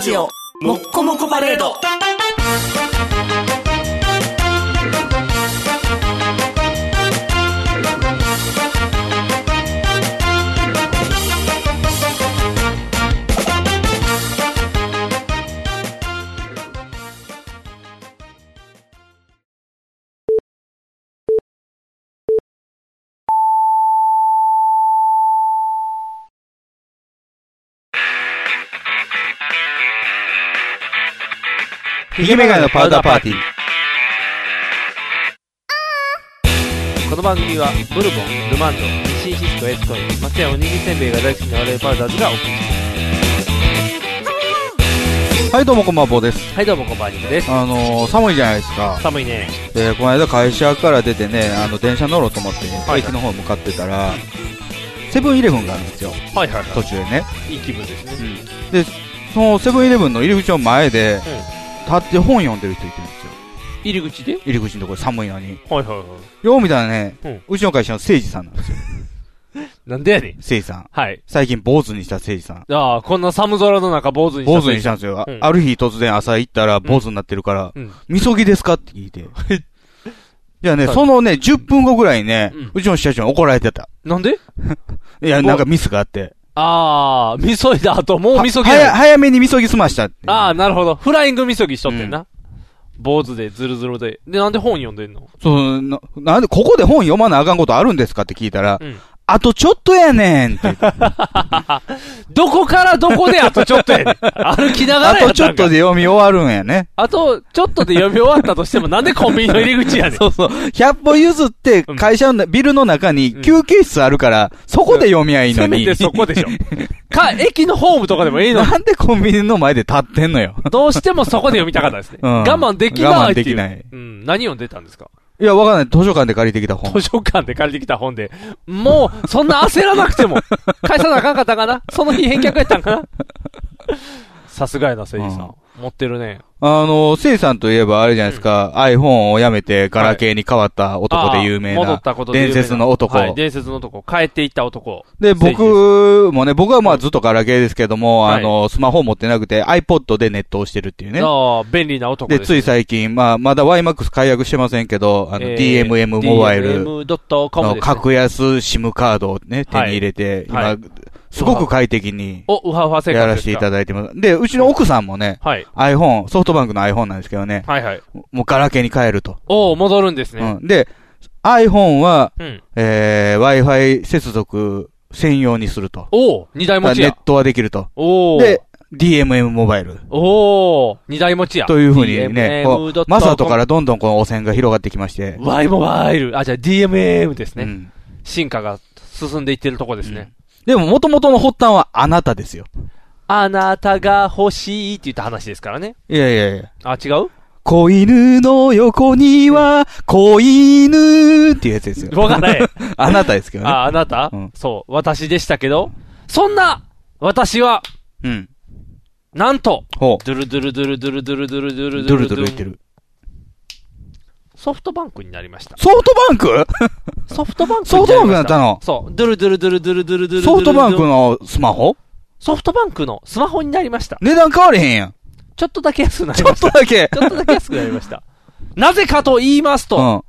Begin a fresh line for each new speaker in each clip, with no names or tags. ジオもっこもこパレード
ひげメガネのパウダーパーティー。この番組は、ブルボン、ルマンド、日清シスコ、エスコイン、松屋おにぎりせんべいが大好きな我々パウダーズがお送りしま
はい、どうもこんばんは、坊です。
す。はい、どうもこんばんは、ニムです。
あのー、寒いじゃないですか。
寒いね。
で、この間会社から出てね、あの、電車乗ろうと思って、
はい
駅の方向かってたら、セブンイレブンがあるんですよ、
はいはい
途中でね。
い。いい気分ですね。
で、そのセブンイレブンの入り口の前で、立って本読んでる人いてるんですよ。
入り口で
入り口のところ寒いのに。
はいはいはい。
よう見たらね、
う
うんちの会社の誠治さんなんですよ。
なんでやねん。
誠治さん。
はい。
最近坊主にした誠治さん。
ああ、こんな寒空の中、坊主にした。
坊主にしたんですよ。あ
うん
ある日突然朝行ったら坊主になってるから、
うん。
みそぎですかって聞い て。じゃあね、
はい
そのね、10分後ぐらいにね
うん、
うちの社長に怒られてた。
なんで
いや、
お
なんかミスがあって。
ああ、みそいだ後、もうみそぎ
は
や
早早めにみそぎ済ましたって。
ああ、なるほど。フライングみそぎしとってんな。坊主で、ズルズルで。で、なんで本読んでんの
そう、な、なんで、ここで本読まなあかんことあるんですかって聞いたら、
うん
あとちょっとやね んって言って
どこからどこであとちょっとやねん。 歩きなが
あ
ら
と
やったん
ち
か
ょっとで読み終わるんやね。
あと、ちょっとで読み終わったとしても、なんでコンビニの入り口 やねん。そうそう。
100歩譲って
うん、
会社のビルの中に休憩室あるから、そこで読みゃいいの
せめ
に。
てそこでしょ。 か、駅のホームとかでもいいの に
なんでコンビニの前で立ってんのよ。
どうしてもそこで読みたかったですね。
うん
我慢できないっていう。
我慢でき
うん。何読んでたんですか
いや、わかんない。図書館で借りてきた本
図。書館で借りてきた本で。もう、そんな焦らなく ても、返さなあかんかったかなその日返却やったんかなさすがやな、誠治さん。持ってるね。
あの、せいさんといえばあれじゃないですか、iPhone をやめてガラケーに変わった男で有名
ああ戻
な
ったことで有名
伝
な
説の男。
はい、伝説の男。帰っていった男。
で、
誠治
僕もね、僕はまあずっとガラケーですけども、
は
あ
い
の、スマホ持ってなくて iPod でネットをしてるっていうね。
ああ、便利な男
で、
です
つ
ね、
い最近、まあ、まだ YMAX 解約してませんけど、あの、
えー
DMM モバイル
DMM.com
の
ですね、
格安 SIM カードをね、手に入れて、
は
今、
い
すごく快適に
お、ウハウハ生活ですか
やらせていただいてます。で、うちの奥さんもね、
はい。
iPhone、ソフトバンクの iPhone なんですけどね、
はいはい。
もうガラケーに変えると。
おー戻るんですね。
うん。で、iPhone は、
うん。
えー、Wi-Fi 接続専用にすると。
おー二
だか
台持
ら
ち
ネ
や
ッ。トはできると。
おー
で、DMM モバイル。
おー二台持ちや。
というふうにね、こう
DMM.com
マサトからどんどんこの汚染が広がってきまして。
Y モバイル。あ、じゃあ DMM ですね、
うん
進化が進んでいってるとこですね。
でも、元々の発端はあなたですよ。
あなたが欲しいって言った話ですからね。
いやいやいや。
あ、違う
子犬の横には、子犬っていうやつですよ。
わかんない。
あなたですけどね。
あ、あなた、
うん
そう、私でしたけど、そんな、私は、
うん。
なんと、
ほう。
ドゥルドゥルドゥルドゥルドゥルドゥルドゥル
ドゥルドゥル言ってる。
ソフトバンクになりました。
ソフトバンク
ソフトバンク
ソフトバンクだった
の
の
そう、ドゥルドゥルドゥルドゥルドゥルドゥル。
ソフトバンク
の
のスマホ
ソフトバンクのスマホになりました。
値段変われへんやん。
ちょっとだけ安くなり
ちょ
ま
っ
した。
とだけ。
ちょっとだけ安くなりました。なぜかと言いますと、
うん。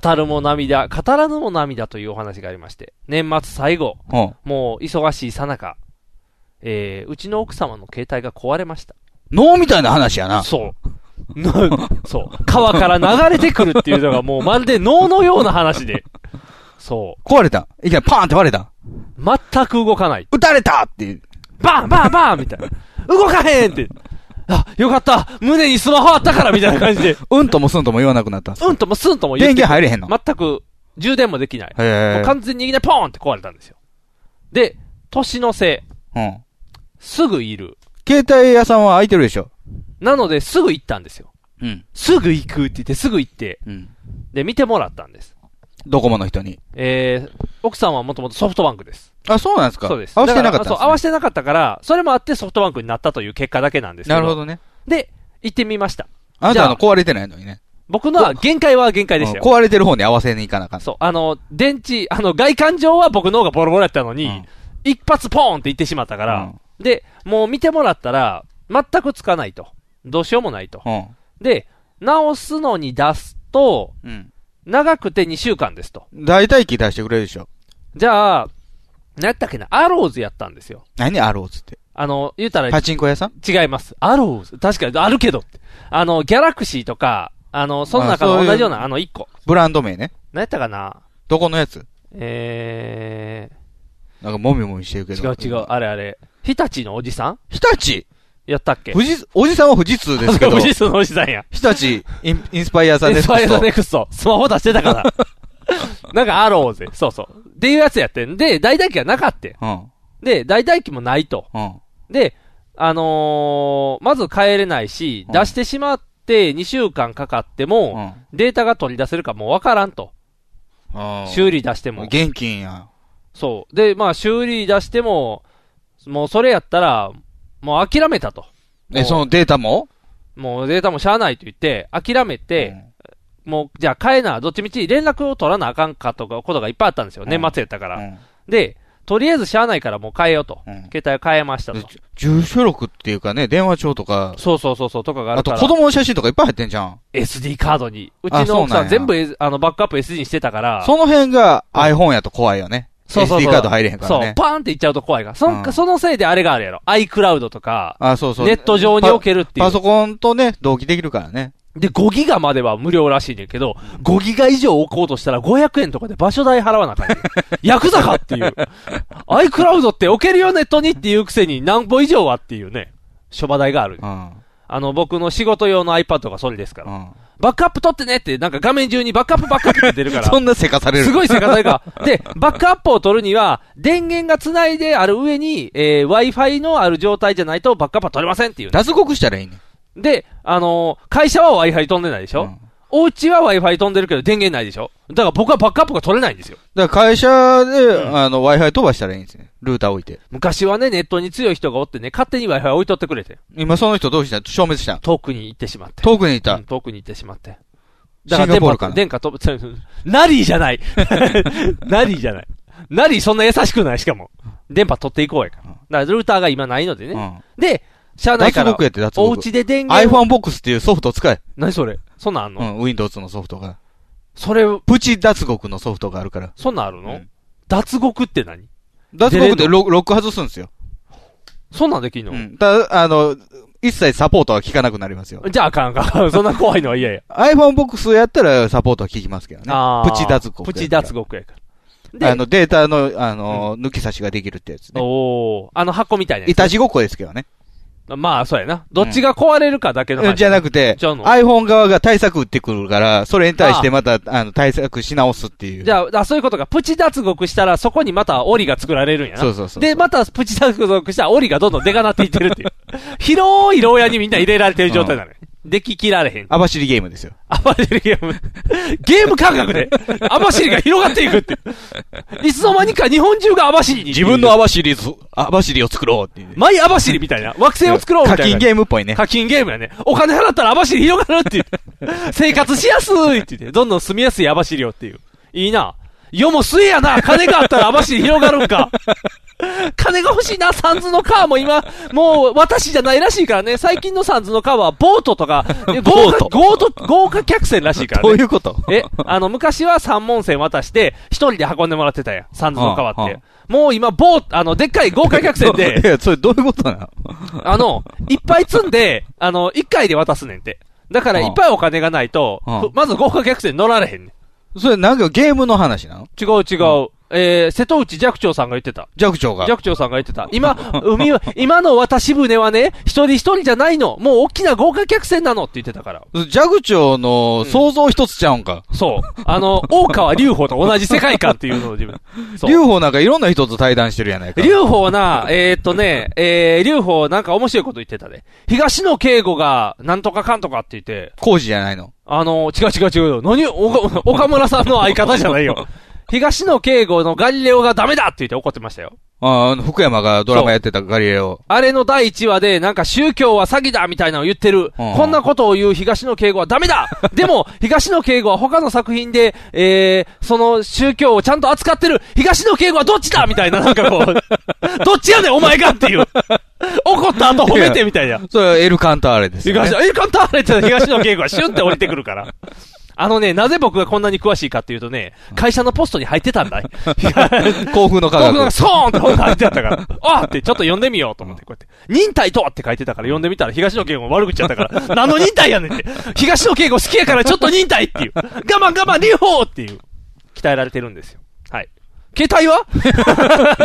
語るも涙、語らぬも涙というお話がありまして、年末最後、
うん。
もう忙しいさなか、えー、うちの奥様の携帯が壊れました。
脳みたいな話やな。
そう。なそう。川から流れてくるっていうのがもうまるで脳のような話で。そ
壊れた。いきなりパーンって割れた。
う。全く動かない。
撃たれたって。
バンバンバンみたいな。動かへんって。あ、よかった胸にスマホあったからみたいな感じで。
うんともすんとも言わなくなったんです。
うんともすんとも言
電
って
源入れへんの。
全く充電もできない。も
へ
う完全にいきなりポーンって壊れたんですよ。で、年のせい、
え。うん。
すぐいる。
携帯屋さんは空いてるでしょ。
なので、すぐ行ったんですよ。
うん。
すぐ行くって言って、すぐ行って、
うん。
で、見てもらったんです。
ドコモの人に。
えー、奥さんはもともとソフトバンクです。
あ、そうなんですか
そうです。
合わせてなかったんで
だら
すね、
そう、合わせてなかったから、それもあってソフトバンクになったという結果だけなんですけど。
なるほ。どね。
で、行ってみました。
あなたあの
じ
壊れてないのにね。
僕のは限界は限界でした
う
よ
ん。壊れてる方に合わせに行かなあかん。
そう、あの、電池、あの、外観上は僕の方がボロボロやったのに、
うん
一発ポーンって行ってしまったから、
うん
で、もう見てもらったら、全くつかないと。どうしようもないと。
うん。
で、直すのに出すと、
うん。
長くて2週間ですと。
大体期出してくれるでしょ。
じゃあ、何やったっけな、アローズやったんですよ。
何アローズって。
あの、言うたら
パチンコ屋さん
違います。アローズ。確かに、あるけど。あの、ギャラクシーとか、あの、その中
まあそう
の
いう
同じような、あの、1個。
ブランド名ね。
何やったかな
どこのやつ
え
なんかもみもみしてるけど。
ー、違う違う、。あれあれ。日立のおじさん
日立
やったっけ
富士、おじさんは富士通ですけど、
富
日
士通のおじさんや。
立インインスパイアさん
で
です
スパイダーネクスト。スマホ出して たから。なんかアローズ。そうそう。っていうやつやってん。で、大体機がなかった。
うん。
で、大体機もないと。
うん。
で、あのーまず帰れないし、
うん
出してしまって2週間かかって
うん。
も、データが取り出せるかもうわからんと。
あー
修理出しても。
現金や。
そう。で、まあ修理出しても、もうそれやったら、もう諦めたと。も
え、
う
そのデータも
もうデータもしゃあないと言って、諦めて、もう、じゃあ変えな、どっちみち連絡を取らなあかんかとか、ことがいっぱいあったんですよ。
うん
年末やったか
うん。
ら。で、とりあえずしゃあないからもう変えようと。
うんうん
携帯を変えました
で
と。
住所録っていうかね、電話帳とか、
そうそうそうそう、とかがあ
あ
るか
と
ら。
子供の写真とかいっぱい入ってんじゃん。
SD カードに。うち
あ
の
そう
奥
なんや
さん全部、S- あの、バックアップ SD にしてたから。
その辺が iPhone やと怖いよね。
そうそうそう
SD カード入れへんから
そう、
ね。
パーンっていっちゃうと怖いが。そん
うん
そのせいであれがあるやろ。iCloud とか、
あ、そうそう。
ネット上におけるってい
パ
う。
ソコンとね、同期できるからね。
で、5ギガまでは無料らしいねんけど、5ギガ以上置こうとしたら500円とかで場所代払わな あかんねん。ヤクザかっていう。iCloud って置けるよ、ネットにっていうくせに何本以上はっていうね。諸場代がある
う。ん。
あの、僕の仕事用の iPad がそれですか
う
ら。
ん。
バックアップ取ってねって、なんか画面中にバックアップバックアップって出るから。
そんなせかされる。
すごい世界 が。で、バックアップを取るには、電源が繋いである上に、えー、Wi-Fi のある状態じゃないとバックアップは取れませんっていうね、
脱獄したらいいね。
で、あのー会社は Wi-Fi 飛んでないでしょ、
うん
お家は Wi-Fi 飛んでるけど電源ないでしょだから僕はバックアップが取れないんですよ。
だから会社で、あの、Wi-Fi 飛ばしたらいいんですね。ルーター置いて。
昔はね、ネットに強い人がおってね、勝手に Wi-Fi 置いとってくれて。
今その人どうした消滅した
遠くに行ってしまって。
遠くにいた。
うん遠くに行ってしまって。
シ
だか
ン
ら
ガ
電
ポール
波
か、な。
電波飛ぶ、ナリーじゃ ない。ナリーじゃない。ナリーそんな優しくない、しかも。電波取っていこうやから。だからルーターが今ないのでね。
うん
で、社内か
脱
ら
獄、やって、脱
お
獄。
家で電源を。
iPhone Box っていうソフトを使え。
何それそんなんあんの、
うん、Windows のソフトが。
それ、
プチ脱獄のソフトがあるから。
そんなんあるの、
うん
脱獄って何
脱獄ってロロック外すんですよ。
そんなんできんの、
うん。たあの、一切サポートは効かなくなりますよ。
じゃああかんあかん。そ んな怖いのは嫌や。
iPhone Box やったらサポートは効きますけどね。
あー
プチ脱獄。
プチ脱。獄やから。で、
あの、データの、あの、抜き差しができるってやつね。
おーあの箱みたいなや
いたちごっこですけどね。
つ。まあ、そうやな。どっちが壊れるかだけの話。
じゃなくて、
ちゃうの
iPhone 側が対策打ってくるから、それに対してまた、あの、対策し直すっていう。
じゃあ、あそういうことか。プチ脱獄したら、そこにまた檻が作られるんやな。
そうそうそう。
で、またプチ脱獄したら、檻がどんどんでかなっていってる っていう。広い牢屋にみんな入れられてる状態なのよ。でききられへん。
網走ゲームですよ。
網走ゲーム。ゲーム感覚で、網走が広がっていくっ ていう。いつの間にか日本中が網走に。
網走ぞ、網走を作ろうっていう。
マイ網走みたいな。惑星を作ろうみたい
課
な。
金ゲームっぽいね。
課金ゲームやね。お金払ったら網走広が るっていう。生活しやすいって言って、どんどん住みやすい網走をっていう。いいな。世も末やな。金があったら網走広がる んか。金が欲しいな。サンズの川も今、もう私じゃないらしいからね。最近のサンズの川はボート とか、
ボート
豪華、豪華客船らしいから
どう
ね
い。うこと
え、あの、昔は三門線渡して、一人で運んでもらってたやん。サンズの川
う
っ
んう
て
ん。、
もう今、ボート、あの、でっかい豪華客船で
いや、それどういうことなの
あの、いっぱい積んで、あの、一回で渡すねんて。だから、
うん
いっぱいお金がないと、
うん
ふまず豪華客船乗られへんねん。
それなんかゲームの話なの
違う違う。えー、瀬戸内寂聴さんが言ってた。
弱長が。
寂聴さんが言ってた。今、海は、今の渡し船はね、一人一人じゃないの。もう大きな豪華客船なのって言ってたから。
弱長の想像一つちゃうんか。
そう。あの、大川隆法と同じ世界観っていうのを自分。そう
劉邦なんかいろんな人と対談してるやないか。
劉邦な、えー、っとね、えー、劉邦なんか面白いこと言ってたで。東野敬吾が、なんとかかんとかって言って、
工事じゃないの。
あの、違う違う違うよ。何おか岡村さんの相方じゃな いよ。東野敬吾のガリレオがダメだって言って怒ってましたよ。
ああの、福山がドラマやってたガリレオ。
あれの第1話で、なんか宗教は詐欺だみたいなのを言ってる。
うん
こんなことを言う東野敬吾はダ メだでも、東野敬吾は他の作品で、えー、その宗教をちゃ んと扱ってる東野敬吾はどっちだみたいな、なんかこう、どっちやねんお前がっていう。怒った後褒めてみたいな。
それはエルカンターレですよ、
東
ね。
野、え、カンターレって東野圭吾がシュンって降りてくるから。 あのね、なぜ僕がこんなに詳しいかっていうとね、会社のポストに入ってた んだい。
幸福の科
僕が
学。
ソーンって本が入ってあったから、 あーってちょっと読んでみようと思って、こうやって、忍耐とはって書いてたから読んでみたら東野圭吾悪口やったから、 何の忍耐やねんって。東野圭吾好きやからちょっと忍耐っていう。我慢我慢両方っていう。鍛えられてるんですよ。はい。携 帯は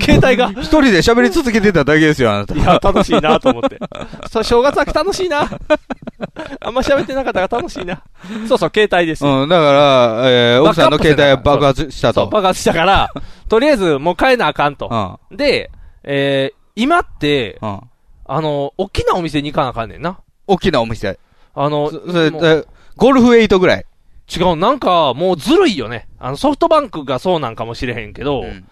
携帯 が。
一人で喋り続けてただけですよ、あなた
い。や、楽しいなと思って。 そう、正月明け楽しいな。あんま喋ってなかったから楽しいな。そうそう、携帯です。
うん、だから、えー奥さんの携帯爆発した
そ
と。
う、爆発したから、とりあえずもう帰なあかんと。で、えー、今って、
うん。うん。
あの、大きなお店に行かなあかんねんな。
大きなお店。
あの、
そそれ
もう
えゴルフエイトぐらい。
違う、なんか、もうずるいよね。あの、ソフトバンクがそうなんかもしれへんけど、
うん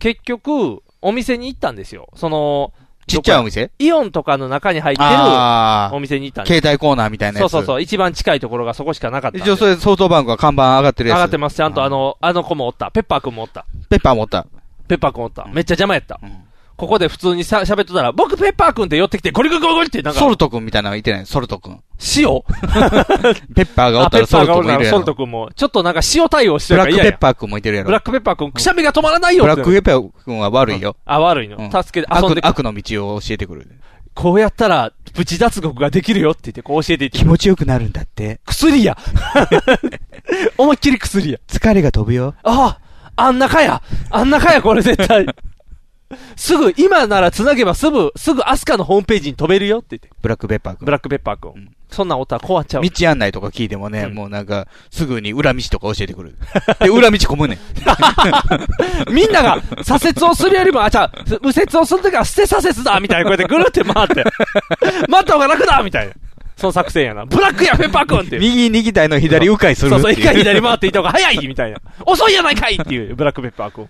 結局、お店に行ったんですよ。その、
ちっちゃいお
どこ
店
イオンとかの中に入ってる
あ
お店に行った
あ。
んです
携帯コーナーみたいな
そ
や
う
つ。
そうそう、一番近いところがそこしかなかったんで。
一応それソフトバンクは看板上がってる
上
やつ。
がってます。ちゃんと
うん
あの、あの子もおった。ペッパーくんもおった。
ペッパー持った。
ペッパーくんおった。めっちゃ邪魔やった。
うん
ここで普通にさ、喋っとったら、僕ペッパーくんって寄ってきて、ゴリゴリゴリゴリって、なんか、
ソルト君みたいなのいてないソルト君。
塩
ペッパーがおっ
あ
た
ペ
ら
ッ
ソ
パー
ルト
がおる
君い
な
る
ら
や
ソ
ろ
ル。ト君も、ちょっとなんか塩対応して
ブラ
るか
ック
ら嫌
ペ
や
ッパー君もいてるやろ。
ブラックペッパーくん、くしゃみが止まらないよ
ブラ
って
ックペッパー君は悪いよ。
あ、悪いの。
うん
助けて、遊ん
悪
で、
悪の道を教えてくる。
こうやったら、プチ脱獄ができるよって言って、こう教えていって
気。持ちよくなるんだって。
薬や 思いっきり薬や。
疲れが飛ぶよ。
ああ、あんなかやあんなかや、これ絶 対。すぐ、今なら繋げばすぐ、すぐアスカのホームページに飛べるよって言って。
ブラックペッパー君。
ブラックペッパーくん。
ん
そんなんおったら壊っちゃう。
道案内とか聞いてもね、
うん
もうなんか、すぐに裏道とか教えてくる。で、裏道混むねん。
みんなが左折をするよりも、あ、じゃあ、右折をするときは捨て左折だみたいな、こうやってぐるって 回って。待った方が楽だみたいな。その作戦やな。ブラックや、ペッパーくんっていう。
右に行きたいの左迂回するって
そ
いうう。
そう、一回左回っていた方が早いみたいな。遅いやないかいっていう、ブラックペッパーくん。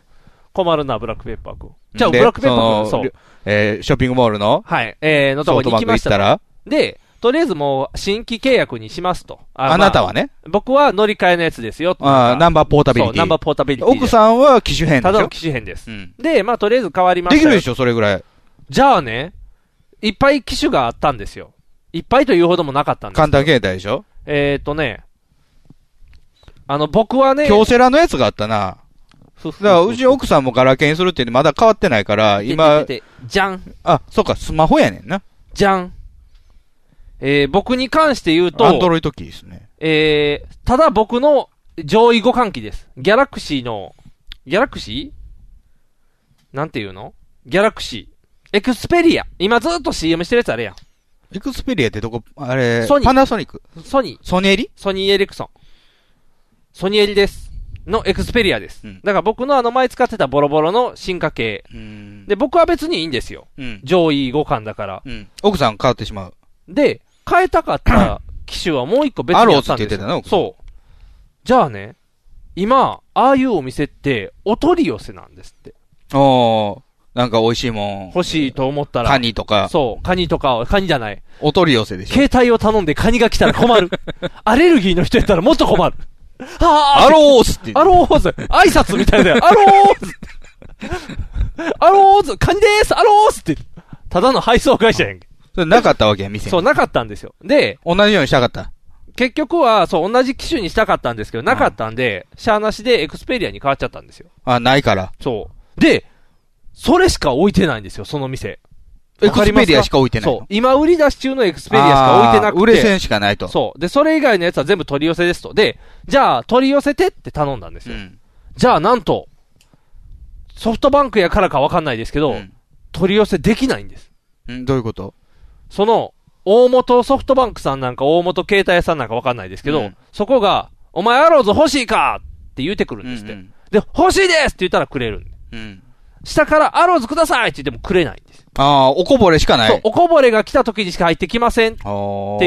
困るな、ブラックペッパーくん。じゃあ、ブ
で
ラックペッパーくん、
そ
そ
の
う。
えーショッピングモールの
はい。えー、の
ソ
とこ
フト
に行
バンク行
きま
っ
した
た
と。
ら、
で、とりあえずもう、新規契約にしますと。
あなたは
ね。
ね、
僕は乗り換えのやつですよ。
あーナンバーポータビリ
そう、
テ
ナンバー
ィ。
ポータビリティで。
奥さんは機種変で
た
し
だの
ょ
機種変です
う。ん。
で、まあ、とりあえず変わりま
で
し
き
た
る
よ
でしょ、それぐらい。
じゃあね、いっぱい機種があったんですよ。いっぱいというほどもなかったんです
簡単携帯でしょ
えーっとね、あの、僕はね、
京セラのやつがあったな。
ふふ
だから、うち奥さんもガラケーにするって言ってまだ変わってないから、今
出、て出てじゃん、
あ、そうか、スマホやねんな。
じゃん。えー僕に関して言う
アンド
と、
ロイドキーですね。
えーただ僕の上位互換機です。ギャラクシーの、ギャラクシーなんていうのギャラクシー。エクスペリア。今ずっと CM してるやつあれやん。
エクスペリアってどこ、あれ、
ソニー
パナソニック。
ソニー。
ソニエリ
ソニーエリクソン。ソニーエリです。のエクスペリアです。
うん
だから僕のあの前使ってたボロボロの進化系。
うん
で、僕は別にいいんですよ。
うん。
上位互換だから。
うん。奥さん変わってしまう。
で、変えたか った機種はもう一個別にあったんですよ。
アローズって言ってたな僕
そう。じゃあね、今、ああいうお店って、お取り寄せなんですって。
おー、なんか美味しいもん。
欲しいと思ったら。
カニとか、
そう、カニとかを、カニじゃない。
お取り寄せでしょ。
携帯を頼んでカニが来たら困 る。アレルギーの人やったらもっと困る。はあ、
アロースって。
アローズ挨拶みたいだよ。アローズアローズカニでーすアローズって。ただの配送会社やんけ。
それなかったわけや、店
そう、
に。
なかったんですよ。で、
同じようにしたかった。
結局は、そう、同じ機種にしたかったんですけど、なかったんで、シャアなしでエクスペリアに変わっちゃったんですよ。
あ、ないから。
そう。で、それしか置いてないんですよ、その店。
エ
わか
ク
り
ス
ま
ペ
すか
リアしか置いてないの。
そう。今売り出し中のエクスペリアしか置いてなくて。
あー売れ線しかないと。
そう。で、それ以外のやつは全部取り寄せですと。で、じゃあ、取り寄せてって頼んだんです
う
よ。
ん。
じゃあ、なんと、ソフトバンクやからかわかんないですけど、
うん
取り寄せできないんです。
うん。どういうこと
その、大元ソフトバンクさんなんか大元携帯屋さんなんかわかんないですけど、
うん
そこが、お前アローズ欲しいかって言うてくるんですって。
うん
で、欲しいですって言ったらくれるんで。
うんうん。
下からアローズくださいって言ってもくれないんです。
ああ、おこぼれしかない。
そう、おこぼれが来た時にしか入ってきませんっ
って
い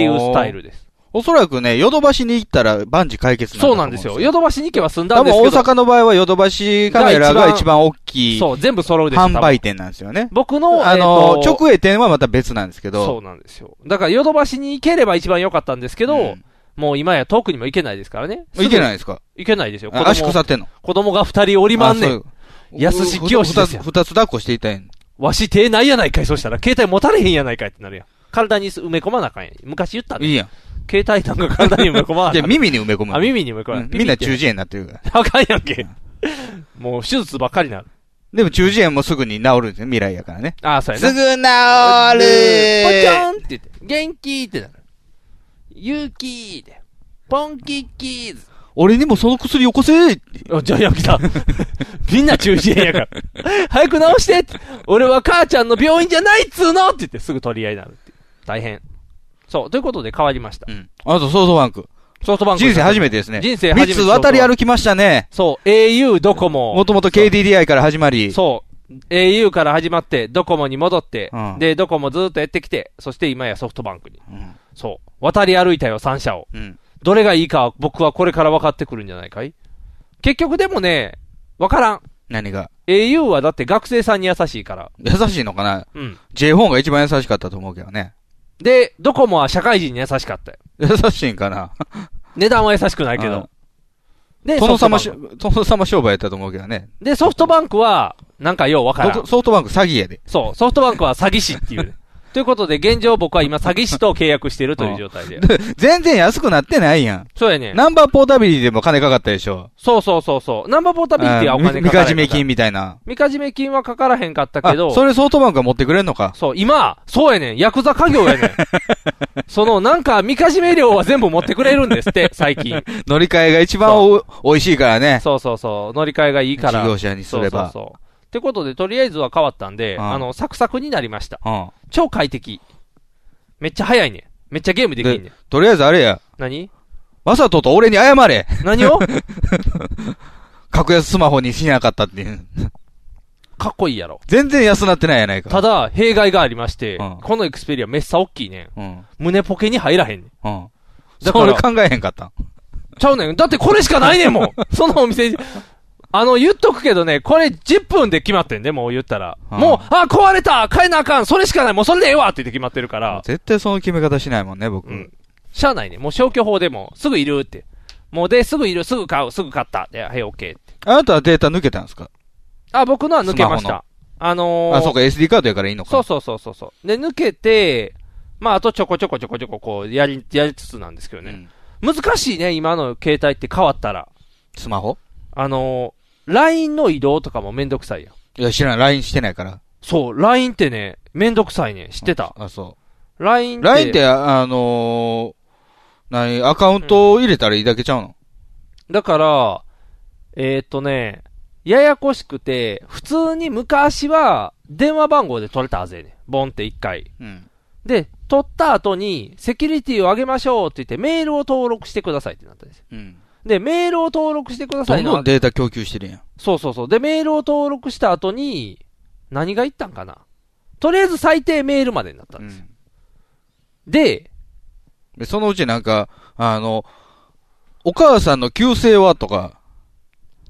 うスタイ。ルです。
おそらくね、ヨドバシに行ったら万事解決
そうなんですよ。ヨ
よ。
ドバシに行けば済んだ
多
んで
分
すけ
大
ど。
阪の場合はヨドバシカメラが一番大きい
そう、全部揃うです。
販
多分
売店なんですよね。
僕の、
あの、
えーと
直営店はまた別なんですけど。
そうなんですよ。だから、ヨドバシに行ければ一番良かったんですけど、
うん
もう今や遠くにも行けないですからね。
いけない
い
んですか
行けないですよ。子
あ足
供
腐ってんの
子供が二人おりまんねん。
あそう
安志清ですよ
ふたつ二つ抱っこしていたいん。
わし手ないやないかい、そしたら。携帯持たれへんやないかいってなるやん。体に埋め込まなあかんやん。昔言った
い
ね。
いやん。
携帯なんか体に埋め込まなあ
じ
か
ゃあ
ん。
耳に埋め込む。
あ、耳に埋め込ま
う
なあか
ん
ん。
みんな
ピピ
中
って
耳炎になってるから。
あかんやんけ。もう手術ばっかりなる。
でも中耳炎もすぐに治るんですよ。未来やからね。
ああ、そうやな。
すぐ治る
ポチョンって言って、元気ってなる。勇気で、ポンキッキーズ。
俺にもその薬よこせ
あ、ジャイアン来た。 みんな中止炎やから。 早く治してって俺は母ちゃんの病院じゃないっつうのって言ってすぐ取り合いになるっていう。大変。そう。ということで変わりました
う。ん。あとソフトバンク。
ソフトバンク。
人生初めてですね。
人生初めて
三つ渡り歩きましたね。
そう。au ドコモ。
もともと KDDI から始まり。
そう。au から始まって、ドコモに戻って、
うん
で、ドコモずっとやってきて、そして今やソフトバンクに。
うん。
そう。渡り歩いたよ、三社を。
うん。
どれがいいか、僕はこれから分かってくるんじゃないかい結局でもね、分からん。
何が
au はだって学生さんに優しいから。
優しいのかな
うん。
?J フォンが一番優しかったと思うけどね。
で、ドコモは社会人に優しかったよ。
優しいんかな
値段は優しくないけど。で、
殿様
ソ
し
フトバン、
殿様商売やったと思うけどね。
クで、ソフトバンクは、なんかよう分からん。
ソフトバンク詐欺やで。
そう、ソフトバンクは詐欺師って いうね、ということで、現状僕は今詐欺師と契約しているという状態で。
全然安くなってないやん。
そうやね。
ナンバーポータビリティでも金かかったでしょ。
そうそうそうそう。ナンバーポータビリティはお金か
み
から
か
へん
じめ金。みたいな。
みかじめ金はかからへんかった
あ
けど、、
それソフトバンクが持ってくれんのか。
そう、今、そうやねん。ヤクザ家業や ねん。その、なんか、みかじめ料は全部持ってくれるんですって、最近。
乗り換えが一番お、美味しいからね。
そうそうそう。乗り換えがいいか
事
ら。
業者にすれば。
そうそうそう。ってことで、とりあえずは変わったんで、
うん
あの、サクサクになりました。
うん。
超快適。めっちゃ早いねん。めっちゃゲームできんねん。
とりあえずあれや。
何
わさとと俺に謝れ。
何 を
格安スマホにしなかったっていう。
かっこいいやろ。
全然安なってないやないか。
ただ、弊害がありまして、
うん
このエクスペリアめっさ大きいねん。
うん。
胸ポケに入らへんねん。
うん。
だ
だ
か
からら俺考えへんかったん。
ちゃうねん。だってこれしかないねん もん。そのお店、あの、言っとくけどね、これ10分で決まってんで、もう言ったら。
ああ
もう、あ、壊れた変えなあかんそれしかないもうそれでええわって言って決まってるから。
絶対その決め方しないもんね、僕。
うん。しゃあないね。もう消去法でも、すぐいるって。もうで、すぐいる、すぐ買う、すぐ買った。で、はい、オッケーって。
あなたはデータ抜けたんですか
あ、僕のは抜けまし
スマホ
た。あのー、
あ、そうか、SD カードやからいいのか。
そうそうそうそうそう。で、抜けて、まあ、あとちょこちょこちょこちょこ、こう、やり、やりつつなんですけど
う
ね。
ん
難しいね、今の携帯って変わったら。
スマホ
あのー、LINE の移動とかもめんどくさいやん。
いや、知らん。LINE してないから。
そう、LINE ってね、めんどくさいね。知ってた。
あ、そ
LINE っ
う。
て。
LINE って、ああのー、何、アカウントを入れたらいいだけちゃうの
だから、えーっとね、ややこしくて、普通に昔は電話番号で取れたはずやね。ボンって一回。
うん。
で、取った後に、セキュリティを上げましょうって言って、メールを登録してくださいってなったんですよ。
うん。
で、メールを登録してくださ
ど
い
ん
の
どんデータ供給してるやん。
そうそうそう。で、メールを登録した後に、何が言ったんかなとりあえず最低メールまでになったんですよ。で、
でそのうちなんか、あの、お母さんの旧姓はとか、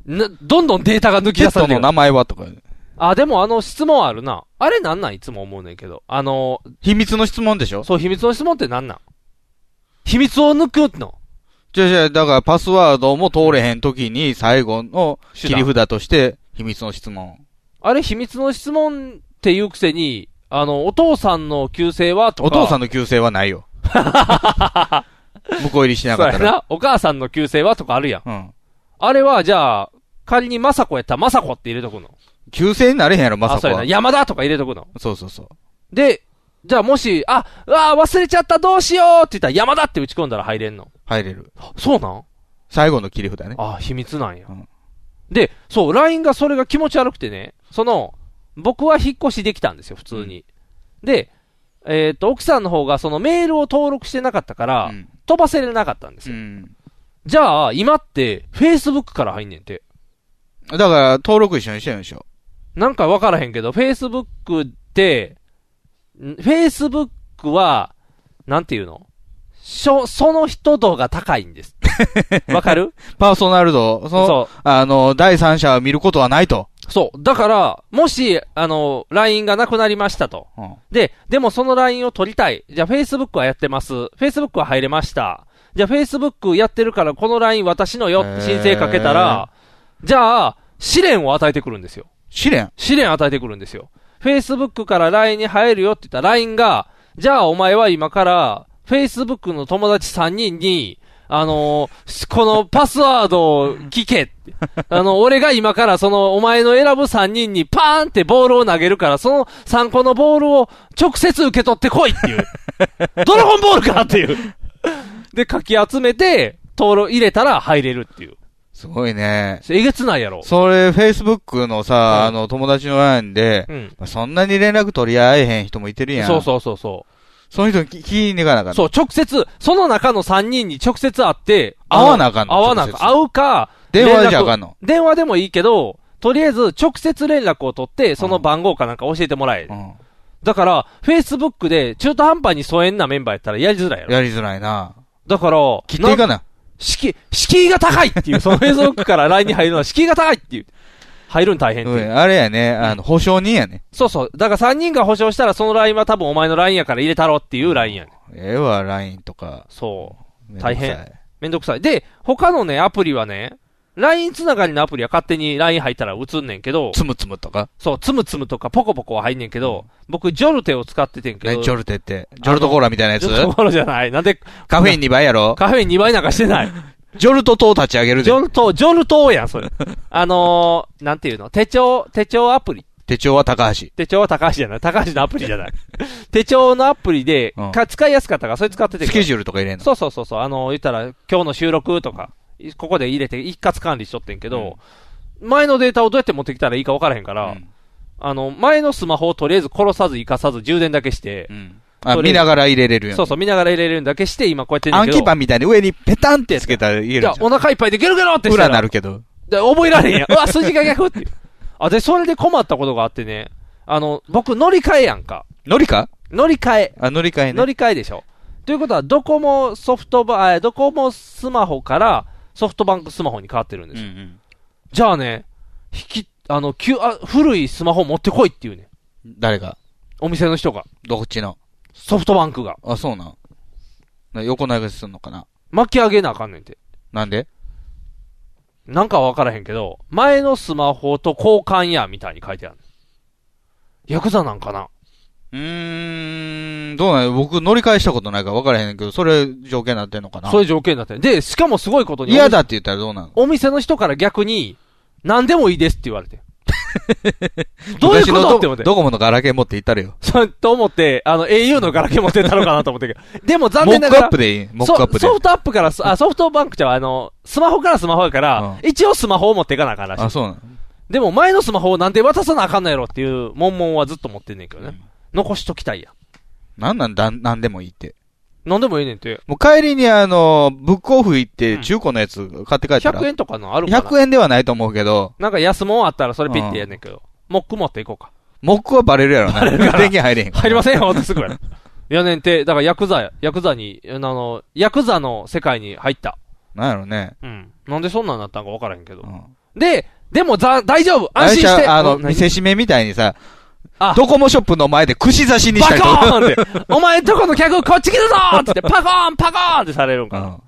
な、どんどんデータが抜き
ペ
出
ッ
され
ト
て
の
る。
名前はとか、
あ、でもあの質問あるな。あれなんなんいつも思うねんけど。あの、
秘密の質問でしょ
そう、秘密の質問ってなんなん秘密を抜くの。
じゃあじゃあだからパスワードも通れへん時に最後の
手
切
段
り札として、秘密の質問。
あれ秘密の質問っていうくせに、あの、お父さんの旧姓はと
お
か。
父さん
ん
の旧姓はない よ。向こう入りしな
そ
か
う
っ
や
たら。
な。お母さんの旧姓はとかあるやん。
うん。
あれは、じゃあ、仮に雅子やったら雅子って入れとくの。
旧姓になれへんやろ、ま
あ、
さ
そ
か
うやな。
は。
山田とか入れとくの。
そうそうそう。
で、じゃあもし、あ、うわー忘れちゃった、どうしようって言ったら山田って打ち込んだら入れんの。
入れる。
あそうなん
最後の切り札ね。
あ、秘密なんや。
うん
で、そう、LINE がそれが気持ち悪くてね、その、僕は引っ越しできたんですよ、普通に。で、えっ、と、奥さんの方がそのメールを登録してなかったから、
うん
飛ばせれなかったんです
う
よ。
ん。
じゃあ、今って、Facebook から入んねんて。
だから、登録一緒にしてるんでしょ。
なんかわからへんけど、Facebook って、ん Facebook は、なんていうのしょ、その人度が高いんです。わかる
パーソナル度、 その、
そう。
あの、第三者を見ることはないと。
そう。だから、もし、あの、LINE がなくなりましたと。
うん。
で、でもその LINE を取りたい。じゃあ Facebook はやってます。Facebook は入れました。じゃあ Facebook やってるからこの LINE 私のよって申請かけたら、じゃあ、試練を与えてくるんですよ。
試練
試練与えてくるんですよ。 Facebook から LINE に入るよって言ったら LINE が、じゃあお前は今から Facebook の友達3人に、あのーこのパスワードを聞 けって。あの、俺が今からそのお前の選ぶ3人にパーンってボールを投げるから、その3個のボールを直接受け取ってこいっ ていう。ドラゴンボールかっていう。で、かき集めて、登録入れたら入れるっていう。
すごいね。
えげつないやろ。
それ、Facebook の
うん
さ、あの、友達の欄で
う、ん。
まあそんなに連絡取り合えへん人もいてるやん。
そうそうそうそう。
その人に聞きに行かなあかった。
そう、直接、その中の3人に直接会って、
会わなあかんの
会わなあかん
直接
会うか、
電話じゃ
連絡
あかんの。
電話でもいいけど、とりあえず直接連絡を取って、その番号かなんか教えてもらえ。
うん。
だから、Facebook で中途半端に疎遠なメンバーやったらやりづらいやろ。
やりづらいな。
だから、
切っていか
な
な。
敷居、敷居が高いっていう、その Facebook から LINE に入るのは敷居が高いっていう。入るん大変って
う
いうん
あれやね、あの、保証人やね。
そうそう。だから3人が保証したらその LINE は多分お前の LINE やから入れたろっていう LINE やねん。
ええわ、LINE とか。
そう。
めんどくさい
大変。めんどくさい。で、他のね、アプリはね、LINE つながりのアプリは勝手に LINE 入ったら映んねんけど、
つむつむとか。
そう、つむつむとかポコポコは入んねんけど、僕、ジョルテを使っててんけ
ね
ど、
ジョルテって。ジョルトコーラみたいなやつ
ジョルトコーラじゃない。なんで、
カフェイン2倍やろ
カフェイン2倍なんかし てない。
ジョルト糖立ち上げる
ジ
で
ョ。ルト、ジョルトやん、それ。あのー、なんていうの手帳、手帳アプリ。
手帳は高橋。
手帳は高橋じゃない。高橋のアプリじゃ ない。手帳のアプリで、
うん
か使いやすかったから、それ使っててん
ス
けど
ケジュールとか入れんの
そうそうそうそう、あの、言ったら、今日の収録とか、いここで入れて一括管理しとってんけど、前のデータをどうやって持ってきたらいいか分からへんから、
うん
あの、前のスマホをとりあえず殺さず、生かさず、充電だけして
う、ん。あ、
それ
見ながら入れれるやん。
そうそう、見ながら入れれるんだけして、今こうやってんね
アン
んけ
キー
ど
パンみたいに上にペタンってつけたら入れる
いや、
じゃ
お腹いっぱいでゲロゲロって
ん。
した
裏
ら
なるけど。
で覚えられへんやん。うわ、数字が逆っていう。あ、で、それで困ったことがあってね、あの、僕、乗り換えやんか。
乗りか
乗り換え。
あ、乗り換えね
乗。り換えでしょ。ということは、ドコモソフトバ、あドコモスマホからソフトバンクスマホに変わってるんですよ。
うん
じゃあね、引き、あの、旧あ、古いスマホ持ってこいっていうね。
うん。誰が
お店の人が。
どっちの
ソフトバンクが。
あ、そうなん。な横流しすんのかな
巻き上げなあかんねんて。
なんで
なんかわからへんけど、前のスマホと交換や、みたいに書いてある。ヤクザなんかな
うーん、どうなん僕乗り換えしたことないから分からへんけど、それ条件になってんのかな
そういう条件だったよで、しかもすごいことに。
嫌だって言ったらどうなの
お店。お店の人から逆に、何でもいいですって言われ て。どういう
昔の
ことって思って。
ドコモのガラケー持って行ったれよ。
そう、と思って、あの、au のガラケー持ってたのかなと思ったけど。でも残
モ
念
ッ
な
ク
が
ア
ら
ップ。でいい。モッ
ソ
クアップで。
ソフトアップからス、あ、ソフトバンクちゃうわあの、スマホからスマホやから、
う
一応スマホを持っていかなあかんらし
あ、
い。
そうなの
でも前のスマホをなんで渡さなあかんのやろっていう、悶々はずっと持ってんねんけどね。残しときたいや。
なんなんだ、なんでもいいって。
なんでもいいねんって。
もう帰りにあの、ブックオフ行っ
う
て
ん
中古のやつ買って帰ったら。
100円とかのあるから。
100円ではないと思うけど、
なんか安物あったらそれピッてやんねんけど。モック持っていこうか。
モックはバレるやろな。 電源入れへんから。
入りませんよ、私すぐやる。いやねんって、だからヤクザや、ヤクザに、あの、ヤクザの世界に入った。
なんやろね。
うん。なんでそんなんなったんかわからへんけど
う。ん
で、でもざ、大丈夫安心
あ
し
れ
て
ちゃうあの、
うん何
見せしめみたいにさ
あ、
ドコモショップの前で串刺しにし
パ
たりとか
コーンって、お前どこの客こっち来るぞっつって、パコーンパコーンってされるんか
う
な。
ん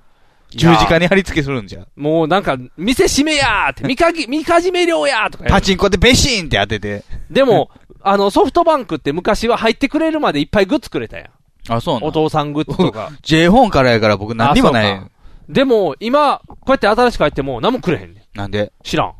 十字架に貼り付けするんじゃ。
もうなんか、店閉めやーって、見かけ、見かじめ料やーとかや
パ
る。
チンコでベシーンって当てて。
でも、あの、ソフトバンクって昔は入ってくれるまでいっぱいグッズくれたやん。
あ、そうな
お
の
父さんグッズとか。
?J 本からやから僕何にもな
あそう
い
か。でも、今、こうやって新しく入っても何もくれへんねん。
なんで
知らん。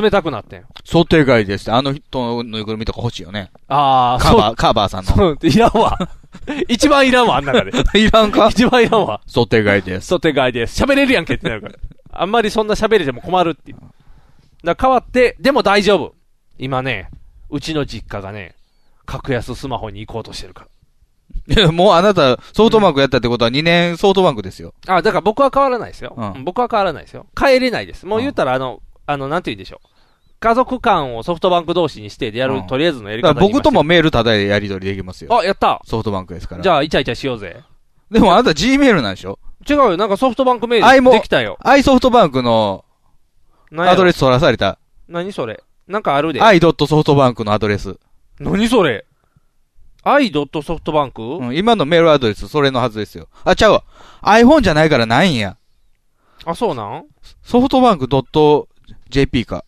冷たくなってん。
想定外ですって。あの人のぬいぐるみとか欲しいよね。
あー、
カバー、カバーさん
そう。
の。
そう、いらんわ。 一番いらんわ、あん中で。
いらんか
一番いらんわ。
想定外です。
想定外です。喋れるやんけってなる から。あんまりそんな喋れても困るっていう。だから変わって、でも大丈夫。今ね、うちの実家がね、格安スマホに行こうとしてるか
いや、もうあなた、ソフトバンクやったってことは2年ソフトバンクですよ。
ら。あ、だから僕は変わらないですよ。
うん
僕は変わらないですよ。帰れないです。もう言ったら、あの、あの、なんて言うんでしょう。家族間をソフトバンク同士にしてでやる、
うん
とりあえずのや
だ
り
か
方
ら
で今
僕ともメールただでやり取りできます
して
よ。
る。あ、やった。
ソフトバンクですから。
じゃあ、イチャイチャしようぜ。
でもあなた Gmail なんでしょ
違うよ、なんかソフトバンクメ
あ
ー
い
ル
も
できたよ。
?i ソフトバンクの
何や
ア
ろ
ドレス取らされた。
何それなんかあるで。
i ドットソフトバンクのアドレス。
何それ ?i.softbank?
うん、今のメールアドレス、それのはずですよ。あ、ちゃうわ。iPhone じゃないからないんや。
あ、そうなん
ソフトバンクドット .jp か。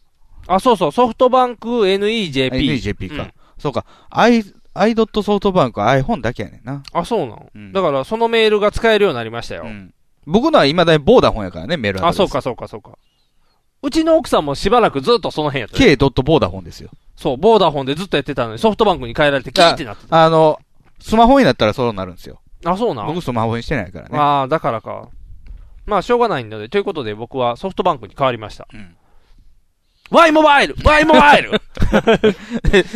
あ、そうそう、ソフトバンク NEJP。
NEJP か。そうか、i、i ドットソフトバンクは iPhone だけやねんな。
あ、そうなの、
うん
だから、そのメールが使えるようになりましたよ。
うん。僕のは未だにボーダフォンやからね、メールアドレ
あ、
ス
そう。か、そうか、そうか。うちの奥さんもしばらくずっとその辺やったよ。
k ドットボーダフォンですよ。
そう、ボーダフォンでずっとやってたのに、ソフトバンクに変えられて、キーってなって
あの、スマホになったらそうなるんですよ。
た。あ、そうなの
僕スマホにしてないからね。
ああ、だからか。まあ、しょうがないので、ということで僕はソフトバンクに変わりました。
うん
Y モ バイル !Y モバイル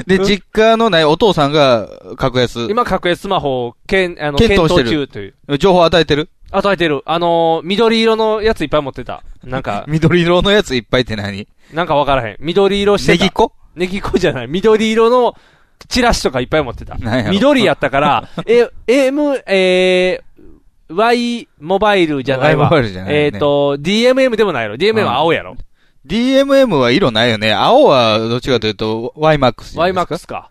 で、実家のないお父さんが格安。
今、格安スマホを検あの検
検討
討
してる
中という。
情報与えてる
与えてる。あのー、緑色のやついっぱい持ってた。なんか、
緑色のやついっぱいって何
なんかわからへん。緑色して
ネ
た。
ギっ子
ネギ粉じゃない。緑色のチラシとかいっぱい持ってた
なんや。ろ
緑やっ たから、え、M、えー、Y モバイルじゃない
Y
わ。
モバイルじゃないよね
えっ、と、DMM でもないやろ。DMM は青やろ。
?DMM は色ないよね。青はどっちかというと YMAX じゃな
Y
い
マ
で
ッ
す
ク
か。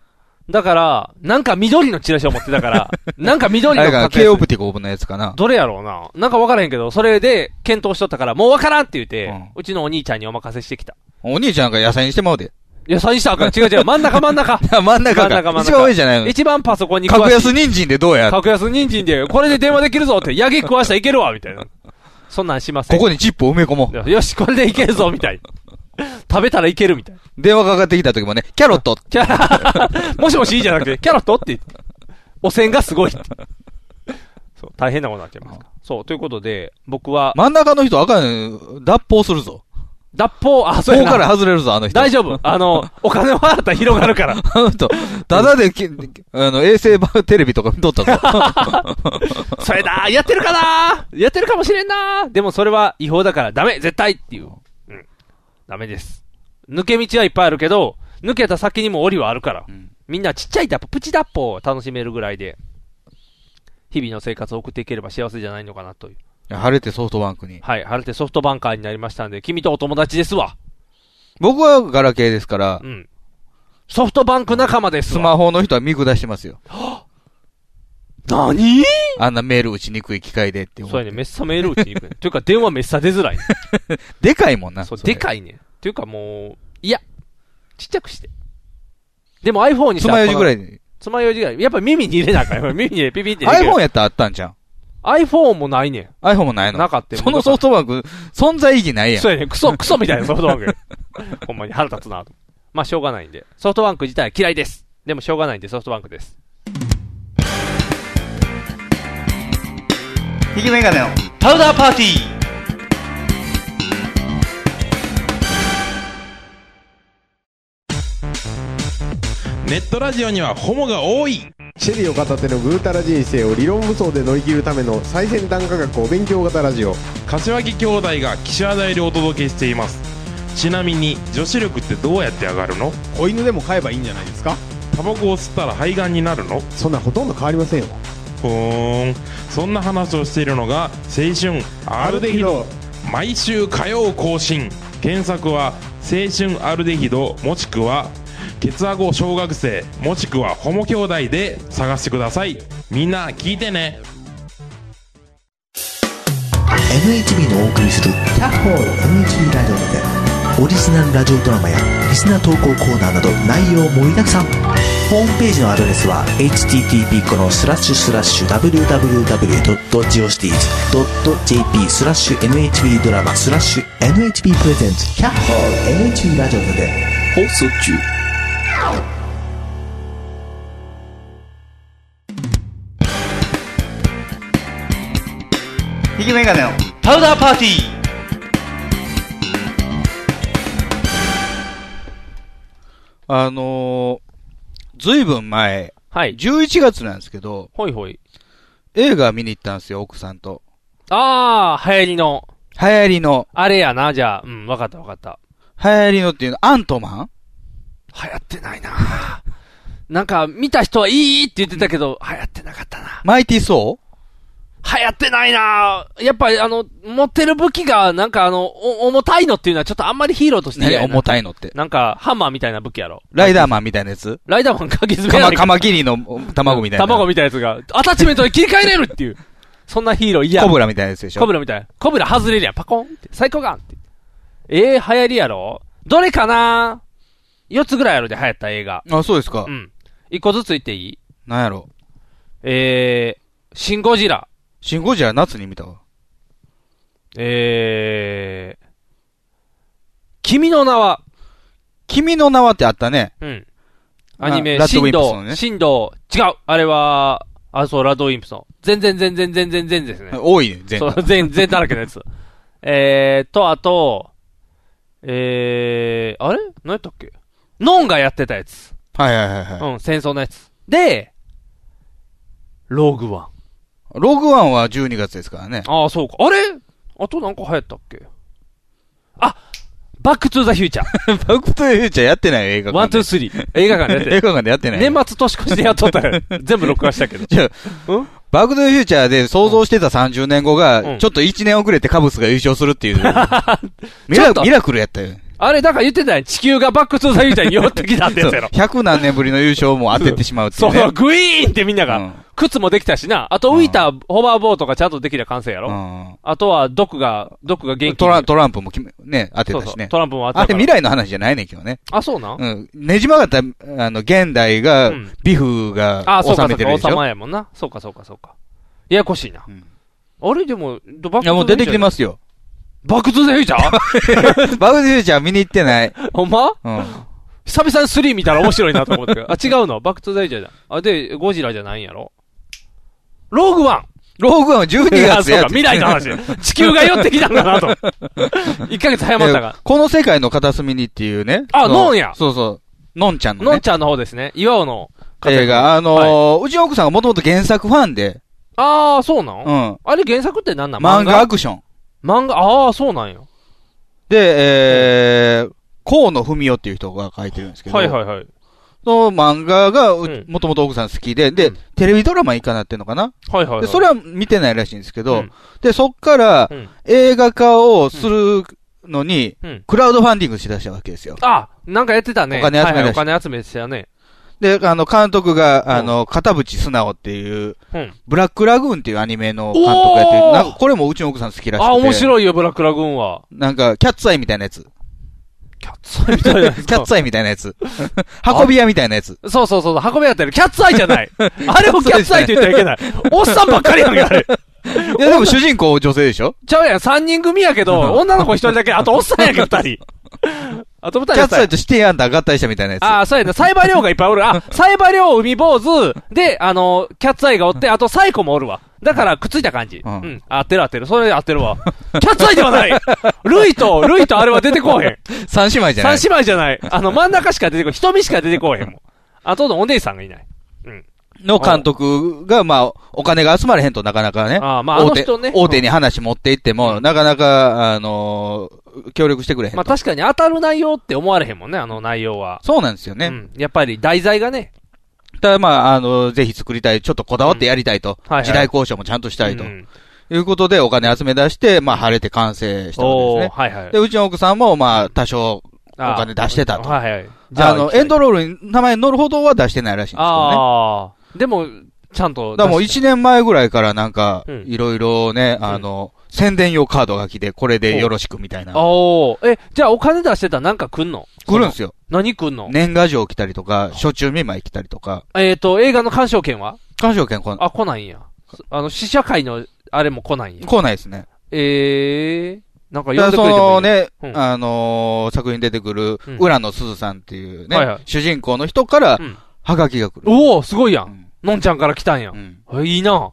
スか。だから、なんか緑のチラシを持ってた から、なんか緑
あ
の
れかな、
格
K オ
安
プティコブのやつかな。
どれやろうな。なんかわからへんけど、それで検討しとったから、もうわからんって言って、う
うん
ちのお兄ちゃんにお任せしてきた。
お兄ちゃんが野菜にしてまう で。
いや、最初はあかん違う違う。真ん中真ん中。
真ん中
真
か。
ん中真ん中
一番上じゃないの。
一番パソコンに詳しい。
格安人参でどうやこ
格安人参で、これで電話できるぞって、 ヤギ食わしたらいけるわみたいな。そんなんしません。
こにチップを埋め込もう。
よし、これでいけるぞみたいな。食べたらいけるみたいな。
電話かかってきた時もね、キャロット。
キャラ、 もしもしじゃなくて、キャロットって言って汚染がすごいって。そう、大変なことになっちゃいますから。そう、ということで、僕は、
真ん中の人あかんよ、脱法するぞ。
脱法、あ、
そ
そうや
こ
な
から外れるぞ、あの人。
大丈夫。あの、お金を払ったら広がるから。
あの人、ただでき、あの、衛星版テレビとか見とったぞ。
それだやってるかなやってるかもしれんなでもそれは違法だからダメ絶対っていう。うん。ダメです。抜け道はいっぱいあるけど、抜けた先にも檻はあるから。
うん
みんなちっちゃいダップ、プチダッポを楽しめるぐらいで、日々の生活を送っていければ幸せじゃないのかなという。
晴れてソフトバンクに。
はい。晴れてソフトバンカーになりましたんで、君とお友達ですわ。
僕はガラケーですから
う、ん。ソフトバンク仲間です
ス
わ。
マホの人は見下してますよ。
何
あんなメール打ちにくい機械でって思
そうやね。メッサメール打ちに 行く、ね。というか電話めっさ出づらい、ね。
でかいもんな。
そう、
それ
でかいねん。っていうかもう、いや、ちっちゃくして。でも iPhone にし
つ
た
まようじぐら
い。
いで。
つまようじぐらい。やっぱ耳に入れなあかん。やっぱ 耳に入れ、ピピって入れ
iPhone やったらあったんじゃん。
iPhone, iPhone もないね
iPhone もない
ん。
の。
なかったよ
そのソフトバンク、存在意義ないやん。
そうやね。クソ、クソみたいなソフトバンク。 ほんまに腹立つなと。まあ、しょうがないんで。ソフトバンク自体は嫌いです。でもしょうがないんでソフトバンクです。
引きメガネのパウダーパーティー
ネットラジオにはホモが多い
シェリーを片手のぐうたら人生を理論武装で乗り切るための最先端科学お勉強型ラジオ
柏木兄弟が岸和田よりお届けしていますちなみに女子力ってどうやって上がるの
子犬でも飼えばいいんじゃないですか
タバコを吸ったら肺がんになるの
そんなほとんど変わりませんよ
ふーんそんな話をしているのが青春アルデヒド毎週火曜更新検索は青春アルデヒドもしくはケツアゴ小学生もしくはホモ兄弟で探してくださいみんな聞いてね
NHB のお送りする「キャッホール NHB ラジオ」でオリジナルラジオドラマやリスナー投稿コーナーなど内容盛りだくさんホームページのアドレスは http このスラッシュスラッシュ www.geocities.jp スラッシュ NHB ドラマスラッシュ NHB プレゼンツキャッホール NHB ラジオで
放送中引きメガネのパウダーパーティー
あのー、ずいぶん前、
はい。
11月なんですけど、
ほいほい。
映画見に行ったんですよ、奥さんと。
あー、流行りの。
流行りの、
あれやな、じゃあ。うん、わかったわかった。
流行りのっていうの、アントマン
流行ってないななんか、見た人はいいって言ってたけど、流行ってなかったな。
マイティソ
流行ってないなやっぱり、あの、持ってる武器が、なんかあの、お重たいのっていうのはちょっとあんまりヒーローと
ー
して
何重
い。
たいのって。
なんか、ハンマーみたいな武器やろ。
ライダーマンみたいなやつ
ライダーマン鍵詰
カ
めや
マ、
ない
カマキリの卵みたいな。
卵みたいなやつが、アタッチメントで切り替えれるっていう。そんなヒーローいや。
コブラみたいなやつでしょ
コブラみたいな。コブラ外れるやん。パコンって。サイコガンって。えー、流行りやろどれかな四つぐらいあるで流行った映画。
あ、そうですか
う。ん。一個ずつ言っていい
なんやろ。
えー、シン・ゴジラ。
シンゴジラ夏に見たわ。
えー、君の名は、
君の名はってあったね。
うん。アニメ、
あラッドウィ
神
ンプソ
道、
ンね
神道、違うあれは、あ、そう、ラッドウィンプソン。全然全然全然全然ですね。
多いね、全
そ
部。
う、全、全だらけのやつ。 えーと、あと、えー、あれ何やったっけノンがやってたやつ。
はいはいはいは
うん、戦争のやつ。で、ローグワン。
い。ログワンは12月ですからね。
ああ、そうか。あれあとなんか流行ったっけあバックトゥーザフューチャ ー。
バックトゥーフューチャーやってないよ、映画
ワン、
館
ツ
で。
ー、スリー。映画館でや っ
映
て
画館でやってない。
年末年越しでやっとった よ。全部録画したけど。
じゃあ
うん
バックトゥーフューチャーで想像してた30年後
う
が、
ん
ちょっと1年遅れてカブスが優勝するって いう。ミ
ちょ
ラ
っと
ミラクルやったよ。
あれ、だから言ってたよ。地球がバックトゥーザフューチャーに寄ってきたって
そ
や
う
つやろ。
100何年ぶりの優勝も当ててしまうってい
そうう
ね。
そう、グイーンってみんなが、
うん
靴もできたしな。あと浮いたホバーボードがちゃんとできた完成やろ。
うん
あとは、毒が、毒が元気
トラントランプも決めね、当てたしね。
トランプも当
あれ
てたから。
未来の話じゃないねんけどね。
あ、そうなん、
うん。ねじ曲がった、あの、現代が
うん、
ビフが
あ、そう
収
か、そ
め
う
てる
か、王
でしょ。
様やもんな。そうか、そうか、そうか。ややこしいな。
ん
あれ、でも、ドバック
いや、もう出てきて
す。
ます よ。
バックトゥザフューチャー
バグトゥーフューチャー見に行ってない。
ほんま
うん。
久々に3見たら面白いなと思ったけど。あ、違うのバックトゥザフューチャーだ。あ、で、ゴジラじゃないんやろローグワン
ローグワンは12
あ
月
そう
や
か、
って
未来の話。地球が寄ってきたんだなと。1ヶ月早まったが
で。この世界の片隅にっていうね。
あ
その
ノンや
そうそう。ノンちゃんのね。
のんちゃんの方ですね。岩尾の活躍
映画。あのーうちの奥さんがもともと原作ファンで、
ああ、そうなん、
うん。
あれ原作って何なん
漫画アクション。
漫画、ああ、そうなんよ。
で、えー、河野文夫っていう人が書いてるんですけど、
はいはいはい。
その漫画がう
うん
もともと奥さん好きで、で、
うん
テレビドラマいいかなっていうのかな、
はいはい、はい。
で、それは見てないらしいんですけど、
うん
で、そっから
うん
映画化をするのに、
うん
クラウドファンディングしだしたわけですよ。
あ、なんかやってたね。
お金集めだし
はいはいお金集めでしたよね。
で、あの、監督が、あの、片渕素直っていう、
うん。
ブラックラグーンっていうアニメの監督やってる
おー。
なんかこれもうちの奥さん好きらしくて。
あ、面白いよ、ブラックラグーンは。
なんか、キャッツアイみたいなやつ。
キャッツアイみたいなやつ
キャッツアイみたいなやつ。 運び屋みたいなやつ。
そうそうそう、運べやったらキャッツアイじゃない。 あれをキャッツアイと言ってはいけない。おっさんばっかりやんけ、あれ。
いや、でも主人公女性でしょ
ちゃうやん、3人組やけど、女の子1人だけ、あとおっさんやんけ、2人。あと2人
キャッツア
や
イとシティアンダー合体したみたいなやつ。
ああ、そうやな。サイバー量がいっぱいおる。あ、サイバー量海坊主、で、あの、キャッツアイがおって、あとサイコもおるわ。だから、くっついた感じ。う
うん
ん。合ってる合ってる。それ合ってるわ。キャッツアイではないルイと、ルイとあれは出てこうへん。
三姉妹じゃない
三姉妹じゃない。あの、真ん中しか出てこう瞳しか出てこうへんもん。あとのお姉さんがいない。
の監督が、まあ、お金が集まれへんとなかなかね。
あーまああの
大手
人ね
大手に話持っていっても、なかなか、あのー協力してくれへんと。
まあ確かに当たる内容って思われへんもんね、あの内容は。
そうなんですよね。
うん。やっぱり題材がね。
ただまあ、あの、ぜひ作りたい、ちょっとこだわってやりたいと、
うんはいはい
時代交渉もちゃんとしたいと、
うん
いうことでお金集め出して、まあ、晴れて完成したわ
お
け
ー、
ですね。
はいはい
で、。うちの奥さんも、まあ、多少、お
あー
金出してたと。
はいはい。
じゃあ、あの、エンド
ロ
ロールに名前に載るほどは出してないらしいんですけどね。
ああ。でも、ちゃんと。
だからもう1年前ぐらいからなんか
うん、
いろいろね、あの、宣伝用カードが来て、これでよろしくみたいな。
おーえ、じゃあお金出してたらなんか来んの
来るんですよ。
何来んの、
年賀状来たりとか、初中見舞い来たりとか、
えっ、と、映画の鑑賞券は
鑑賞券来な
あ、来ないんや。あの、試写会の、あれも来ないんや。
来ないですね。
ええー、なんか
だから
呼んで
そ
くれても
の
いいの、
ね、
うん
あのー作品に出てくる
うん、
浦野すずさんっていうね、
はいはい
主人公の人から
うん、
はがきが来る。
おおすごいや。
うんん
のんちゃんから来たんや
う。ん
えいいな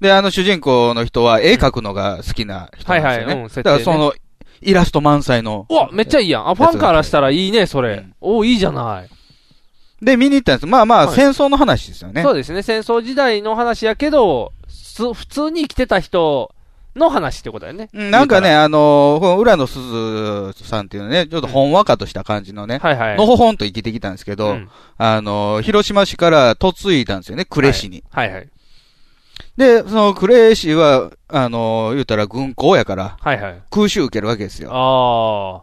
で、あの主人公の人は絵描くのが好きな人なんですよ
はいはいうん
ね。
設定
だ
ね
からその、イラスト満載の
う。わ、めっちゃいいやん。あ、ファンからしたらいいね、それ。
うん
おーいいじゃない。
で、見に行ったんです。まあまあ、
はい
戦争の話ですよね
そ。うですね、戦争時代の話やけど、す普通に生きてた人の話ってことだよね。
うんなんかね、あのー、この浦野すずさんっていうのはね、ちょっとほんわかとした感じのね、
はいはい。
のほほんと生きてきたんですけ
う
ど、
ん
あのー、広島市から嫁いだんですよね、呉市に。
はいはい。
で、その呉市は、あのー、言うたら軍港やから、
はいはい。
空襲受けるわけですよ。
ああ。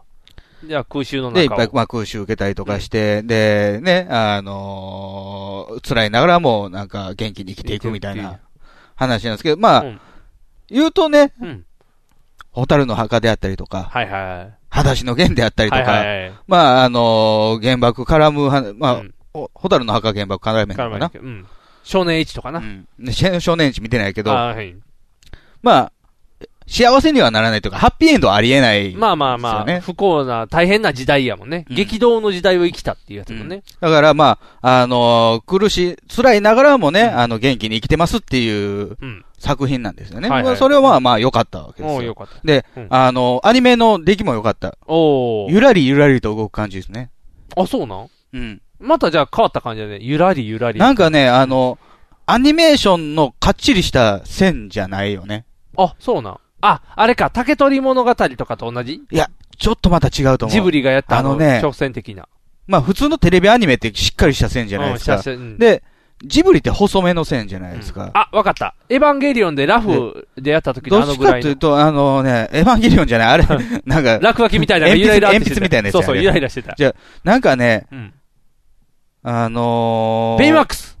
じゃあ空襲の中を。
で、いっぱい、まあ、空襲受けたりとかして、で、ね、あのー辛いながらも、なんか、元気に生きていくみたいな話なんですけど、まあ、
うん
言うとね、
うん。
蛍の墓であったりとか、
はいはい。
裸足の弦であったりとか、
はいはいはい
まあ、あのー原爆絡むは、まあ、
うん
お蛍の墓原爆カラーメン
カ
か
ラマ
な
リ。うん。少年 H とか
う
な。
んねし少年誌見てないけど、
あーはい。
まあ、幸せにはならないというか、ハッピーエンドはありえない。
まあまあ
で
ま
すよ
あ、
ね
不幸な、大変な時代やもんね。
うん
激動の時代を生きたっていうやつもね。
だからまあ、あのー苦しい、辛いながらもね、あの、元気に生きてますっていう
うん。
作品なんですよね。
はいはい
まあそれはまあまあ良かったわけです
お
よ。
ーよかった。
で、
うん
あのーアニメの出来も良かった。
おー
ゆらりゆらりと動く感じですね。
あ、そうなん
うん。
またじゃあ変わった感じだね。ゆらりゆらり。
なんかね、あの、アニメーションのかっちりした線じゃないよね。
あ、そうなん。あ、あれか、竹取物語とかと同じ
いや、ちょっとまた違うと思う。
ジブリがやったあ
あ
の
のね
挑戦的な。
まあ普通のテレビアニメってしっかりした線じゃないです
う
か
ん。写真うん
で、ジブリって細めの線じゃないです
うん
か。
あ、わかった。エヴァンゲリオンでラフでやった時の
ど
あ
っ
の
ち
ぐら
か
い
という
の。
と、あのね、エヴァンゲリオンじゃない、あれ、なんか、
落書きみたいなのが
鉛
ゆ
筆
らゆらってし
鉛
て
筆みたいなやつ
そ
や
う
ね
そう、ゆらゆらしてた。
じゃなんかね、
うん。
あのー、
ベイマックス。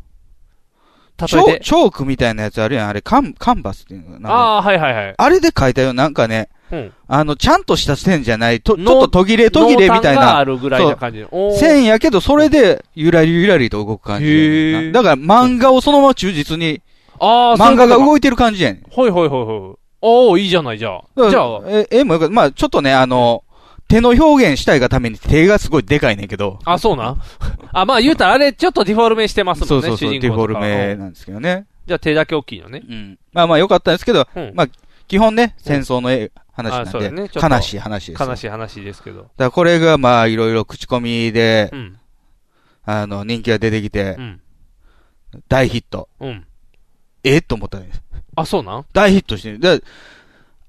チ
例え
ョ
て。
チョークみたいなやつあるやん、あれ、カンカンバスっていうのかな
ああ、はいはいはい。
あれで書いたよ、なんかね、
うん。
あの、ちゃんとした線じゃない、と、ちょ
の
っと途切れ途切れみたい
濃淡があ
な
るぐらいな感じの。おー
線やけど、それで、ゆらりゆらりと動く感じやねんな
へ
だ
ー
から漫画をそのまま忠実に、
ああ、
漫画が
そういうことか
動いてる感じやねん。
はいはいはいはい。おおいいじゃない、じゃあ。じゃあ、
え、絵もよかった。まあ、ちょっとね、あの、手の表現したいがために手がすごいでかいねんけど。
あ、そうなん あ、まあ言うたらあれ、ちょっとディフォルメしてます
そ
もん
う
ね、
そうそう、
主人公
デフォ
とか
ルメ
うん
なんですけどね。
じゃあ手だけ大きいのね。
うん。まあまあ、よかったんですけど、
うん。
ま基本ね、戦争の絵話
あそう
な
だ
ん
ね
で、
ちょっと
悲しい話ですよ。
悲し
だか
い話ですけど。
らこれが、まあ、いろいろ口コミで
う、ん。
あの、人気が出てきて
う、ん。
大ヒット。
うん。
えと思ったね。
あ、そうなん
大ヒットしてる。だ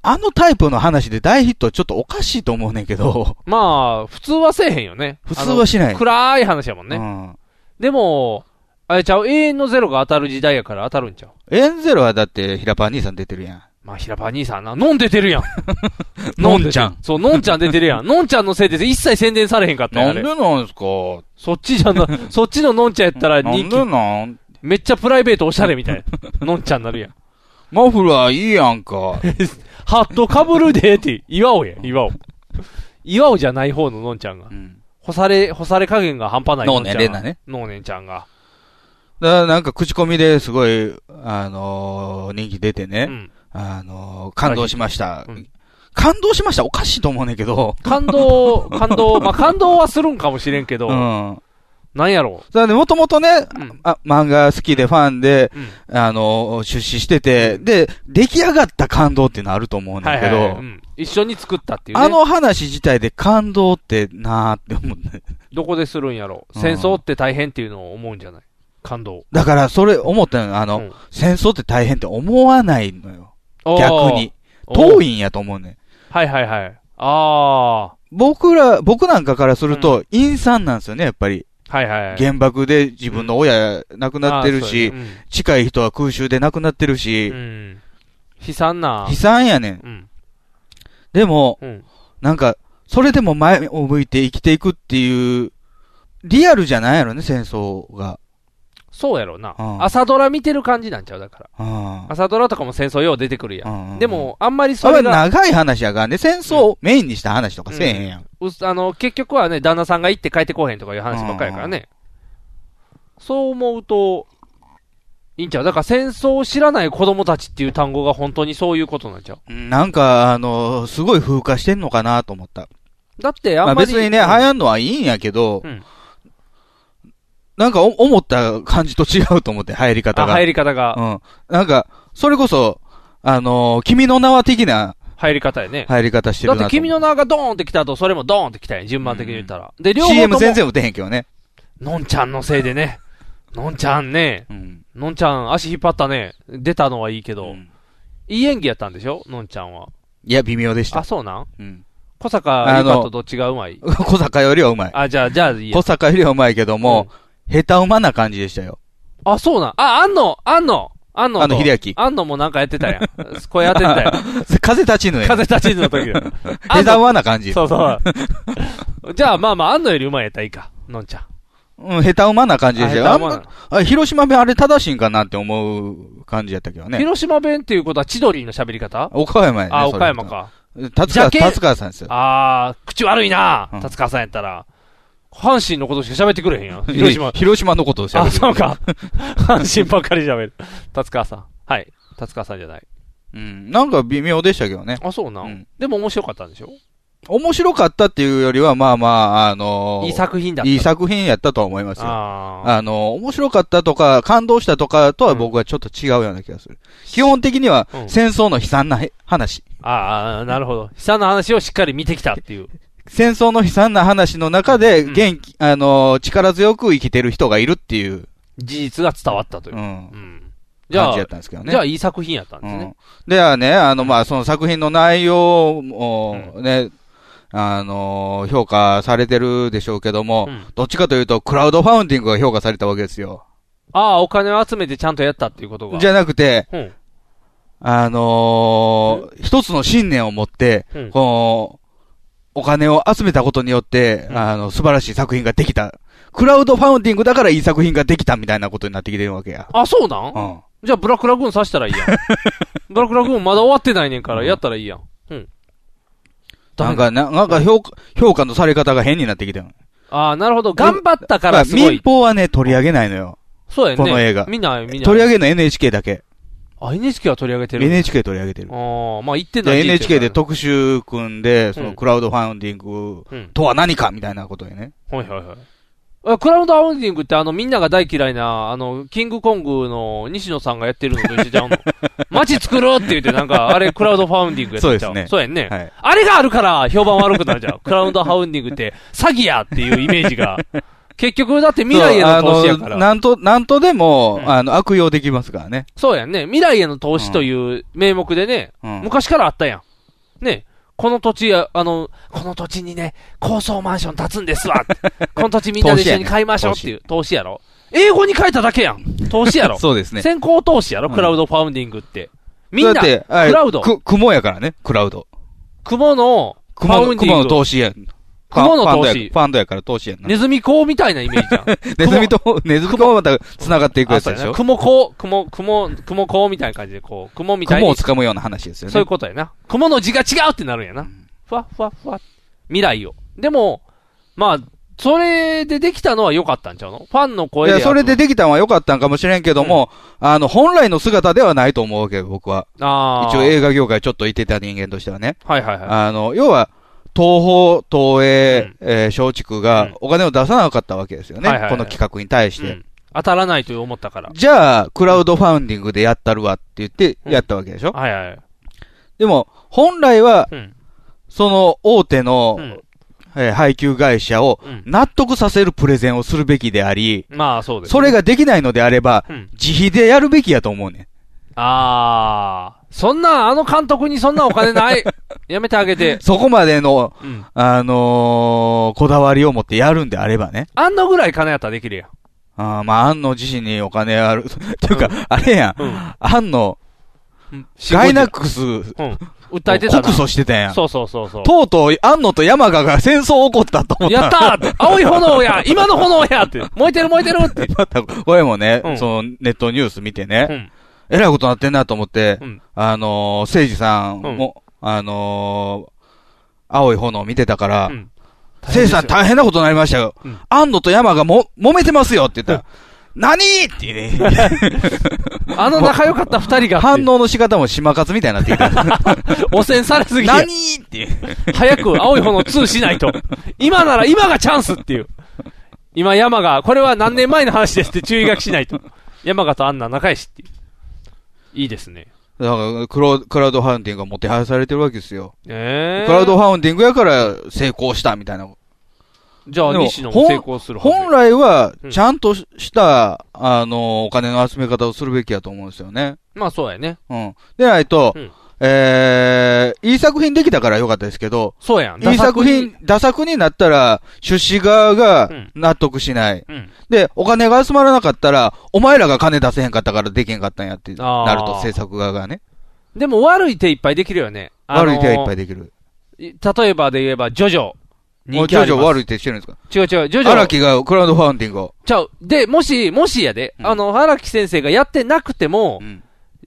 あのタイプの話で大ヒットはちょっとおかしいと思うねんけ ど、
まあ、普通はせえへんよね。
普通はしな
あ
い
の。暗い話やもん
う
ね。
ん。
でも、あれちゃう、永遠のゼロが当たる時代やから当たるんちゃう。
エンゼルはだって、平パン兄さん出てるやん。
まあ、平場兄さんな、飲んでてる やん。
のんちゃん
でてる。そう、のんちゃん出てる やん。のんちゃんのせいで一切宣伝されへんかったよ、
な
あ
んで
れ。
なんですか
そっちじゃな、そっちののんちゃんやったら
な
人
ん
気
でなん
めっちゃプライベートおしゃれみたいな。のんちゃんなるやん。
マフラーいいやんか。
ハットかぶるでって、岩尾や、岩尾。岩尾じゃない方ののんちゃんが
う。ん
干され、干され加減が半端ない
の
の
ん
ん
ねん
ちゃん。
レンナね。
のんねんちゃんが。
だからなんか口コミですごい、あのー人気出て
う
ね、
ん。
あのー感動しました、
うん
感動しましたおかしいと思うねんけど。
感動、感 動、まあ、感動はするんかもしれんけ
う
ど、
ん。だ
なんやろ
からね、もともとね、
う。うん。
あ、漫画好きでファンで、
うん。
あのー出資してて、で、出来上がった感動っていうのあると思うねん
はい
だ
は
け
い
ど、
はい。うん。一緒に作ったっていうね。
あの話自体で感動ってなーって思うね。
どこでするんやろ。
うん
戦争って大変っていうのを思うんじゃない感動。
だから、それ思ったのあの、
うん
戦争って大変って思わないのよ。逆に。
おー。
遠
い
いんやと思うね。
はいはいはい。あ
僕ら、僕なんかからすると、陰惨なんですよね、やっぱり。
あ。はいはいはい。
原爆で自分の親亡くなってるし、
あーそうやね
近い人は空襲で亡くなってるし
う、ん。悲惨な
悲。惨やねん。
うん。
でも、
うん。
なんか、それでも前を向いて生きていくっていう、リアルじゃないやろね、戦争が。
そうやろな
う。ん
朝ドラ見てる感じなんちゃうだか
う
ら。
ん
朝ドラとかも戦争よう出てくるやん。で、
うんうんうん
も、あんまりそ
あれ
れが、
長い話やからね、戦争をメインにした話とかせえへんやん。
うすあの、結局はね、旦那さんが行って帰ってこうへんとかいう話ばっかりやからね。そう思うと、いいんちゃうだから戦争を知らない子供たちっていう単語が本当にそういうことなんちゃう
なんか、あの、すごい風化してんのかなと思った。
だって、
ま
あ
あ
んまり。
別にね、
うん
流行んのはいいんやけど、
うん
なんかお思った感じと違うと思って、入り方
あ
が。
入り方が、
うん。なんか、それこそ、あのー君の名は的な
入り方やね。
入り方してるな
だっ
と思
て
う。
君の名がドーンって来た後、それもドーンって来たやん。順番的に言ったら。で、両方と
CM
も
全然打てへんけどね。
のんちゃんのせいでね。のんちゃんね。
うん。
のんちゃん足引っ張ったね。出たのはいいけど。
うん
いい演技やったんでしょのんちゃんは。
いや、微妙でし
あ、
た。
そうなん
うん。
小坂
あ
ゆ
の
かとどっちがうまい
小坂よりはうまい。
あ、じゃあ、じゃあいいや
小。坂よりはうまいけども、下手うまな感じでしたよ。
あ、そうなんあ、あんのあんのあんの
あの、秀明。
あんのもなんかやってたやん。 声当て てたやん。
風立ちぬやん
風立ちぬの 時だよ。
下手うまな感じ。
そうそう。 じゃあ、まあまあ、あんのよりうまいやったらいいか。のんちゃん。
うん、下手うまな感じでしたよ。
あ
あ
下
ん
手うまな
ま、あ広島弁あれ正しいんかなって思う感じやったけどね。
広島弁っていうことは千鳥の喋り方
岡山やね。
あ、
それ
岡山。か。
達川、
ジャケ
達川さんですよ。
あー、口悪いな
うん
達川さんやったら。阪神のことしか喋ってくれへんやん。広島。
広島のことをしゃべ
あ、そうか。 阪神ばっかり喋る。達川さん。はい。達川さんじゃない。
うん。なんか微妙でしたけどね。
あ、そうな。
うん
でも面白かったんでしょ
面白かったっていうよりは、まあまあ、あのー
いい作品だった。
いい作品やったとは思いますよ。あ
あ
のー面白かったとか、感動したとかとは僕はちょっと違うような気がする。基本的には
うん
戦争の悲惨なへ話。
あ。ああ、なるほど。悲惨な話をしっかり見てきたっていう。
戦争の悲惨な話の中で、
うん
元気、あのー力強く生きてる人がいるっていう、
事実が伝わったというう。
ん
う、ん。じゃ
感
あ、
じやったんですけどね。
じゃあいい作品やったんですね。
うん、ではね、あの、まあ、その作品の内容も、ね、あのー評価されてるでしょうけども、
うん
どっちかというと、クラウドファウンディングが評価されたわけですよ。
ああ、お金を集めてちゃんとやったっていうことが。
じゃなくて、
うん。
あのー一つの信念を持って、
うん
この、お金を集めたことによって、
うん
あの、素晴らしい作品ができた。クラウドファウンディングだからいい作品ができたみたいなことになってきてるわけや。
あ、そうなん
うん。
じゃあブラックラグーン刺したらいい やん。ブラックラグーンまだ終わってないねんから、やったらいいやん。うん。
なんか、ななんか評価、評価のされ方が変になってきてる。
ああ、なるほど。頑張ったからすご
民
い。
放はね、取り上げないのよ。
そうやね。
この映画
見ない、見ない。
取り上げるの NHK だけ。
あ、NHK は取り上げてる。
NHK 取り上げてる。
ああ、まあ言ってない
で NHK で
と。
特集組んで、そうの
ん
クラウドファウンディング
うん。
とは何かみたいなことでね。
はいはいはい。あクラウドアウンディングってあのみんなが大嫌いな、あの、キングコングの西野さんがやってるのと一緒ちゃ うの街作ろうって言ってなんか、あれクラウドファウンディングやったんちゃ
そうですね
そうやんね。
はい。
あれがあるから評判悪くなるじゃん。クラウドファウンディングって詐欺やっていうイメー ジが。結局だって未来への投資やか
そうあの
ら。
なんと、なんとでも、
うん
あの、悪用できますからね。
そうやんね。未来への投資という名目でね、
うん。
昔からあったやん。ね。この土地や、あの、この土地にね、高層マンション建つんですわ。 この土地みんなで一緒に買いましょうっていう投資やろ。英語に書いただけやん。投資やろ。
そうですね。
先行投資やろ、
うん
クラウドファウンディングって。みんな、
だって
ク
あれ
ラウド、
く、雲やからね、クラウド。
雲の、ファ
雲
ウ
の、
ンデ
雲
ィン
の
グ。
投資や。
雲の
ファンドや
投資
ファンドやから投資やんな。
ネズミ講みたいなイメージ じゃん。
ネズミと、ネズミとまた繋がっていくや
あ
つ
そう
でし
やな
ょ。
雲こう、雲、雲、雲こうみたいな感じで、こう、雲みたい
雲
に
を。掴むような話ですよね。
そういうことやな。雲の字が違うってなるんやな。ふわふわふわ。未来を。でも、まあ、それでできたのは良かったんちゃうのファンの声
い
で。
や、それでできたのは良かったんかもしれんけども、あの、本来の姿ではないと思うわけど、僕は。
ああ。
一応映画業界ちょっといてた人間としてはね。
はいはいは
あの、要は、東宝、東映
うん、
えー松竹
う
が
ん
お金を出さなかったわけですよね
はいはいは。い
この企画に対し
い。
て。
うん当たらないと思ったから。
じゃあ、クラウドファウンディングでやったるわって言って
うん
やったわけでしょ
はいはい。
でも、本来は、
うん。
その大手の
う、ん。
えー配給会社を
うん。
納得させるプレゼンをするべきであり、
まあそうですね。
それができないのであれば、
うん。
自費でやるべきやと思うねん。
ああ。そんな、あの監督にそんなお 金ない。やめてあげて。
そこまでの、
うん。
あのーこだわりを持ってやるんであればね。
あんのぐらい金やったらできるやん。
あーまあ、安野自身にお金ある。 っていうか、
う
あれやん。
うん
安野、
うん。
ガイナックス、を
うん。訴えてたな。
告訴してたやん。
そうそうそうそう。
とうとう、安野と山賀が戦争起こったと思った。
やったーって青い炎や今の炎やって燃えてる燃えてるって。
また、これもね、
うん
そのネットニュース見て
う
ね、
ん。
えらいことなってんなと思って、
うん。
あのー、誠治さんも、あのー、青い炎見てたから、
うん
誠治さん大変なことになりましたよ。
うん
安野と山がも、揉めてますよって言ったら、何ってね、
あの仲良かった二人が。
反応の仕方も島勝みたいになって きた。
汚染されすぎて。
何っていう。
早く青い炎2しないと。今なら今がチャンスっていう。今山が、これは何年前の話ですって注意書きしないと。山がとアンナ仲良しっていう。いいですね。
だからクロ、クラウドファウンディングがもてはやされてるわけですよ。
ええ。
クラウドファウンディングやから成功したみたいな。
じゃあ
でも
西野も成功するはず。
本来は
う、ん
ちゃんとした、あの、お金の集め方をするべきやと思うんですよね。
まあそうやね。
うん。でないと、
うん
えー、いい作品できたから良かったですけど、
そうやん。
いい作
ダサく
品、打作になったら、出資側が
うん
納得しない。
に。うん。
で、お金が集まらなかったら、お前らが金出せへんかったからできへんかったんやって
あー
なると、制作側がね。
でも悪い手いっぱいできるよね。あのー
悪い手はいっぱいできる。
例えばで言えば、ジョジョ。
も
人
う
気
徐
あり
々
ます
悪い手してるんですか
違う違う、ジョジ
荒
ョ。
木がクラウドファウンディングを。
ちゃう。で、もし、もしやで、
うん
あの、荒木先生がやってなくても、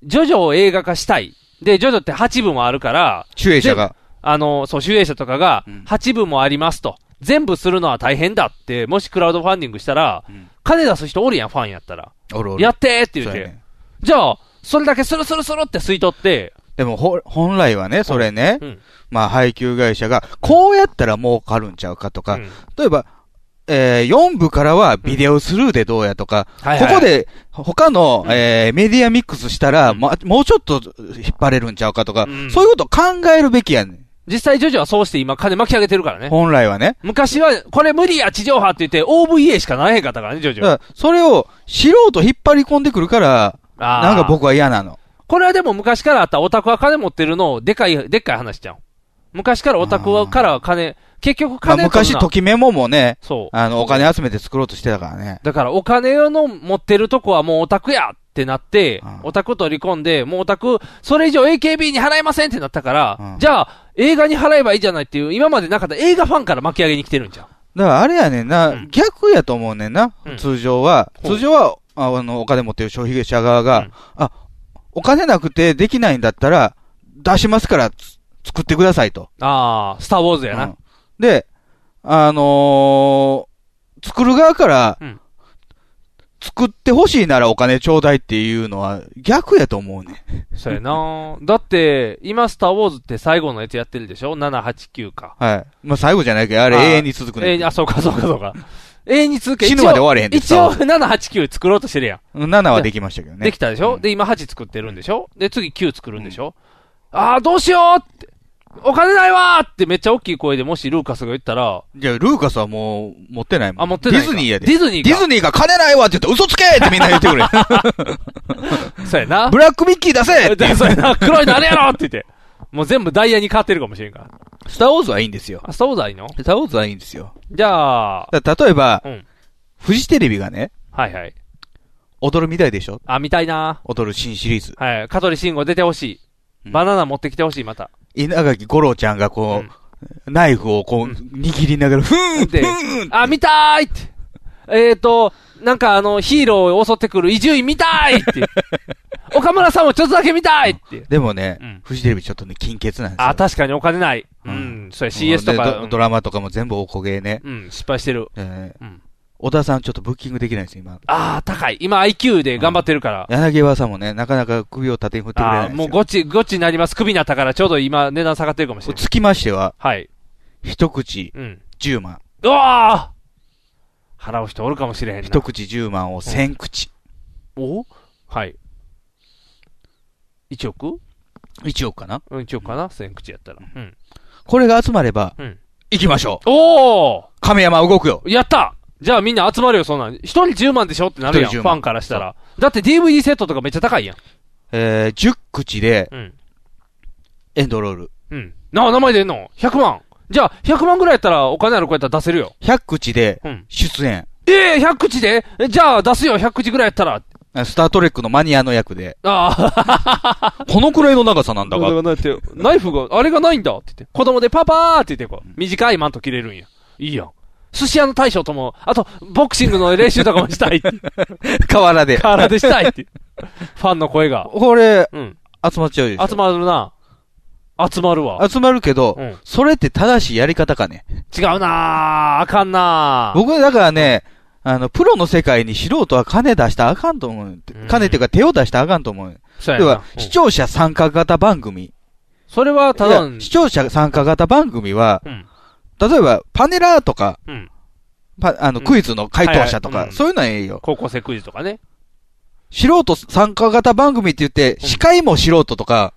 ジョジョを映画化したい。で、ジョジョって8部もあるから、
主演者が。
あの、そう、集英社とかが
うん、
8部もありますと。全部するのは大変だって、もしクラウドファンディングしたら、
うん
金出す人おるやん、ファンやったら。
おるおる。
やってーって言っ
そう
て。
やね
じゃあ、それだけスルスルスルって吸い取って、
でも、ほ、本来はね、それね、
うん
まあ、配給会社が、こうやったら儲かるんちゃうかとか、
うん
例えば、え4部からはビデオスルーでどうやとか、
はいはい
ここで他の、えーメディアミックスしたら、
うん
ま、もうちょっと引っ張れるんちゃうかとか、
うん
そういうことを考えるべきやね
実際ジョジョはそうして今金巻き上げてるから
ん。
ね。
本来はね。
昔は、これ無理や、地上波って言って OVA しかならへんかったからね、ジョジ
だ
ョ。
からそれを素人引っ張り込んでくるから、
あー
なんか僕は嫌なの。
これはでも昔からあったオタクは金持ってるのを、でかい、でっかい話ちゃう。昔からオタクはからは金、結局
まあ、
金取る
昔、
な
ときメモもね、
そう。
あの、お金集めて作ろうとしてたからね。
だからお金の持ってるとこはもうオタクやってなって
うん、
オタク取り込んで、もうオタク、それ以上 AKB に払えませんってなったから、
うん
じゃあ映画に払えばいいじゃないっていう、今までなかった映画ファンから巻き上げに来てるんじゃん。
だからあれやねんな、
うん
逆やと思うねんな、
うん
通常は。
ほう
通常は、ああの、お金持ってる消費者側が、
うん
あ、お金なくてできないんだったら、出しますから、つ作ってくださいと。
ああ、スターウォーズやな。
うんで、あのー作る側から、
うん
作ってほしいならお金ちょうだいっていうのは逆やと思うねん。
そうやな。だって、今スターウォーズって最後のやつやってるでしょ ?7、8、9か。
はい。まあ、最後じゃないけど、あれ
あー
永遠に続く
永
ね
遠
ん。
にあ、そうか、そうか、そうか。永遠に続け
死ぬまで終われへんで
一応、789作ろうとしてるやん。
7はできましたけどね。
できたでしょ、
うん
で、今8作ってるんでしょで、次9作るんでしょ、ああ、どうしようって。お金ないわーってめっちゃ大きい声でもしルーカスが言ったら、
じゃあ、ルーカスはもう、持ってないもん。
あ持ってない
ディ
か
ズニーやで。
ディズニーか
ディズニーが金ないわって言って、嘘つけってみんな言ってく れ。
そうやな。
ブラックミッキー出せ
だ そうやな。黒いのあれやろって言って。もう全部ダイヤに変わってるかもしれんから。
スターウォーズはいいんですよ。
あ、そうだいの
スターウォーズはいいんですよ。
じゃあ、
だから例えば、
うん。
フジテレビがね、
はいはい。
踊るみたいでしょ
あ、見たいな。
踊る新シリーズ。
はい。香取慎吾出てほし
う
い。
ん
バナナ持ってきてほしい、また。
稲垣吾郎ちゃんがこう、ナイフをこう、
うん
握りながら、ふーん
で
ふーん
あ、見たーいって。えーと、なんかあの、ヒーローを襲ってくる伊集院見たい って。岡村さんもちょっとだけ見たいって。
でもね、
うん
フジテレビちょっとね、金欠なんですよ。
あ、確かにお金ない。う
うんん、
それ CS と
で
か
ド
うん
ド。ラマとかも全部おこげね。
うん、失敗してる。
えー
うん
小田さんちょっとブッキングできないんですよ、今。
ああ、高い。今 IQ で頑張ってるから。
柳葉さんもね、なかなか首を縦に振ってくれない
あ
ん
ー
ですよ。
もうゴチ、ゴチになります。クビになったから、ちょうど今値段下がってるかもしれない。
つきましては、
はい。
一口
うん。
10万。
うわー払う人おるかもしれへんな
一。口10万を1000口。
おはい。1億
1億かな
うん、1億かな ?1000 口やったら。うん。
これが集まれば
うん、
行きましょう。
おー
亀山動くよ。
やったじゃあみんな集まるよ、そんなん。一人10万でしょってなるやん、
一人10
ファ
万
ンからしたら。だって DVD セットとかめっちゃ高いやん。
えー、10口で
うん。
エンドロール。
うん。なあ、名前出んの ?100 万。じゃあ、100万ぐらいやったらお金ある子やったら出せるよ。
100口で
うん。
出演。
ええ100口でえじゃあ出すよ、100口ぐらいやったら。
あスタートレックのマニアの役で。
ああ、
このくらいの長さなんだが。
だって、ナイフが、あれがないんだって言って。子供でパパーって言ってこう。短いマント切れるんや。いいやん。寿司屋の大将とも、あと、ボクシングの練習とかもし たいって。
河原で。
カーラでしたいって。ファンの声が。
これ、
うん。
集まっちゃうでしょ。
集まるな。集まるわ。
集まるけど、
うん
それって正しいやり方かね。
違うなああかんなあ
僕、だからね、あの、プロの世界に素人は金出したらあかんと思う。
うん
金っていうか手を出したらあかんと思う。
そうや
で
な
は、
うん
視聴者参加型番組。
それはただ
い
の
や、視聴者参加型番組は、
うん。
例えば、パネラーとか、
うん。
パあの、
うん
クイズの回答者と
はいはい
か
う、ん
そういうのはええよ。
高校生クイズとかね。
素人参加型番組って言って、
うん
司会も素人とか、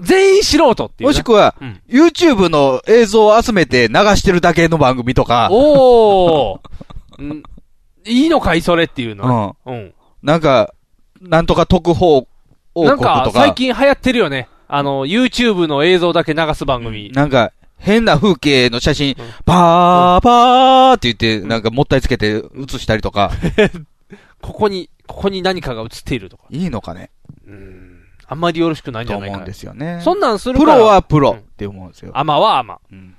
全員素人っていうな。
もしくは
うん、
YouTube の映像を集めて流してるだけの番組とか、
おおんいいのかいそれってい
う
うの。
ん。
うん。
なんか、なんとか特報王
なん
国と
か
か、、
最近流行ってるよね。あの、YouTube の映像だけ流す番組。
なんか、変な風景の写真
うん、
パーパーって言って、なんかもったいつけて写したりと か、
ここに、ここに何かが映っているとか。
いいのかね
うん。あんまりよろしくないんじ
と
ゃない
思う
か
ん
な
で。すよね。
そんなんする
プ
から。
ロはプロ
うん
って思うんですよ。
アマはアマ。
うん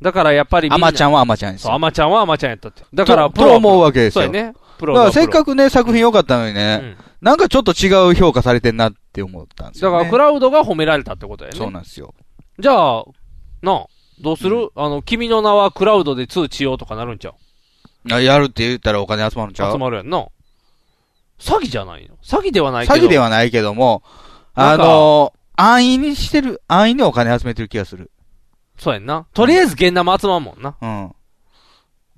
だからやっぱりみ
ア
んな。
マちゃんはアマちゃんです
そう、
よ。
アマちゃんはアマちゃんやったって。だから、
と
プロは
と思うわけです
そう
よ。
やね。プ
だ
ロ
からせっ
く
かくね、作品良かったのにね、なんかちょっと違う評価されてんなって思ったんです
だ
よ
か
ね。
ら、クラウドが褒められたってことやね。
そうなんですよ。
じゃあ、なあ、どうする、あの、君の名はクラウドで2しようとかなるんちゃう
あやるって言ったらお金集まるんちゃう
集まるやんな。詐欺じゃないの詐欺ではないけど。
詐欺ではないけども、
な
あ
んか
の、安易にしてる、安易にお金集めてる気がする。
そうやんな。とりあえず現生集まんもんな。
うん。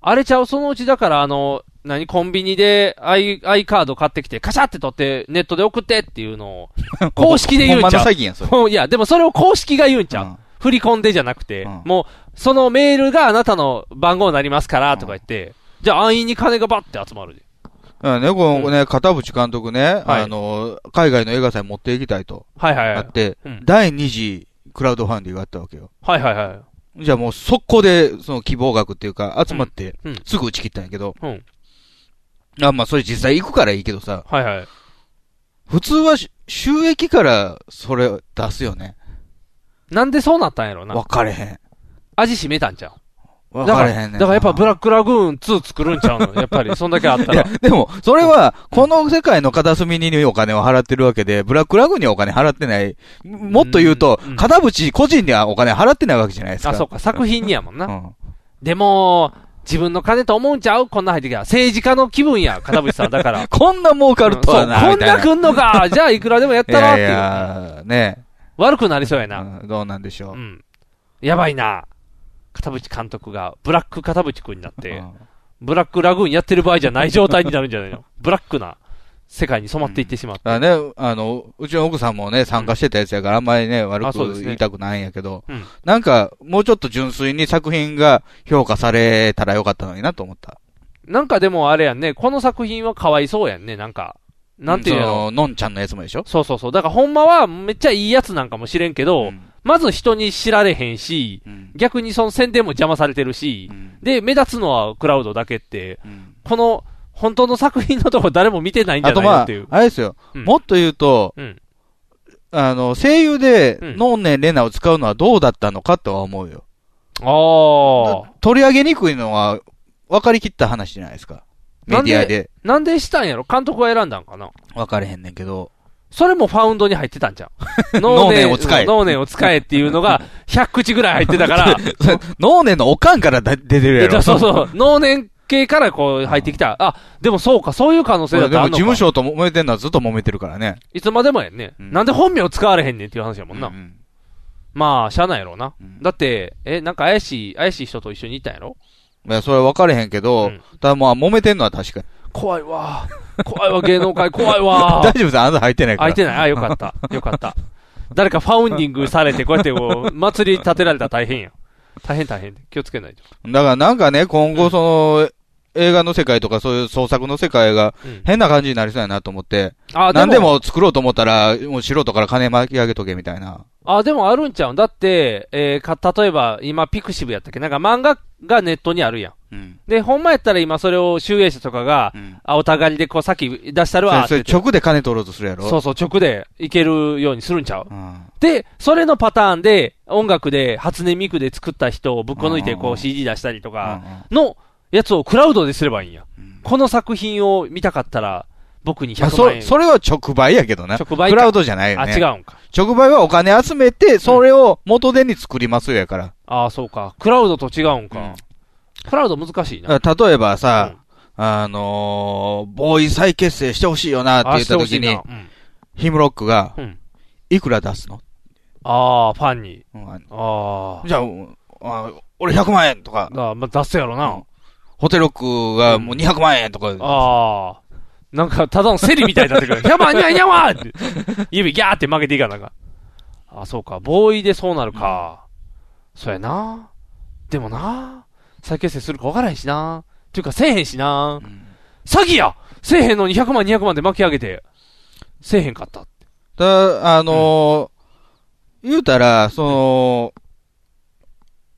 あれちゃう、そのうちだから、あの、何、コンビニで i、i カード買ってきて、カシャって取って、ネットで送ってっていうのを、公式で言うんちゃ
ほん
う
まの詐欺やん、それ。
いや、でもそれを公式が言うんちゃう。
うん
振り込んでじゃなくて、
うん
もう、そのメールがあなたの番号になりますから、とか言って、じゃあ安易に金がバッて集まるで。
うん、ね、このね、片渕監督ね、
はい
あの、海外の映画祭持っていきたいと、
はいはいは
あ
い
っ。て
うん、
第2次クラウドファンディングがあったわけよ。
はいはいはい。
じゃあもう速攻で、その希望額っていうか、集まって
うんうん、
すぐ打ち切ったんやけど、
うん。
あ、まあそれ実際行くからいいけどさ、
はいはい。
普通はし収益からそれ出すよね。
なんでそうなったんやろな
分。かれへん。
味しめたんちゃう
分
だか、
かられへんねんな
だからやっぱブラックラグーン2作るんちゃう のやっぱり、そんだけあった
いや
ら。、
でも、それは、この世界の片隅にお金を払ってるわけで、ブラックラグにはお金払ってない。もっと言うと
うんうん、
片渕個人にはお金払ってないわけじゃないですか。
あ、そうか、作品にやもん
う
な。
ん。
でも、自分の金と思うんちゃうこんな入ってきた。政治家の気分や、片渕さん。だ から。
こんな儲かるとはな、
そうこ
み
ん
たいな。
な来んのかじゃあいくらでもやったらっ
い
ていう。
やいや、ね
悪くなりそうや
え、
な。
うんどうなんでしょ
う
う。
ん。やばいな。片渕監督が、ブラック片渕くんになっ
う
て、
ん
ブラックラグーンやってる場合じゃない状態になるんじゃないのブラックな世界に染まっていってしまって。
だからね、あの、うちの奥さんもね、参加してたやつやから、あんまりね、悪
あそうで
く
すね
言いたくないんやけど
うん、
なんか、もうちょっと純粋に作品が評価されたらよかったのになと思った。
なんかでもあれやんね、この作品はかわいそうやんね、なんか。なんていう
そ
の
の、のんちゃんのやつもでしょ
そうそうそう。だからほんまはめっちゃいいやつなんかもしれんけ
う
ど、
ん
まず人に知られへんし、
うん
逆にその宣伝も邪魔されてるし
う、ん
で、目立つのはクラウドだけって、
うん
この、本当の作品のとこ誰も見てないん
あ
じゃ
と
ないの
ま
っ
あ
ていう、。
あれですよ。
うん
もっと言うと、
うん。
あの、声優で、
うん
ノンネンレナを使うのはどうだったのかとは思うよ。
ああ。
取り上げにくいのは、分かりきった話じゃないですか。メディアで。
なんでしたんやろ監督が選んだんかな
分かれへんねんけど。
それもファウンドに入ってたんじゃん。
脳年を使え
脳年を使えっていうの が、100口ぐらい入ってたから、
ノンネンのおかんからだ出てる
え
や
じゃ
ろ。
あそうそう、脳年系からこう入ってきた。あ、でもそうか、そういう可能性
これ
だっ
で
てあ
も
ん
事
の
務所
か。
と揉めてんのはずっと揉めてるからね。
いつまでもやんね。
うん
なんで本名使われへんねんっていう話やもんな
う。ん
まあ、しゃあないやろな
うん。
だって、え、なんか怪しい、怪しい人と一緒にいたんやろ
いや、それは分かれへんけ
う
ど
ん、
ただもう揉めてんのは確かに。
怖いわ。怖いわ、芸能界怖いわ。
大丈夫です。あなた入ってないか
開い
ら。
て ない。あ、よかった。よかった。誰かファウンディングされて、こうやってこう、祭り立てられたら大変や。大変大変。気をつけないと。
だからなんかね、今後その、映画の世界とかそういう創作の世界が
うん
変な感じになりそうやなと思って、
あ、
何で。も作ろうと思ったら、もう素人から金巻き上げとけみたいな。
あ、でもあるんちゃうんだって、えーか、例えば、今、ピクシブやったっけなんか漫画がネットにあるやん。
うん。
で、ほんまやったら今それを集英社とかが、あ、お互いでこう、さっき出したるわ。
それ、
って言っ
直で金取ろうとするや
て
ろ
そうそう、直でいけるようにするんちゃう
うん。
で、それのパターンで、音楽で、初音ミクで作った人をぶっこ抜いて、
うんうん
こ
う
う、
ん
CD 出したりとか、
あ
のやつをクラウドですればいいんや。
うん
この作品を見たかったら、僕に100万
そ
円。
それは直売やけどな。
直売
ク
か
ラウドじゃないよ
あ、
ね。
違うんか。
直売はお金集めて、それを元手に作りますよやから。
ああ、そうか。クラウドと違うんか。
うん
クラウド難しいな。
だから例えばさ、あのー、ボーイ再結成してほしいよなって言った時に
あ、してほしいな
ヒムロックが
うん。うん。
いくら出すの、
ああ、ファンに。
うん
ああ。
じゃあうんあ、俺100万円とか
だ、からまあ、出すやろな。
うんホテルロックがもう200万円とか、
ああ。なんか、ただのセリみたいになって くる。やばい、やばい、やばいって指ギャーって曲げていかなあかん。あ、そうか。ボーイでそうなるか。そうやな。でもな。再結成するか分からへんしな。っていうか、せえへんしな。
うん
詐欺やせえへんのに100万、200万で巻き上げて、せえへんかった。
だあのー言うたら、その、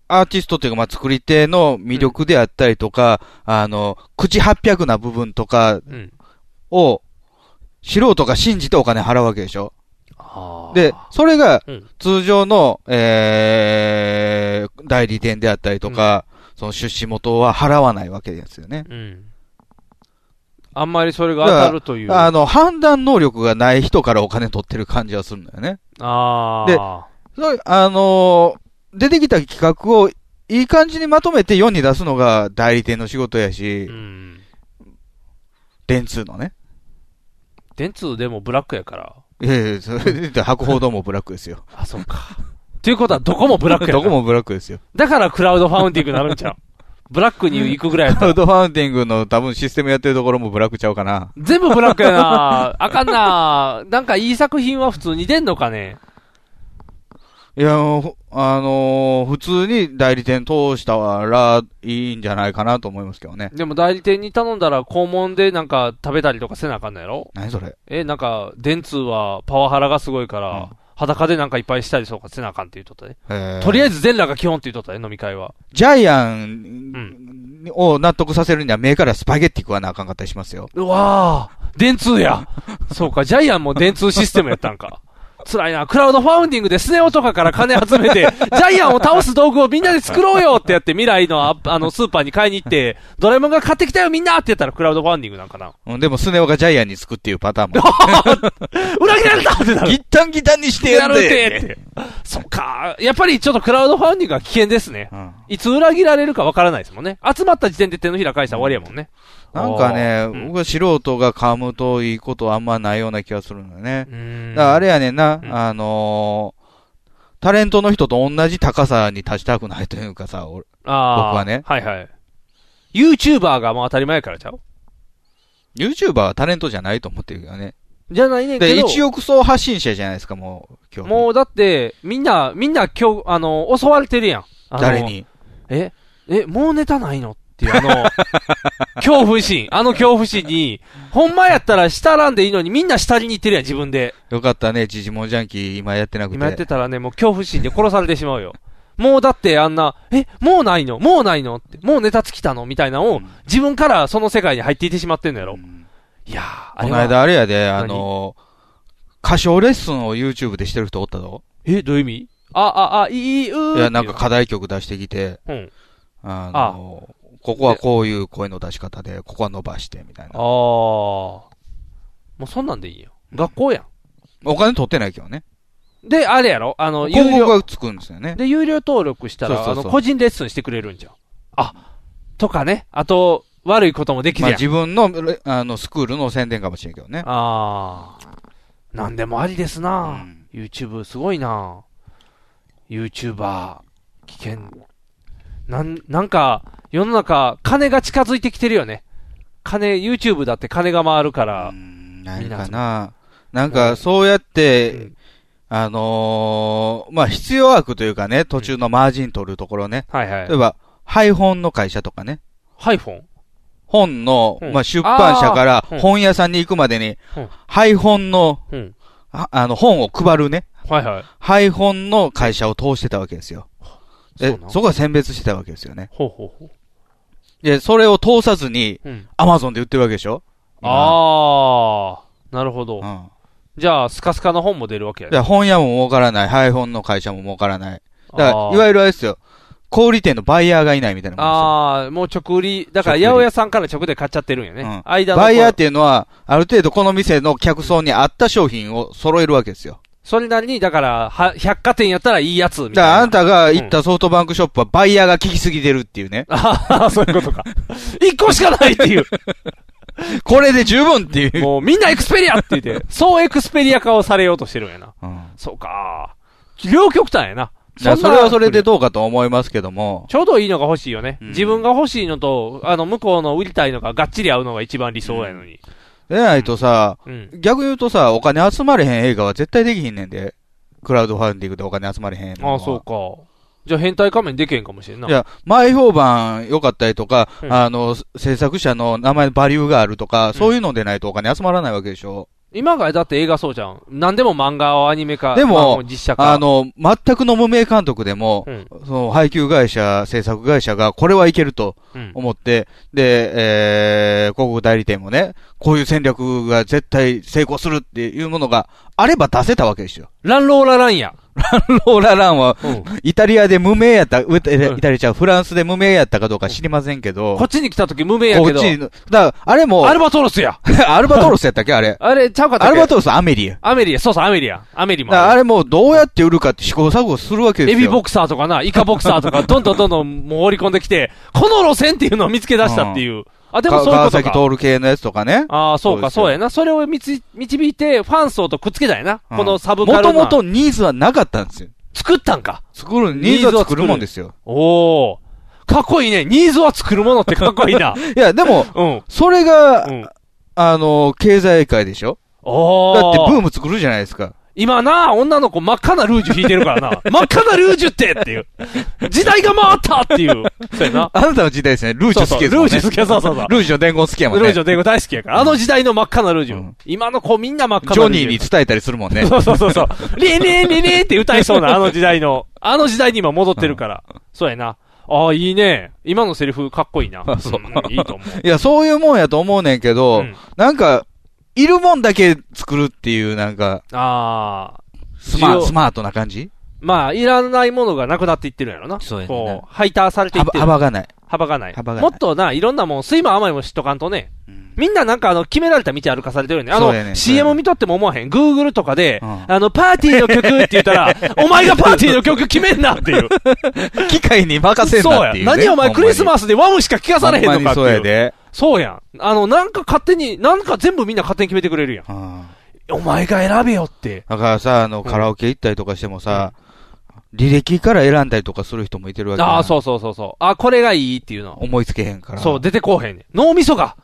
アーティストというか、まあ、作り手の魅力であったりとか、あの、口800な部分とか
うん。
を、素人が信じてお金払うわけでしょ
ああ。
で、それが
うん、
通常の、えー、代理店であったりとか、その出資元は払わないわけですよね。
うん。あんまりそれが当たるという。
あ
あ
の、判断能力がない人からお金取ってる感じはするんだよね。
あ。
でそうあのー出てきた企画をいい感じにまとめて4に出すのが代理店の仕事やし、
うん。
電通のね。
電通でもブラックやから。
いやいや、それで博報堂もブラックですよ。
あ、そうか。っていうことはどこもブラックやから。
どこもブラックですよ。
だからクラウドファウンディングになるんちゃうブラックに行くぐらいやっ
クラ
たら
ウドファウンディングの多分システムやってるところもブラックちゃうかな。
全部ブラックやなあかんななんかいい作品は普通に出んのかね
いや、ほあのー普通に代理店通したらいいんじゃないかなと思いますけどね。
でも代理店に頼んだら肛門でなんか食べたりとかせなあかんのやろ
何それ
え、なんか、電通はパワハラがすごいから、
う
裸でなんかいっぱいしたりとかせなあかんって言うとったね。と
と
りあえ
ず、
ず全裸が基本って言うとったね、飲み会は。
ジャイア
う
ン
ん。
を納得させるには目からスパゲッティ食わなあかんかったりしますよ。
うわぁ、電通や。そうか、ジャイアンも電通システムやったんか。辛いな。クラウドファウンディングでスネ夫とかから金集めて、ジャイアンを倒す道具をみんなで作ろうよってやって、未来のああのスーパーに買いに行って、ドラえもんが買ってきたよみんなってやったらクラウドファウンディングなんかな。
うんでもスネ夫がジャイアンにつくっていうパターン も。
裏切られたっ てなる。
ギッタンギタンにして
や
や
る
る
って
で
って。そっか。やっぱりちょっとクラウドファウンディングは危険ですね。
うん
いつ裏切られるかわからないですもんね。集まった時点で手のひら返したら終わりやもんね。
なんかね、
うん
僕は素人が噛むといいことあんまないような気がするんだよね。
うん
だからあれやねんな、
うん
あのータレントの人と同じ高さに立ちたくないというかさ、俺
あー
僕はね
はいはい。YouTuber がもう当たり前やからちゃう
YouTuber はタレントじゃないと思ってるけどね。
じゃないねんけ
で、
ど。
一億総発信者じゃないですか、もう、今日。
もうだって、みんな、みんな今日、あの、襲われてるやん。あの
誰に
え、え、もうネタないのっていう、あの、恐怖心、あの恐怖心に、ほんまやったら下らんでいいのに、みんな下に行ってるやん、自分で。
よかったね、ジジモンジャンキー、今やってなくて。
今やってたらね、もう恐怖心で殺されてしまうよ。もうだってあんな、え、もうないのもうないのって、もうネタ尽きたのみたいなのを、自分からその世界に入っていってしまってんのやろ。
うん
いやー、あ
こ
れ
の
は。
間あれやで、あのー、歌唱レッスンを YouTube でしてる人おったぞ。
え、どういう意味あ、あ、あ、いい、うー。
いや、なんか課題曲出してきて、
うん。
あのーここはこういう声の出し方で、ここは伸ばして、みたい
あー。
な。
もうそんなんでいいよ。学校やん。
お金取ってないけどね。
で、あれやろあの、有
広告
料。
がつくんですよね。
で、有料登録したら、
そうそうそう
あの、個人レッスンしてくれるんじゃん。あ、とかね。あと、悪いこともできる
まあ
やん。
自分の、あの、スクールの宣伝かもしれんけどね。
あー。なんでもありですな、
うん
YouTube すごいな YouTuber、危険。なん、なんか、世の中、金が近づいてきてるよね。金、YouTube だって金が回るから。
うん何かな。なんか、そうやって、
うん
あのーまあ、必要悪というかね、途中のマージン取るところね。
はいはい
例え。ば、配本の会社とかね。
ハイフォン
本の、
うん
まあ、出版社から
あーうん
本屋さんに行くまでに
うん、
配本の、
うん。
ああの、本を配るね。
はいはい。
配本の会社を通してたわけですよ。
そ
で
う、な
そこは選別してたわけですよね。
ほうほうほ
で、それを通さずに、
う。うん。
アマゾンで売ってるわけでしょ
あー、なるほど。
あ。
じゃあ、スカスカの本も出るわけ
う
や
ん。で、
ね。
本屋も儲からない、配本の会社も儲からない。だか
あ
ら、
ー
いわゆるあれですよ。小売店のバイヤーがいないみたいなもんですよ。
あー、もう直売り、だから、八
直売り
百屋さんから直で買っちゃってるんやね。
うん
間の
バイヤーっていうのは、ある程度この店の客層に合った商品を揃えるわけですよ。
それなりに、だから、は、百貨店やったらいいやつ、みたい
だか
な。
らあんたが行ったソフトバンクショップはバイヤーが効きすぎてるっていうね。
ああ、そういうことか。 一個しかないっていう。
これで十分っていう。
もうみんなエクスペリアって言って、そうエクスペリア化をされようとしてるんやな。
うん
そうか。両極端やな。
だから
ん
そ
な
れはそれでどうかと思いますけども。
ちょうどいいのが欲しいよね。
うん
自分が欲しいのと、あの、向こうの売りたいのががっちり合うのが一番理想やのに。
でないとさ、
うん。
逆に言うとさ、お金集まれへん映画は絶対できひんねんで。クラウドファンディングでお金集まれへんの
あ
は
あ、そうか。じゃあ変態仮面でけんかもしれんな。
いや、前評判良かったりとか、
うん
あの、制作者の名前のバリューがあるとか、
ん
そういうのでないとお金集まらないわけでしょ。
今がだって映画そうじゃん。何でも漫画をアニメ化。
でも
まあ実写化。
あ、の、全くの無名監督でも
う、ん。
その配給会社、制作会社が、これはいけると
うん。
思って、で、えー、広告代理店もね、こういう戦略が絶対成功するっていうものがあれば出せたわけですよ。
ランローラランや。
ローラランは、
うん
イタリアで無名やった、うえ
うん
イタリアちゃう、フランスで無名やったかどうか知りませんけど、
こっちに来た時無名やけど、
こっちのだから、あれも、
アルバトロスや。
アルバトロスやったっけあれ。
あれ、ちゃうかったっ
ア
け
ルバトロスアメリや。
アメリや、そうそう、アメリや。アメリ
だ
も
か
ある
らあれもどうやって売るかって試行錯誤するわけです
エ
よ。
ビボクサーとかな、イカボクサーとか、どんどんどんどんもう織り込んできて、この路線っていうのを見つけ出したっていう。あ、でもそういう
川
こと
崎
か。
徹系のやつとかね。
ああ、そう
そうです
か、
よ
そうやな。それを導導いて、ファン層とくっつけたんやな。
うん
このサブカ
も
ルな。
ともとニーズはなかったんですよ。
作ったんか。
作る、ニーズは作るもんですよ。
おお。かっこいいね。ニーズは作るものってかっこいい な。
いや、でも、
うん。
それが、
うん。
あの、経済界でしょだ
お
っ
お。
てブーム作るじゃないですか。
今な、女の子真っ赤なルージュ引いてるから な。真っ赤なルージュってっていう。時代が回ったっていう。そうやな。
あなたの時代です ね、ルージュ好きですもんね。
そうそうルージュ好きやそうそうそう
ルージュの伝言好きやもんね。
ルージュの伝言大好きやから。あの時代の真っ赤なルージュ。
うん
今の子みんな真っ赤
ジ
な
ョ
ルージ
ニ
ュ。
ーに伝えたりするもんね。
そうそうそ うそう。リンリンリンリンって歌いそうな、あの時代の。あの時代に今戻ってるから。そうやな。ああ、いいね。今のセリフかっこいいな。
あそうん
いいと 思う。
いや、そういうもんやと思うねんけど、
うん
なんか、いるもんだけ作るっていう、なんか、
ああ。
スマ
需要
スマートな感じ
まあ、いらないものがなくなっていってるんやろな。
そうやね
こう、ハイターされていっ
幅
てる。
幅がない。
幅がない。
幅がない
もっとな、いろんなもん、水も甘いも知っとかんとね。
うん
みんななんかあの、決められた道歩かされてるよね。あ
そ
の、
うやね
CM 見とっても思わへん。Google とかで、
うん
あの、パーティーの曲って言ったら、お前がパーティーの曲決めんなっていう。
機械に任せん
そう
なっ
や
ていう、ね。
何お前クリスマ
ス
スでワムしか聞かされへんのかって
そうや
いう。
で。
そうやん。あの、なんか勝手に、なんか全部みんな勝手に決めてくれるやん。
うん
お前が選べよって。
だからさ、あの、カラオケ行ったりとかしてもさ、履歴から選んだりとかする人もいてるわけやん
ああ、そうそうそうそう。あ、これがいいっていうの。
思いつけへんから。
そう、出てこうへんねん。脳みそが。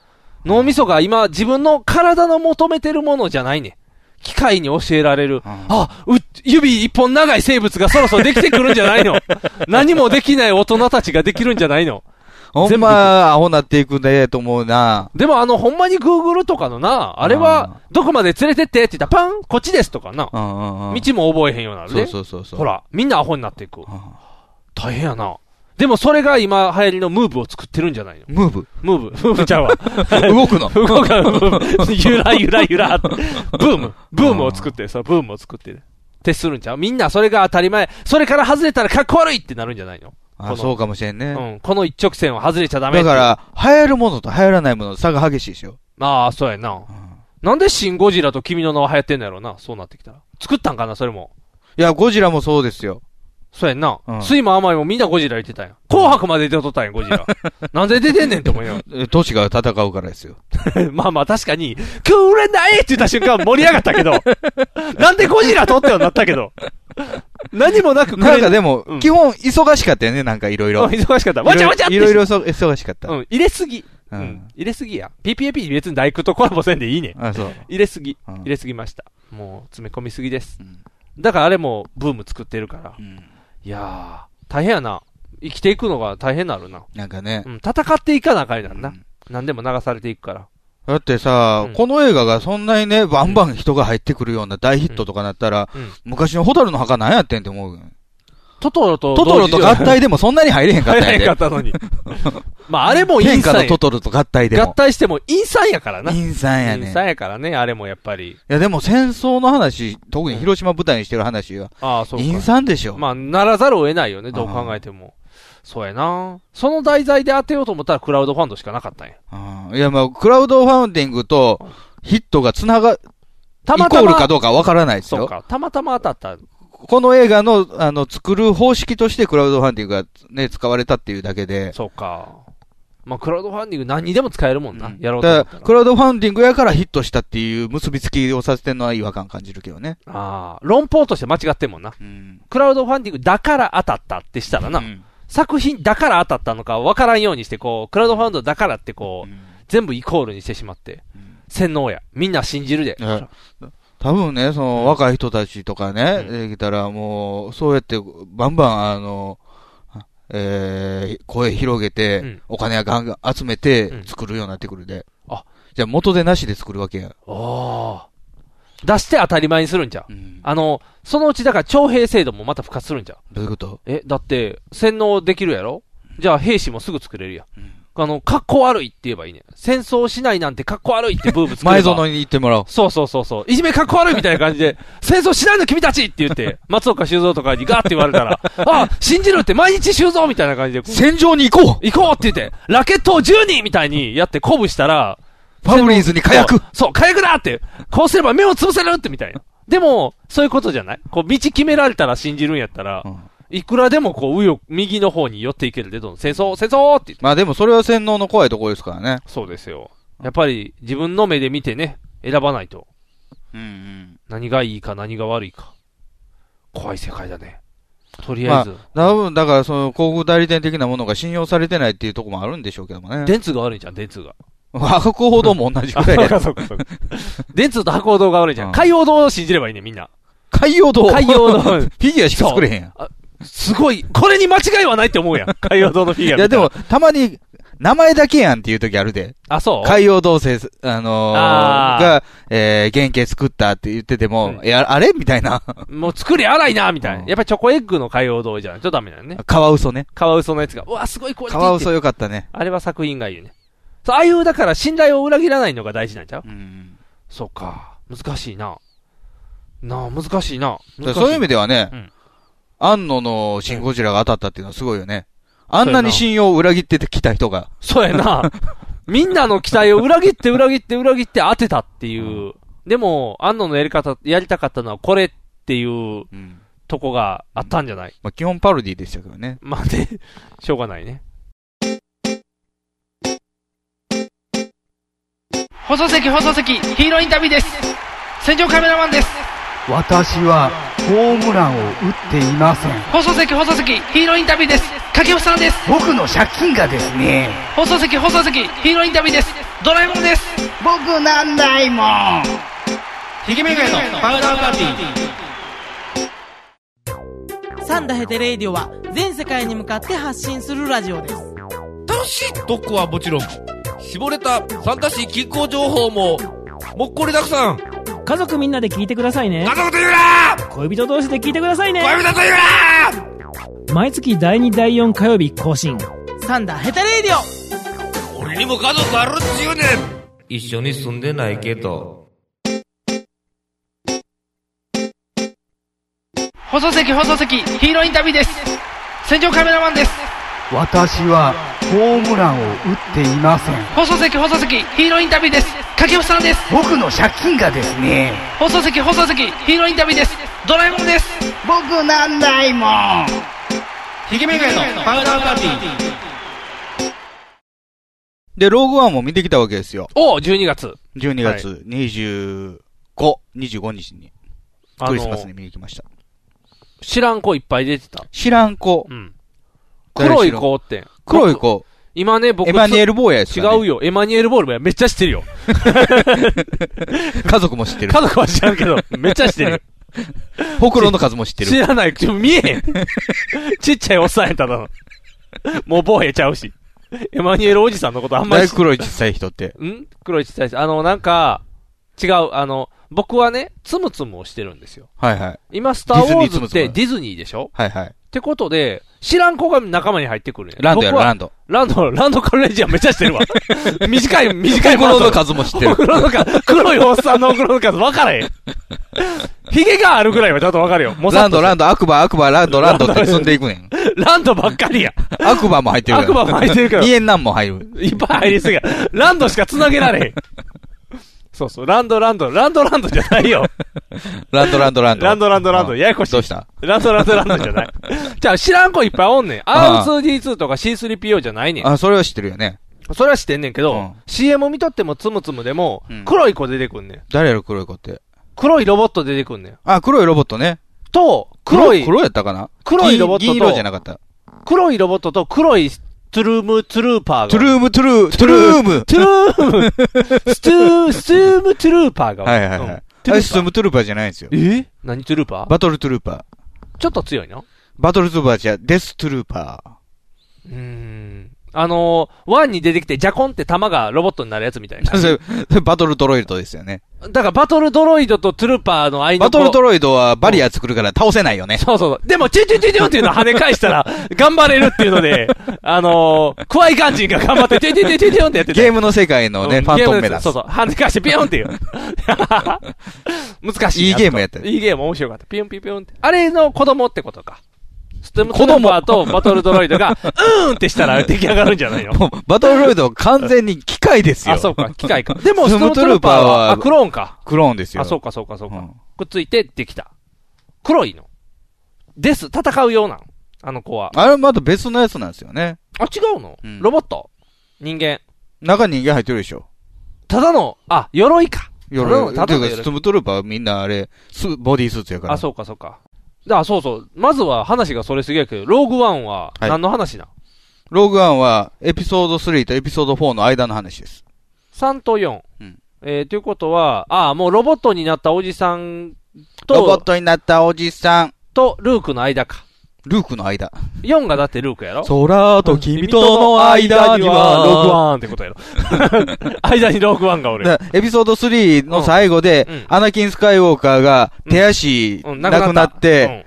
脳みそが今、自分の体の求めてるものじゃないねん。機械に教えられる。
うん
あ、う、指一本長い生物がそろそろできてくるんじゃないの。 何もできない大人たちができるんじゃないの。
ほん
全部
ま、アホなっていくんだよと思うな。
でもあの、ほんまに Google とかのな、あれは、どこまで連れてってって言ったら、パンこっちですとかな
う。んうんうん。
道も覚えへんようになる
そう
ね。
そうそうそう。
ほ。ら、みんなアホになっていく。
ん
大変やな。でもそれが今流行りのムーブを作ってるんじゃないの
ムーブ。
ムーブ、ムーブ ちゃうわ。
動くの。
動かんム ーブ。ゆらゆらゆらって。ブーム。ブームを作ってる。そう、ブームを作ってる。徹するんちゃうみんなそれが当たり前。それから外れたらかっこ悪いってなるんじゃないのこ
あ、
の
そうかもしれんね。
うん。この一直線を外れちゃダメっ
だ
て。
から、流行るものと流行らないものの差が激しいですよ。
ああ、そうやな。なんでシン・ゴジラと君の名は流行ってんのやろな。そうなってきたら。作ったんかな、それも。
いや、ゴジラもそうですよ。
そうやんな。
うん
水も甘いもみんなゴジラ言ってたんや。紅白まで出とったんや、ゴ ジラ。なんで出てんねんって思いなが
え都市が戦うからですよ。
ら。 まあまあ確かに、くれないって言った瞬間盛り上がった けど。なんでゴジラ撮ってよなったけど。何もなくく
なんか
で
でも
うん、
基本忙しかったよね、なんかいろいろ。
忙しかった。 わちゃわちゃって。
いろいろ忙忙しかった。
うん、入れすぎ。う
うん
ん。入れすぎや。PPAP 別に大工とコラボせんでいいねん。
あ、そう。
入れすぎ。
うん
入れすぎました。もう詰め込みすぎです
うん。
だからあれもブーム作ってるから。
うん
いやー、大変やな。生きていくのが大変なるな。
なんかね
う。ん、戦っていかなあかんやんな。
うん
何でも流されていくから。
だってさ
うん、
この映画がそんなにね、バンバン人が入ってくるような大ヒットとかなったら
うん、
昔のホタルの墓なんやってんって思うよね。
トトロと
トトロと合体でもそんなに入れへんかっ
入
た
ら
ん
へんか
や
っ
で。
た のに。まあ、あれも陰
天下
酸
の
や
ト。トロと合体で
合
も。
体しても陰酸やからな。
陰惨やね
陰
ん。
酸やからね、あれもやっぱり。
いや、でも戦争の話、特に広島舞台にしてる話は、
ああ、そう
陰
か。
惨でしょ。
まあ、ならざるを得ないよね、どう考えても。そうやな。その題材で当てようと思ったらクラウドファンドしかなかったんや。
うんいや、まあ、クラウドファウンディングとヒットがつなが、イ
たま
コ
た
ー
ま。
ルかどうかわからないです
そう
よ。
か。たまたま当たった。
この映画の、あの、作る方式としてクラウドファンディングがね、使われたっていうだけで。
そうか。まあ、クラウドファンディング何にでも使えるもんな。やろうと思
だ
っ
か
た
ら、
ら
クラウドファンディングやからヒットしたっていう結びつきをさせてるのは違和感感じるけどね。
ああ、論法として間違ってんもんな。
うん。
クラウドファンディングだから当たったってしたらな、
うん
作品だから当たったのか分からんようにして、こう、クラウドファンドだからってこう、
うん
全部イコールにしてしまって、洗脳や。みんな信じるで。
うん多分ね、その、若い人たちとかね、できたらもう、そうやって、バンバン、あの、えー、声広げて、
うん
お金ガンガン集め
うん
て、作るようになってくるで。
あ
じゃあ元でなしで作るわけや。
おー出して当たり前にするんじゃう。
うん
あの、そのうちだから徴兵制度もまた復活するんじゃう。
どういうこと
え、だって、洗脳できるやろじゃあ兵士もすぐ作れるやん。あの、かっこ悪いって言えばいいね。戦争しないなんてかっこ悪いってブーム作れば
前園に行ってもらおう。
そうそうそうそう。いじめかっこ悪いみたいな感じで、 戦争しないの君たちって言って、松岡修造とかにガーって言われ たら、あ、信じるって毎日修造みたいな感じで、
戦場に行こ
行こうって言って、ラケットを10人みたいにやって鼓舞したら、
うファブリーズに火薬
そうそう、火薬だって、こうすれば目を潰せるってみたいな。でも、そういうことじゃないこう、道決められたら信じるんやったら、
うん
いくらでもこう、右翼、右の方に寄っていけるで、どんどん戦争、戦争って言って。
まあでもそれは洗脳の怖いところですからね。
そうですよ。やっぱり、自分の目で見てね、選ばないと。
うんうん。
何がいいか何が悪いか。怖い世界だね。とりあ
ま
え
あ
ず、、
多分、だから、その、広告代理店的なものが信用されてないっていうところもあるんでしょうけども ね。
電通が悪いじゃん、電通が。
白報道も同じくらいで
そうか。そうかそうか電通と博報堂が悪いじゃ。
うんん
海洋堂を信じればいいね、みんな。
海洋堂
海洋堂
フィギュアしか作れへんやん。
すごい、これに間違いはないって思うやん。 海洋堂のフィギュア。
いや、でも、、たまに、名前だけやんっていう時あるで。
あ、そう
海洋同性、あのー
あー
が、えー、原型作ったって言ってても、
うん
いや、あれみたいな。
もう作り荒いな、みたいな
う。ん
やっぱりチョコエッグの海洋堂じゃないとダメだよね。
カワウソね。
カワウソのやつが、うわ、すごいクオリテ
カ
ィ
ワ
っ
ウ
て
ソ良かったね。
あれは作品がいいね。そう、ああいう、だから信頼を裏切らないのが大事なんちゃう
うん。
そうか。難しいな。なあ、難しいな。難し
そういう意味
で。
ではね、
うん
安野のシンゴジラが当たったっていうのはすごいよね。あん
そうや
な
な
に信用を裏切ってきた人が。
そうやな。みんなの期待を裏切って裏切って裏切って当てたっていう。でも、安野のやり方、やりたかったのはこれっていうとこがあったんじゃない
まあ、基本パロディでしたけどね。
まあね、しょうがないね。
放送席放送席ヒーローインタビューです戦場カメラマンです
私はホームランを打っていません
放送席放送席ヒーローインタビューです掛布さんです
僕の借金がですね
放送席放送席ヒーローインタビューですドラえもんです
僕なんないもん
ひげめぐのパウダーパーティー
サンダヘテレイディオは全世界に向かって発信するラジオです。
楽しい特攻はもちろん、絞れたサンタシー気候情報も、もっこりたくさん
家族みんなで聞いてくださいね
家族と言うな
恋人同士で聞いてくださいね
恋人と言うな
毎月第2第4火曜日更新
サンダヘテレイディオ
俺にも家族あるっちゅうねん一緒に住んでないけど。
放送席放送席ヒーローインタビューです戦場カメラマンです
私はホームランを打っていません
放送席放送席ヒーローインタビューです掛布さんです
僕の借金がですね
放送席放送席ヒーローインタビューですドラえもんです
僕なんないもん
ひげめぐのパウダーパーティー
で、ローグワンも見てきたわけですよ。
おう !12 月。
12月25、25日に、
あ
ク
の
リスマスに見に来ました。
知らん子いっぱい出てた。
知らん子
う。ん。黒い子って。
黒い子。
僕。今ね、僕、
エマニュエル・坊やです
違
かね
うよ。エマニュエル・ボールもめっちゃ知っ てるよ。
家族も知ってる
家。族は知らん けど、めっちゃ知ってるよ。
ほくろの数も知って
知
る。
らない。ちょ見えへ ん。ちっちゃいおっさんやっただの。もう坊やちゃうし。エマニュエルおじさんのことあんま
だ
り
い
知
ぶ黒い小さい人って。
ん黒いちっちゃいし。あの、なんか、違う。あの、僕はね、つむつむをしてるんですよ。
はいはい。
今、スター・ウォ
ディ
ーズっ
ズニーつむつ
て
む
ディズニーでしょ
はいはい。
ってことで、知らん子が仲間に入ってくるね
ランドやろ、
僕は
ランド。
ランド、ランドカルレンジャーめっちゃし てるわ。短い、短い
ほくろの
マン
数も知っ
ト
てる
ほ。くろ の数。黒いおっさんのほくろの数分からへん。ヒゲがあるぐらいはちゃんと分かるよ。もう
ランド、ランド、悪魔、悪魔、ランド、ランドって積んでいくねん。
ランドばっかりや。
悪魔も入ってるから。
悪魔も入ってるから
二円なんも入る。
いっぱい入りすぎや。ランドしか繋げられへん。そうそう、ランドランド、ランドランドじゃないよ。
ランド、ランド、ランド。
ランドランドランド、ややこしい
どう。した
ランドランドランドじゃない。じゃあ知らん子いっぱいおんねん。
ああ
R2D2 とか C3PO じゃないねん。
あ、それは知ってるよね。
それは知ってんねんけど、
うん
CM 見とってもつむつむでも
うん、
黒い子出てくんねん。
誰やろ、黒い子って。
黒いロボット出てくんねん。
あ、黒いロボットね。
と、黒い、
黒やったかな
黒いロボットと
銀銀色じゃなかった。
黒いロボットと黒いトゥルーム、トゥルーパーが。
トゥルーム、トゥルー、トゥルーム。
トゥルーム、ストゥー、ストゥームトゥルーパーが。
はいはいはい。あれ、スームトゥルーパーじゃないんですよ。
え何トゥルーパー
バトルトゥルーパー。
ちょっと強いの
バトルトゥルーパーじゃ、デストゥルーパー。
うーん。あのー、ワンに出てきて、ジャコンって弾がロボットになるやつみたいな。
それそれバトルドロイドですよね。
だから、バトルドロイドとトゥルーパーの間
バトルドロイドはバリア作るから倒せないよね。
そうそう。でも、チュチュチュチュっていうのを跳ね返したら、頑張れるっていうので、あのー、クワイガンジンが頑張って、チュチュチュチュチュってやってた
ゲームの世界のね、
うん
ファントン
ゲーム
メ
で
ダ
す
ス。
そうそう。跳ね返して、ピヨンっていう。難しい。
いいゲームやったよ
いいゲーム面白かった。ピヨンピヨンピヨンって。あれの子供ってことか。ステムトロンバーとバトルドロイドが、うーんってしたら出来上がるんじ ゃないの
もうバトルドロイドは完全に機械ですよ。
あ、そうか、機械か。でも、
ス
ス
ム
ムト
ト
ル
ル
ー
ー
パ
パ
ー
ー
は、
は
あ、クローンか。
クローンですよ。
あ、そうか、そうか、そうか。
うん
くっついてできた。黒いの。です。戦うようなのあの子は。
あれまた別のやつなんですよね。
あ、違うの、
うん
ロボット人間。
中に人間入ってるでしょ。
ただの、あ、鎧か。
鎧。
た
だ
だの
か
鎧
ストームトルーパーはみんなあれ、スボディースーツやから。
あ、そうか、そうか。だそうそう。まずは話がそれすぎやけど、ローグワンは
はい
何の話な、
ローグワンはエピソード3とエピソード4の間の話です。
?3 と4。
うん
えー、ということは、あもうロボットになったおじさん
ロボッ
と、
トになったおじさん、
とルークの間か。
ルークの間。
4がだってルークやろ
空と君との間には、
ローグワンってことやろ。 間にローグワンがおる。
だからエピソード3の最後で、
うんうん
アナキン・スカイウォーカーが手足
うん
なくなって、、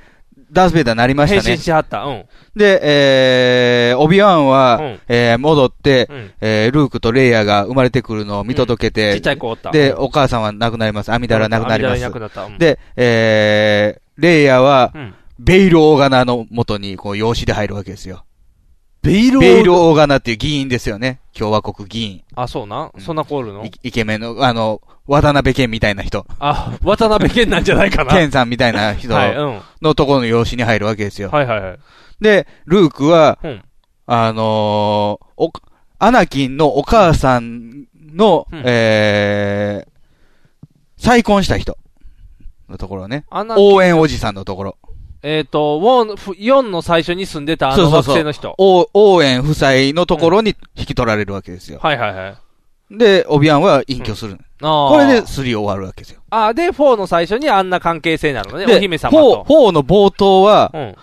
ダース・ベイダーになり
うん
ま
変
した
身
ね。
しはった。うん。
で、えー、オビワンは、
うん
えー戻って、
うん
えールークとレイヤーが生まれてくるのを見届け
ちってち、ゃい子おった。
で、、お母さんは亡くなります。アミダラ亡くなりま
なく
す。
なった。うん、
で、えー、レイヤーは
う、ん。
ベイル・オーガナの元に、こう、養子で入るわけですよ。
ベイル
ベイル・オーガナっていう議員ですよね。共和国議員。
あ、そうな。そんな子おるの
イイケメンの、あの、渡辺謙みたいな人。
あ、渡辺謙なんじゃないかな。
ケンさんみたいな人
はい、うん。
のところの養子に入るわけですよ。
はいはいはい。
で、ルークは、
うん
あのーお、アナキンのお母さんの、
うん
えー、再婚した人のところね。
あんな、
応援おじさんのところ。
えっ、と、ウォンフ、4の最初に住んでたあ
そ
の
うそう
学
そう
生の人。
お応援夫妻のところに引き取られるわけですよ。
はいはいはい。
で、オビアンは隠居する。
あ
これで、3終わるわけですよ。
あーで、4の最初にあんな関係性なのね。
で、
お姫様
4
と。
4の冒頭は、
うん。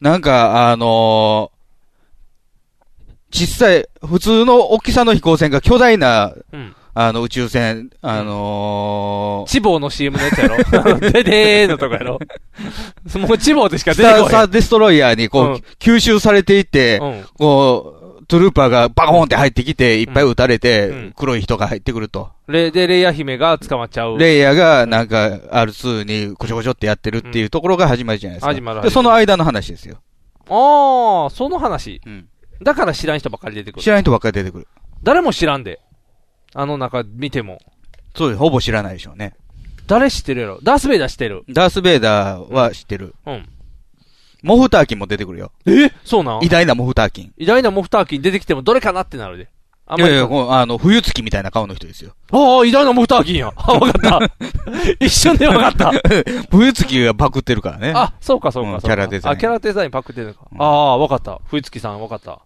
なんか、あのー小さい、普通の大きさの飛行船が巨大な、
うん
あの、宇宙船、あのー
チボーの CM のやつやろ。 あのででーのとこやろ。もうチボーでしか
ス
出
タ
てこ
ー・サー・デストロイヤーにこう、
うん
吸収されていって、
へん。うん。
こう、トゥルーパーがバコーンって入ってきて、いっぱい撃たれて、
うん
黒い人が入ってくると。
レ、で、レイヤ姫が捕まっちゃう。
レイヤーが、なんか、R2 にこちょこちょってやってるっていうところが始まりじゃないですか。
始まる
で、その間の話ですよ。
ああ、その話。
うん
だから知らん人ばっかり出てく
知
る。
らない人ばっかり出てくる。
誰も知らんで。あの中見ても。
そうです。ほぼ知らないでしょうね。
誰知ってるやろダースベイダー知ってる。
ダース・ベイダーは知ってる。
うん。
モフターキンも出てくるよ。
えそうなん
偉大なモフターキン。
偉大なモフターキン出てきてもどれかなってなるで。あ
いやいや、こうあの、冬月みたいな顔の人ですよ。
ああ、偉大なモフターキンや。 あ、わか った。一瞬でわかった。
冬月がパクってるからね。
あ、そうかそうかそ
う
うか。
んキャラデザイン
あ、キャラデザインパクってるのか。
うん
ああ、わかった。冬月さんわかった。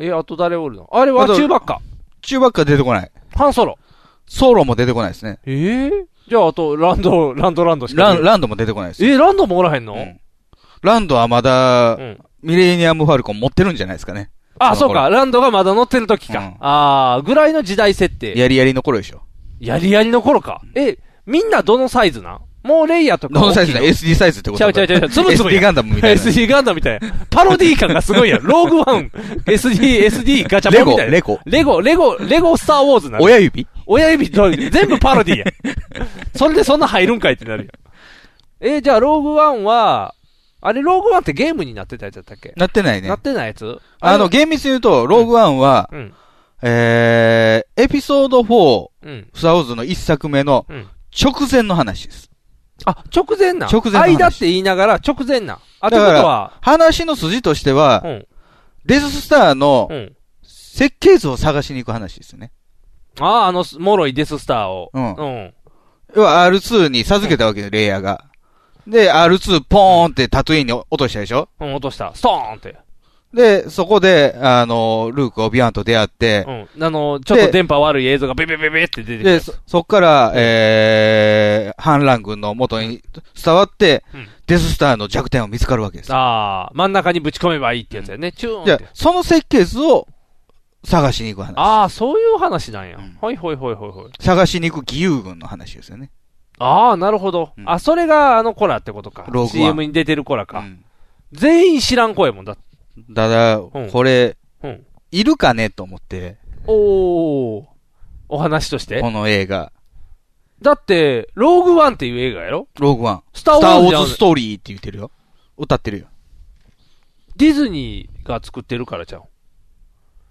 え、あと誰おるのあれは
あと
中ばっか。
中ばっか出てこない。
ハンソロ。
ソロも出てこないですね。
ええじゃあ、あと、ランド、ランドランドしか
ラ
い
ン、ランドも出てこないですよ。
え、ランドもおらへんの
うんランドはまだ、
うん。
ミレニアム・ファルコン持ってるんじゃないですかね。
あ、
そ
そ
の頃
うか。ランドがまだ乗ってる時か。
うん
ああ、ぐらいの時代設定。
やりやりの頃でしょ。
やりやりの頃か。え、みんなどのサイズなんもうレイヤーとか
どのサイズだ
大きい
?SD サイズってこと
ちゃうちゃうちゃうちゃ うつぶつぶ
SD ガンダムみ たいな。
SD ガンダムみたいな。パロディ感がすごいやん。ローグ ワン、SD、SD ガチャポンみたいな。
レゴ
レゴ、レゴ、レゴスターウォーズなの。
親指
親指と、全部パロデ ィやん。それでそんな入るんかいってなるやん。え、じゃあローグワンは、あれローグワンってゲームになってたやつだったっけ、
なってないね
な。ってないやつ
あの、、厳密に言うと、ローグワンは、
うん、
えー、エピソード4、
うん、
スターウォーズの一作目の
うん。
直前の話です。
あ、直前な。
直前の話
間って言いながら直前な。あ、ということは、
話の筋としては、
うん、
デススターの
うん。
設計図を探しに行く話ですね。
ああ、あの、脆いデススターを。
うん
うん。
要は R2 に授けたわけで、レイヤーが。で、R2 ポーンってタトゥイーンに落としたでしょ
うん、落とした。ストーンって。
で、そこで、あの、ルーク、オビアンと出会って、
うん。あの、ちょっと電波悪い映像がビビビビって出て
で、
く
そ、そっから、えー、反乱軍の元に伝わって、
うん
デススターの弱点を見つかるわけです
る。。ああ、真ん中にぶち込めばいいってやつやね。チューン
じゃ
って。
その設計図を探しに行く話。
ああ、そういう話なんや。はいはいはいはいはい。
探しに行く義勇軍の話ですよね。
ああ、なるほど。あ、それがあの子らってことか
ローグワ。ン
CM に出てる子らか。全員知らん子やもんだって。
ただ、これ、
うん
いるかねと思って、
おー。お話として
この映画。
だって、ローグワンっていう映画やろ
ローグワン。
スターウォーズ
ス
じゃん
ストーリーって言ってるよ。歌ってるよ。
ディズニーが作ってるからちゃ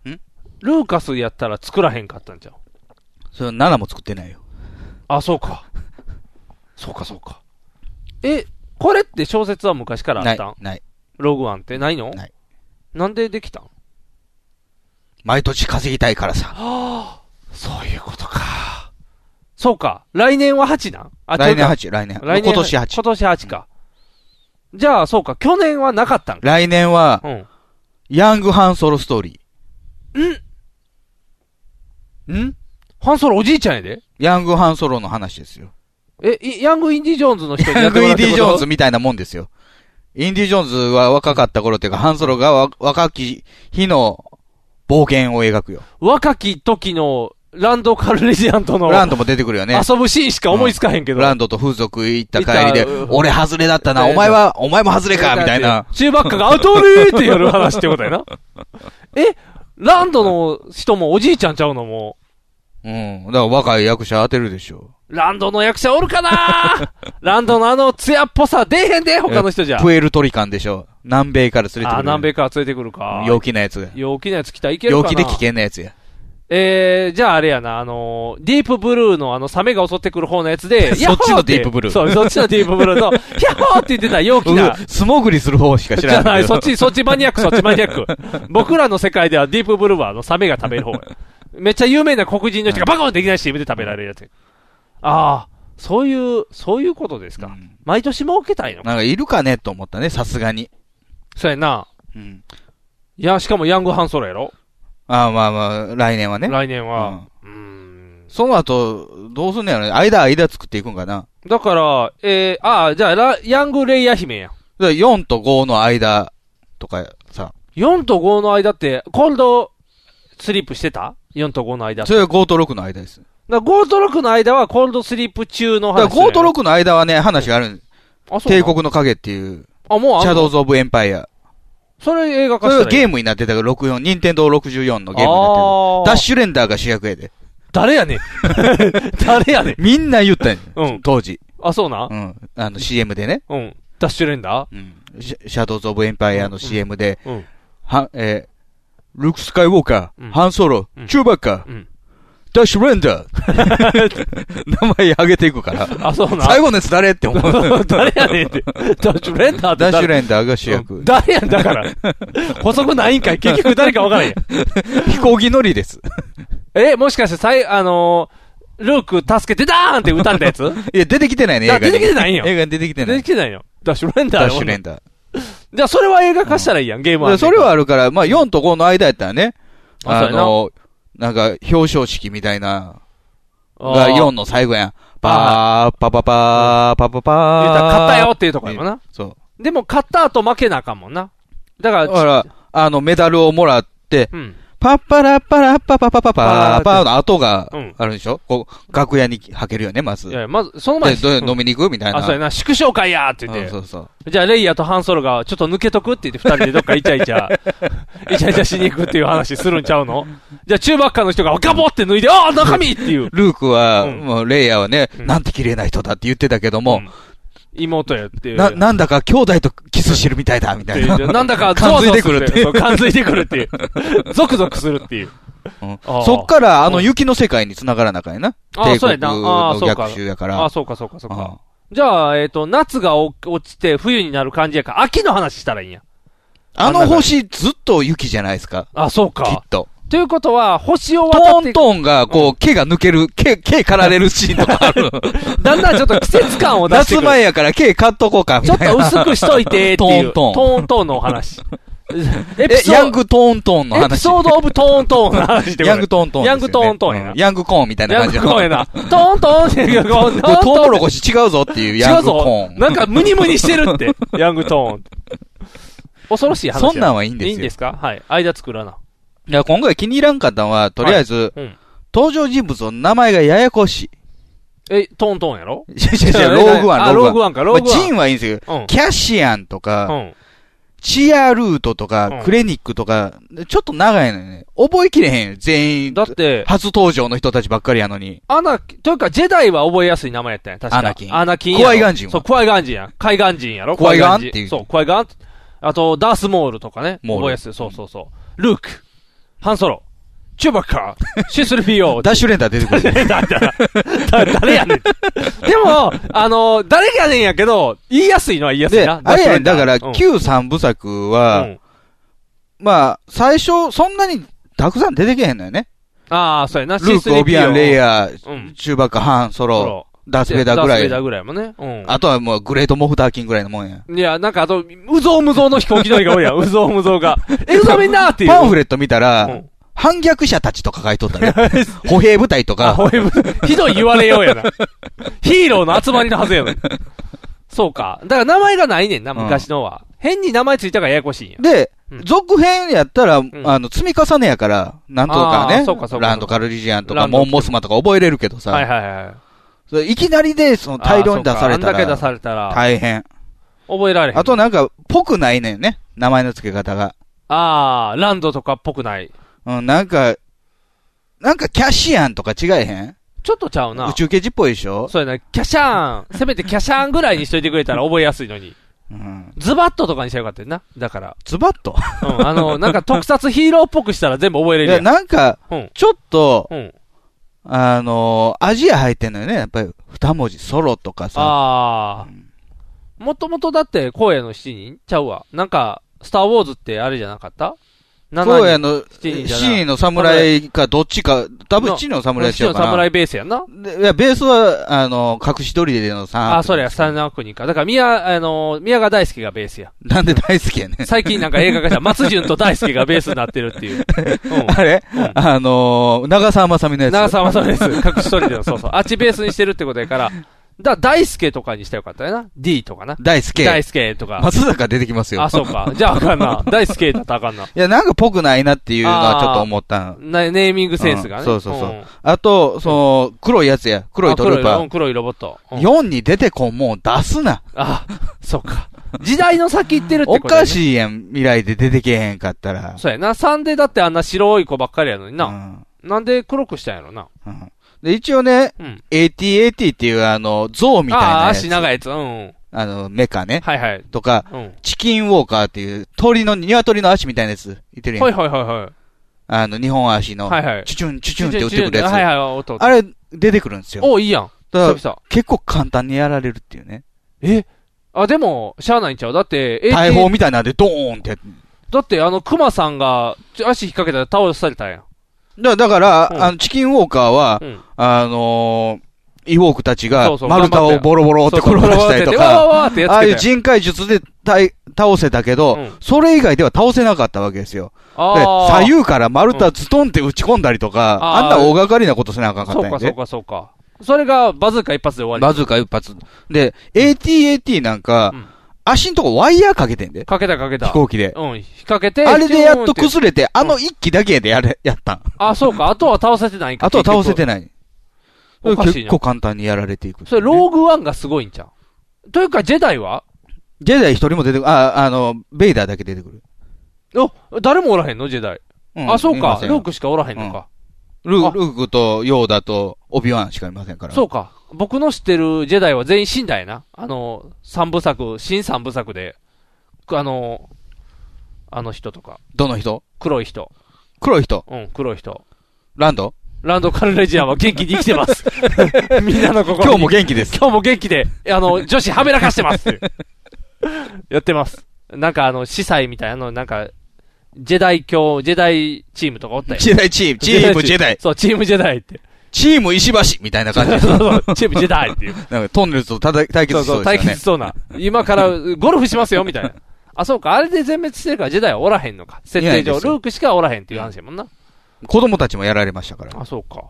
うんルーカスやったら作らへんかったんちゃう
それ7も作ってないよ。
あ、そうか。そうかそうか。え、これって小説は昔からあったん
ない。。
ローグワンってないのないなんでできたん
毎年稼ぎたいからさ。
ああ、そういうことか。そうか。来年は8なんあ
来年は8
ちゃうか
来年
来年。
今年8
今年8か。じゃあ、そうか。去年はなかったんか。
来年は、
うん
ヤングハンソロストーリ
んハンソロおじいちゃんやで
ー。ヤングハンソロの話です よ。
え、いヤングインディ・ジョーンズの人に
ヤ
や
ン
って
グ
も
イ
ら
ン
って
デ
こ
ィ・
と
ジョーンズみたいなもんですよ。インディ・ジョーンズは若かった頃っていうか、ハンソロがわ若き日の冒険を描くよ。
若き時のランド・カルレジアントの
ランドも出てくるよね。
遊ぶシーンしか思いつかへんけど。
ランドと風俗行った帰りで
行っ、た
俺外れだったな、お前は、お前も外れか、みたいな。
チューバッカがアウトレーってやる話ってこ とやな。え、ランドの人もおじいちゃんちゃうのも
うん。だから若い役者当てるでしょ。
う、ランドの役者おる かなランドのあの艶っぽさ出えへんで、他の人じゃ。
プエルトリカンでしょ。南米から連れてくる。
あ、南米から連れてくるか。
陽気なやつが。
陽気なやつ来たらいけるか
陽
な
気で危険なやつや。
えー、じゃああれやな、あのーディープブルーのあの、サメが襲ってくる方のやつ で、
そっちのディープブルー
ヤッホーってそう、そっちのディープブルーの、ヒャッホーって言ってた陽気な。
うん素潜りする方しか知
じ
ら
ゃ
な。
ないい、そっち、そっちマニアック、そっちマニア ック。僕らの世界ではディープブルーはあの、サメが食べる方や。めっちゃ有名な黒人の人がバカンできないし、指で食べられるやつ。ああ、そういう、そういうことですか。毎年儲けたいの
なんかいるかねと思ったね、さすがに。
そうやな。
うん。
いや、しかもヤングハンソロやろ
ああまあまあ、来年はね。
来年は。
その後、どうすんのやろね。間、間作っていくんかな。
だから、えー、ああ、じゃあラ、ヤングレイヤー姫や。
だから4と5の間とかさ。
4と5の間って、コールドスリープしてた ?4 と5の間。
それは5と6の間です。
だから5と6の間はコールドスリープ中の
だ
話。
から5と6の間はね、話があるん
あそうな
帝
の
国の影っていう。
あもうあんの
シャドウズ・オブ・エンパイア。
それ映画
そ
化
れ
し
が
たらいい
ゲームになってたから、64、任天堂64のゲームになってる
あー。
ダッシュレンダーが主役やで。
誰やねん。 誰やねん。
みんな言ったんや当時。
あ、そうな
うん。あの CM でね。
うん。ダッシュレンダー
シャシャドウズ・オブ・エンパイアの CM で、
うんうん
は、えールーク・スカイウォーカー、
うん
ハンソロ、
うん
チューバッカー、ダッシュ・レンダ ー名前上げていくから。
あそうなん
最後のやつ誰って思う。
誰やねんって。ダッシュレンダーっ
ダ
て誰
ッシュレンダーが主役。
誰やん だから。補足ないんかい。結局誰かわからんやん。
飛行機乗りです。
え、もしかして、さい、あのールーク助けてダーンって歌ったやつ
いや、出てきてないね、映画
あ
に。
出てきてないんよ
映画に出てきてない。
出てきてないよ。ダッシュレンダー
ダッシュレン
ー。
ダー。
じゃあ、それは映画化したらいいやん、ゲームは。
でそれはあるから、まあ4と5の間やったらね、
あ
あ
そうやな
の、なんか表彰式みたいな、
あー
が4の最後やん。パー、パパパー、パパパー。
言うたら勝ったよっていうとこやもんな。
そう。
でも、勝った後負けなあかんもんな。だから、
だから、あの、メダルをもらって、パッパラッパラッパパパパパーパーの後があるでしょこう、楽屋に履けるよね、まず。
いやまず、その前に
でどういう飲みに行くみたいな。
あ、そうやな、祝勝会やーって言って。
そうそう
じゃあ、レイヤーとハンソロが、ちょっと抜けとくって言って、二人でどっかイチャイ チャ、イチャイチャしに行くっていう話するんちゃうのじゃあ、中ばっかの人が、ガボって脱いで、ああ、中身っていう。
ルークは、もうレイヤーはね、なんて綺麗な人だって言ってたけども、
妹やって。
な、なんだか兄弟とキスしてるみたいだ、みたいな。
なんだか、ゾ
感
ワ
づ
ゾ
い
ワ
て
す
くるって
そう感づいてくるっ ていう。ゾクゾクするっていう。あー
そっから、あの、雪の世界に繋がらなあかんやな。
ああ、
帝
そうや
国
な。ああ、
の
そうか。
逆襲やから。
ああ、そううか、そうか、そう
うん
か。じゃあ、えっと、夏がお落ちて冬になる感じやから、秋の話したらいいんや。
あの星、ずっと雪じゃないですか。
あ、そうか。
きっと。
ということは、星を
ト
渡っ
ー
て
ン、トーンが、こう、毛が抜ける、毛、毛刈られるシーンと かある。
だんだんちょっと季節感を出し
夏
てくる。
前やから毛刈っとこうか、み
ち
たい
ょっ
な。
と薄くしといてってい
トーン
う。ト
トーン。
ーントーンのお話。エ
え、ヤングトーントーンの
エピ
話。
ソードオブトーントーンの話ってこと
ヤングトーントーンですよね。
ヤングトーントーンやな
うんヤングコーンみたいな
ヤン
感じ
グ
の
コーンやな。トーントーンっていうトーントーン
トウモロコシ違うぞっていうヤン
違う
グコ
ぞ
ー。ン。
なんかムニムニしてる って。ヤングトーン。恐ろしい話や。
そんなんはいいんですよ
いいんですかはい。間作らな。
いや、今回気に入らんかったのは、とりあえず、
はいうん
登場人物の名前がややこしい。
え、トントンやろ
いやいやいやローグワン、
あ、ローグワンか、ローグワン。
まあジンはいいんですけど、
うん
キャシアンとか、
うん
チアルートとか、
うん
クレニックとか、ちょっと長いのよね。覚えきれへんよ、全員。だ
って、
初登場の人たちばっかりやのに。
アナ、というか、ジェダイは覚えやすい名前やったんや、確か
アナキン
アナキンやろ。
クワイガンジンは
そう、クワイガンジンやん。クワイガンジンやろ。
クワイガン
ク
っていう
そう、クワイガン。あと、ダースモールとかね。
モール
覚えやすい。そうそうそう。ルーク、ハンソロ、チューバッカー、シスルフィ オ。
ダッシュレンダー出てくる。
だ 誰やねん。でも、あの、誰やねんやけど、言いやすいのは言いやすい
で、
な。
あれやねだから、
うん
旧三部作は、まあ、最初、そんなにたくさん出てけへんのよね。
ああ、そうやな。
ルーク、オビアン、レイヤ
う
ー、
ん
チューバッカ、ハン、ソロ、ダースベイダーぐら
ダースベ
い
イダ。ーぐらいもね。うん。
あとはもう、グレートモフターキンぐらいのもんや。
いや、なんかあと、無造無造の飛行機乗りが多 いやん。無造無造が。え、無造みんなっていう。
パンフレット見たら、反逆者たちとか書いとった ね。歩兵部隊とか。
歩兵部隊。ひどい言われよ うやな。ヒーローの集まりのはずやのに。そうか。だから名前がないねんな、
うん
昔のは。変に名前ついたからややこしいんや。
で、続編やったら、あの、積み重ねやから、なんとか
あー
ね
そうかそう、か
ランドカルリジアンと
ラ
か、
ンド
モンモスマとか覚えれるけど
はい
さ、
はいはい。
それいきなりで、その大量に出された
あーそうかあんだけ出さ
ら、
れたら。
大変。
覚えられへん。
あとなんか、ぽくないねんね、名前の付け方が。
あー、ランドとかっぽくない。
うん、なんか、なんかキャシアンとか違えへん
ちょっとちゃうな
宇。宙刑事っぽいでしょ
そうやな、キャシャーン。せめてキャシャーンぐらいにしといてくれたら覚えやすいのに。ズバッととかにしたらよかったよな。だから。
ズバッと
うん、あの、なんか特撮ヒーローっぽくしたら全部覚えれ
い
るや
や、
ん。
なんか
うん、
ちょっと、
うん
あのーアジア入ってんのよね、やっぱり。二文字、ソロとかさ。
ああ。もともとだって、荒野の七人ちゃうわ。なんか、スター・ウォーズってあれじゃなかった
そうやの、
七人じゃない
七人の侍かどっちか、多分七人の侍し
七
よ
人
うか
の侍
な。
ベースやんな。
でいや、ベースは、あのー隠し砦でのさ、
ああ、それや、三の国か。だから、宮、あのー、宮川大輔がベース や。
なんで大好きやねん。
最近なんか映画化した、松潤と大輔がベースになってるっていう。
あれあのー長澤まさみのやつ。
長澤まさみです。隠し撮りでの、そうそう。あっちベースにしてるってことやから、だ、大輔とかにしたらよかったよな。D とかな。
大輔
大輔とか。
松坂出てきますよ。
あ、そうか。じゃああかんな。大輔だったらあかんな。
いや、なんかぽくないなっていうのはちょっと思ったの。
なネーミングセンスがね。
うんそうそうそう。
ん
あと、その、黒いやつや。黒いトルー
あ黒い
パ
うん黒いロボット。
ー。4に出てこんもん出すな。
あ、そうか。時代の先行ってるって
お
ことやね
かしいやん、未来で出てけへんかったら。
そうやな。3でだってあんな白い子ばっかりやのにな。なんで黒くしたんやろな。
で、一応ね、AT-AT っていうあの、象みたいな
ああ、
や
足
つ。
長いやつ。うん。
あの、メカね。
はいはい。
とか、
うん
チキンウォーカーっていう、鳥の、鶏の足みたいなやつ、いてるやん。
はいはいはいはい。
あの、日本足の、
はいはい
チュチュン、チュチュンって打ってくるやつ。
チュチュンはいはい音音
あれ、出てくるんですよ。
おいいやん
だ
久
か
々
ら、結構簡単にやられるっていうね。
えあ、でも、しゃあないんちゃうだって、AT
大砲みたいなんで、ドーンってやって。
だって、あの、熊さんが、ちょ足引っ掛けたら倒されたんやん。
だだから、あの、チキンウォーカーは、あのー、イウォークたちが
そうそ、う
丸太をボロボロって
そう
転
そう
がしたりと
ボロボロ
か
ってや、っつけて
ああいう人海術で対倒せたけど、それ以外では倒せなかったわけですよ。で
あー
左右から丸太ズトンって打ち込んだりとか、
あー
あんな大掛かりなことせなあかんかっ
そ
た
うん
や
か、そう
で。
か、そうか。それが、バズーカ一発で終わ
バズーカ一発。で、AT-AT なんか、足んとこワイヤーかけてんで。
かけたかけた
飛行機で。
り。うん、引っ掛けて。
あれでやっと
れ
崩れて、あの一機だけでやれ、やったん。
あ、そうか。あとは倒せてないんか
あとは倒せて
い。
ない。
おかしい
結
な
構簡単にやられていく。
それ、ローグワンがすごいんちゃうというか、ジェダイは
ジェダイ一人も出てくる。あ、あの、ベイダーだけ出てくる。
お、誰もおらへんのジェダイ。
うん
あ、そう
いま
か。
せん
ロークしかおらへんのか。
ルールークとヨーダとオビワンしかいませんから。
そうか。僕の知ってるジェダイは全員死んだんやな。あの、三部作、新三部作で、あの、あの人とか。
どの人
黒い人。
黒い人。
うん、黒い人。
ランド
ランドカルレジアンは元気に生きて ます。みんなの心に
今日も元気 です。
今日も元気で、あの、女子はべらかしてますっていうやってます。なんかあの、司祭みたいなの、なんか、ジェダイ教、ジェダイチームとかおったよ。
ジェダイチームチームジェダイ
そう、チームジェダイって。
チーム石橋みたいな感じ。
そう そうそうチームジェダイっていう。
なんかトンネルズとたた対決しそうですよね。
対決しそうな。今からゴルフしますよ、みたいな。あ、そうか、あれで全滅してるから、ジェダイはおらへんのか。設
いな
定
い
上、
で
ル
すよ
ークしかおらへんっていう話やもんな。
子供たちもやられましたから。
あ、そうか。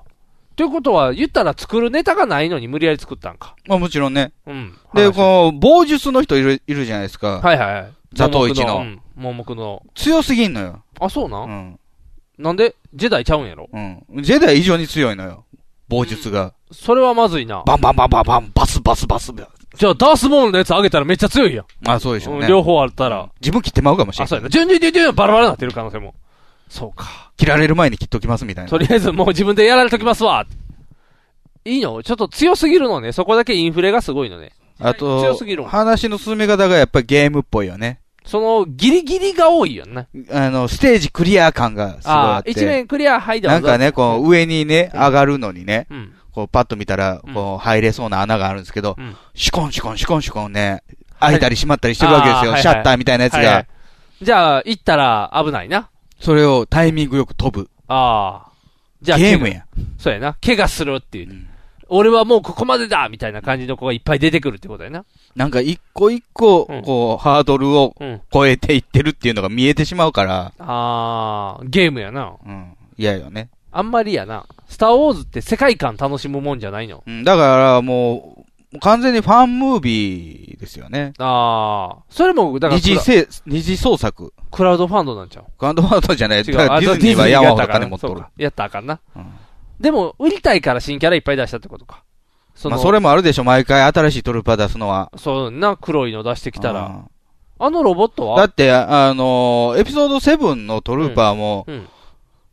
ということは、言ったら作るネタがないのに無理やり作ったんか。
まあもちろんね。
うん。
で、この、傍術の人いる、いるじゃないですか。
はいはいはい。
座頭市の。
盲目の。うん盲目の。
強すぎんのよ。
あ、そうなん
うん。
なんでジェダイちゃうんやろ
うん。ジェダイ以上に強いのよ。棒術が。
それはまずいな。
バンバンバンバンバン、バスバスバス。
じゃあ、ダースモールのやつあげたらめっちゃ強いやん。
あ、そうでしょう
うん
ね。
両方あったら。
自分切ってまうかもしれ
あ、
な
そう
い
や。な。ジュンジュンジュンジュンバラバラになってる可能性も。そうか。
切られる前に切っときますみたいな。
とりあえずもう自分でやられときますわ。いいのちょっと強すぎるのね。そこだけインフレがすごいのね。
あ
強
と
すぎる、
話の進め方がやっぱりゲームっぽいよね。
その、ギリギリが多いよね。
あの、ステージクリア感がすごいあ
あ
っ
あ、
て。
一面クリア、はい、どうぞ
なんかね、こう、上にね、上がるのにね、
うん
こう、パッと見たら、こう、入れそうな穴があるんですけど、シュコンシュコンシュコンシュコンね、開いたり閉まったりしてるわけですよ。
あはい
シャッターみたいなやつが。
ははじゃあ、行ったら危ないな。
それをタイミングよく飛ぶ。
ああ。じゃあ、
ゲームや。
そうやな。怪我するっていう。俺はもうここまでだみたいな感じの子がいっぱい出てくるってことやな。
なんか一個一個、こう、ハードルを
うん
超えていってるっていうのが見えてしまうから、
ああ、ゲームやな。
嫌よね。
あんまりやな。スター・ウォーズって世界観楽しむもんじゃないの。
うんだからもう、完全にファンムービーですよね。
ああ。それも、だから
二
ク
次
ラ、
せ二次創作。
クラウドファンドなんちゃう
クラウドファンドじゃない。
違
だ
う
から
あ
ディズニーは山ほど金持っと
そう
る
か。やったらあかんな。でも、売りたいから新キャラいっぱい出したってことか。そ
まあそれ
も。
もあるでしょ、毎回新しいトルーパー出すのは。
そうな、黒いの出してきたら。あのロボットは
だって、ああのーエピソード7のトルーパーも、
うん。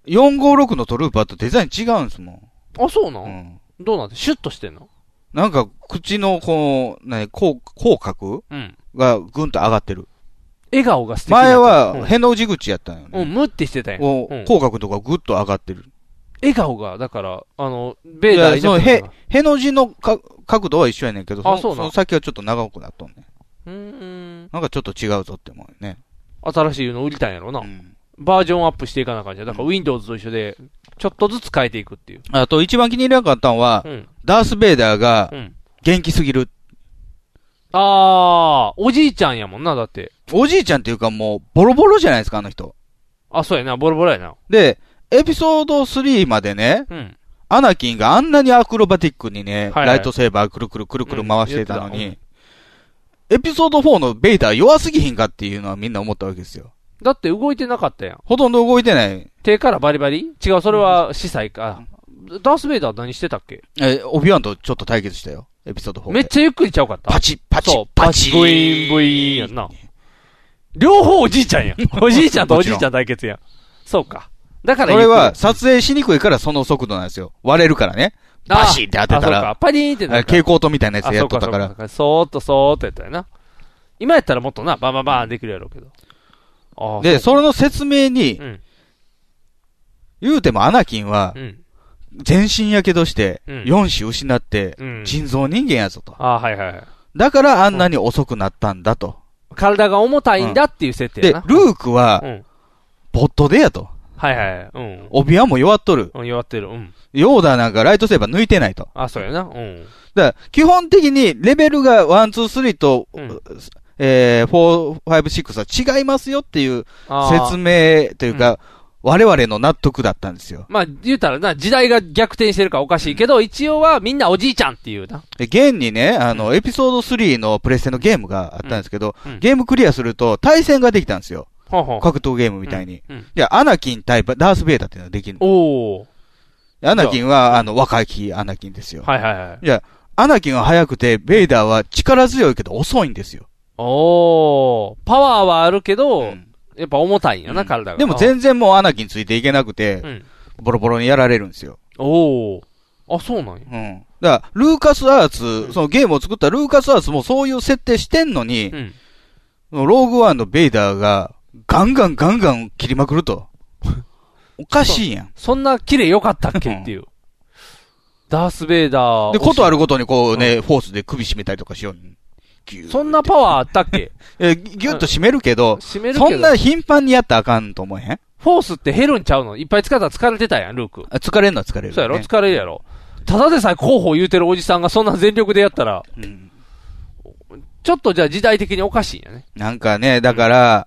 456のトルーパーとデザイン違うんですもん。
あ、そうなん、どうなんてシュッとしてんの
なんか、口の、こう、何、口口角
うん。
がぐんと上がってる。
笑顔が素敵だった
前
うん
は、への字口やったのよね。
うん、ムってしてたやん。
こう
うん
口角とかぐっと上がってる。
笑顔が、だから、あの、ベーダー
いやその、
いなくなっ
へ
たな、
への字のか角度は一緒やねんけど、
あ
そ
そう
の
なん
その先はちょっと長くなっとんね
うーん。
なんかちょっと違うぞって思うよね。
新しいの売りたいんやろな、バージョンアップしていかな感じだ。だから Windows と一緒で、ちょっとずつ変えていくっていう。
あと、一番気に入らなかったのは、
うん
ダース・ベイダーが
うん、
元気すぎる。
あー、おじいちゃんやもんな、だって。
おじいちゃんっていうかもう、ボロボロじゃないですか、あの人。
あ、そうやな、ボロボロやな。
で、エピソード3までね、
うん。
アナキンがあんなにアクロバティックにね、
はいはい
ライトセーバーくるくるくるくる回してたの
うん
に、エピソード4のベイダー弱すぎひんかっていうのはみんな思ったわけですよ。
だって動いてなかったやん。
ほとんど動いてない。
手からバリバリ違う、それは司祭か。ダース・ベイダー何してたっけ
え、オビワンとちょっと対決したよ。エピソード4で。
めっちゃゆっくりちゃうかった。パ
チッ、パ
チッ、パチッ。ブイーン、ブイーンやんな。両方おじいちゃんやん。 おじいちゃんとおじいちゃん対決やん。そうか。だから
そ
ゆっくり
れは撮影しにくいからその速度なんですよ。割れるからね。バシーって当てた。
あそうからパリーンってなるから
蛍光灯みたいなやつでやっとったか
あそう
ら。
そうそーっとそーっとやったよな。今やったらもっとな、バンバンバンできるやろうけど。ああ
で、それの説明に、
うん
言うてもアナキンは
うん、
全身やけどして
うん、
4子失って
うん、
人造人間やぞと。
あーはいはいはい。
だからあんなに遅くなったんだと。
体が重たいんだっていう設定
で、
や
ル
な。
ーク
う
は
ん、
ボットでやと。
はいはい。うん。
オビアも弱っとる。
うん弱ってる。うん。
ヨーダなんかライトセーバー抜いてないと。
あ、そうやな。うん。
だから、基本的にレベルが1、2、3と、えー、4、5、6は違いますよっていう
あー
説明というか、我々の納得だったんですよ。
まあ、言うたらな、時代が逆転してるからおかしいけど、一応はみんなおじいちゃんっていうな。
で、現にね、あの、エピソード3のプレステのゲームがあったんですけど、
うんうん
ゲームクリアすると対戦ができたんですよ。
ほうほう
格闘ゲームみたいに。
うんうん
じゃあ、アナキン対ダース・ベイダーっていうのができるの。
お
アナキンは、あの、若きアナキンですよ。
はいはいはい。
じゃあ、アナキンは速くて、ベイダーは力強いけど遅いんですよ。
おー。パワーはあるけど、やっぱ重たいんやな、体が。
でも全然もうアナキンついていけなくて、
ん
ボロボロにやられるんですよ。
おお。あ、そうなんや。
うん。だから、ルーカスアーツ、そのゲームを作ったルーカスアーツもそういう設定してんのに、そのローグワンのベイダーが、ガンガンガンガン切りまくる と。おかしいやん。
そんな綺麗良かったっけっていう。ダース・ベイダー。
で、ことあるごとにこうね、フォースで首絞めたりとかしよう。
そんなパワーあったっけ
え、ギュッと締めるけど、
めるけど
そんな頻繁にやったらあかんと思えへん
フォースって減るんちゃうのいっぱい使ったら疲れてたやん、ルーク。
あ疲れんのは疲れる、
そうやろ疲れるやろ。ただでさえ広報言うてるおじさんがそんな全力でやったら、ちょっとじゃあ時代的におかしいんやね。
なんかね、だから、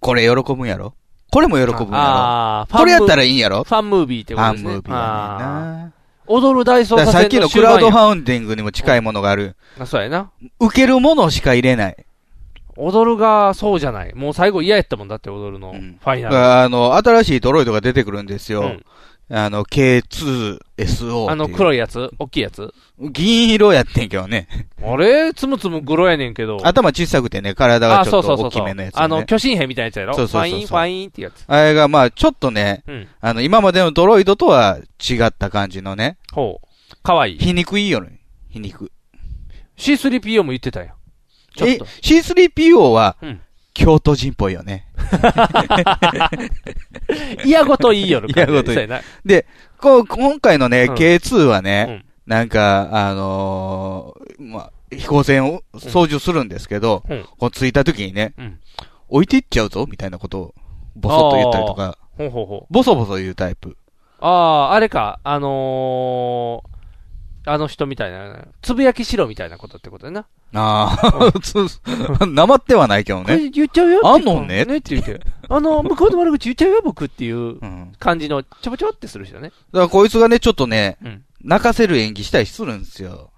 これ喜ぶんやろこれも喜ぶんや
あー
ろこれやったらいいんやろ
ファンムービーってことですね。
ファンムービー
あー踊る大捜
だか
査
ら
線
さっきのクラウドファウンディングにも
い。
近いものがある。
あそうやな。
受けるものしか入れない。
踊るがそうじゃない。もう最後嫌やったもんだって踊るの、ファイナル。
あの、新しいトロイドが出てくるんですよ。あの、K2SO っていう。
あの黒いやつ大きいやつ
銀色やってんけどね。
あれつむつむグロやねんけど。
頭小さくてね、体が
あ
ち
そ
ょ
う
っ
そ
と
うそ
大
うそ
き
う
めのやつ、ね。
あの、巨神兵みたいなやつやろ
そうそうそうそう
ファイン、ファインってやつ。
あれが、まあ、ちょっとね、
うん
あの、今までのドロイドとは違った感じのね。
ほう。かわいい。
皮肉いいよね。皮肉。
C3PO も言ってたよ。ちょっ
え
と。、
C3PO は、
うん
京都人っぽいよね。
嫌ごと言いよる
嫌
感じ
ごと
そう
言
や
い
な。
で、こう、今回のね、
うん
K2 はね、なんか、あのーまあ、飛行船を操縦するんですけど、
うん
こう着いた時にね、
うん
置いていっちゃうぞ、みたいなことを、ボソッと言ったりとか、
ほうほうほう。
ボソボソ言うタイプ。
ああ、あれか、あのー、あの人みたいな、つぶやきしろみたいなことってことやな。
ああ、 つなまってはないけど
これ
ね。
言っちゃうよ
あんのね
ねって言って。あの、向こうの悪口言っちゃうよ、僕っていう感じの、ちょぼちょぼってする人ね。
だからこいつがね、ちょっとね、
うん
泣かせる演技したりするんですよ。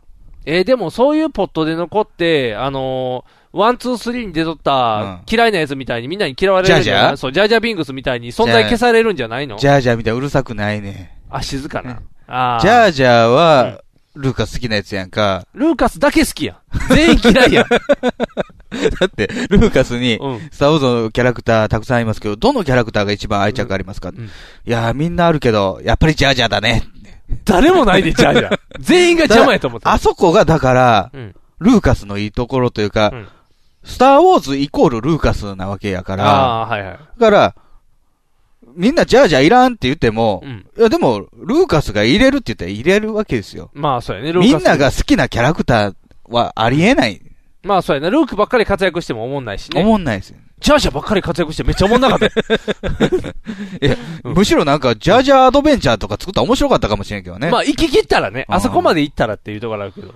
えーでもそういうポットで残って、あのー、ワン、ツー、スリーに出とった、嫌いなやつみたいにみんなに嫌われるんじゃない
ジャージャー
そう、ジャージャービングスみたいに存在消されるんじゃないの
ジャージャーみたいなうるさくないね。
あ、静かな。あ
ジャージャーは、ルーカス好きなやつやんか。
ルーカスだけ好きやん。全員嫌い やん。
だって、ルーカスに、スターウォーズのキャラクターたくさんいますけど、どのキャラクターが一番愛着ありますか、いやー、みんなあるけど、やっぱりジャージャーだね。
誰もないで、ジャージャー。全員が 邪魔やと思って
ただあそこが、だから、
うん
ルーカスのいいところというか、スターウォーズイコールルーカスなわけやから、
ああー、はいはい。
だから、みんなジャージャーいらんって言っても、いやでも、ルーカスが入れるって言ったら入れるわけですよ。
まあ、そうやね、ルーカス。
みんなが好きなキャラクターはありえない。
まあ、そうやな、ルークばっかり活躍しても思んないしね。
思んないですよ。
ジャージャーばっかり活躍してめっちゃ思んなかったよ。
いや、むしろなんか、ジャージャーアドベンチャーとか作ったら面白かったかもしれんけどね。
まあ、行き切ったらね、あそこまで行ったらっていうところあるけど。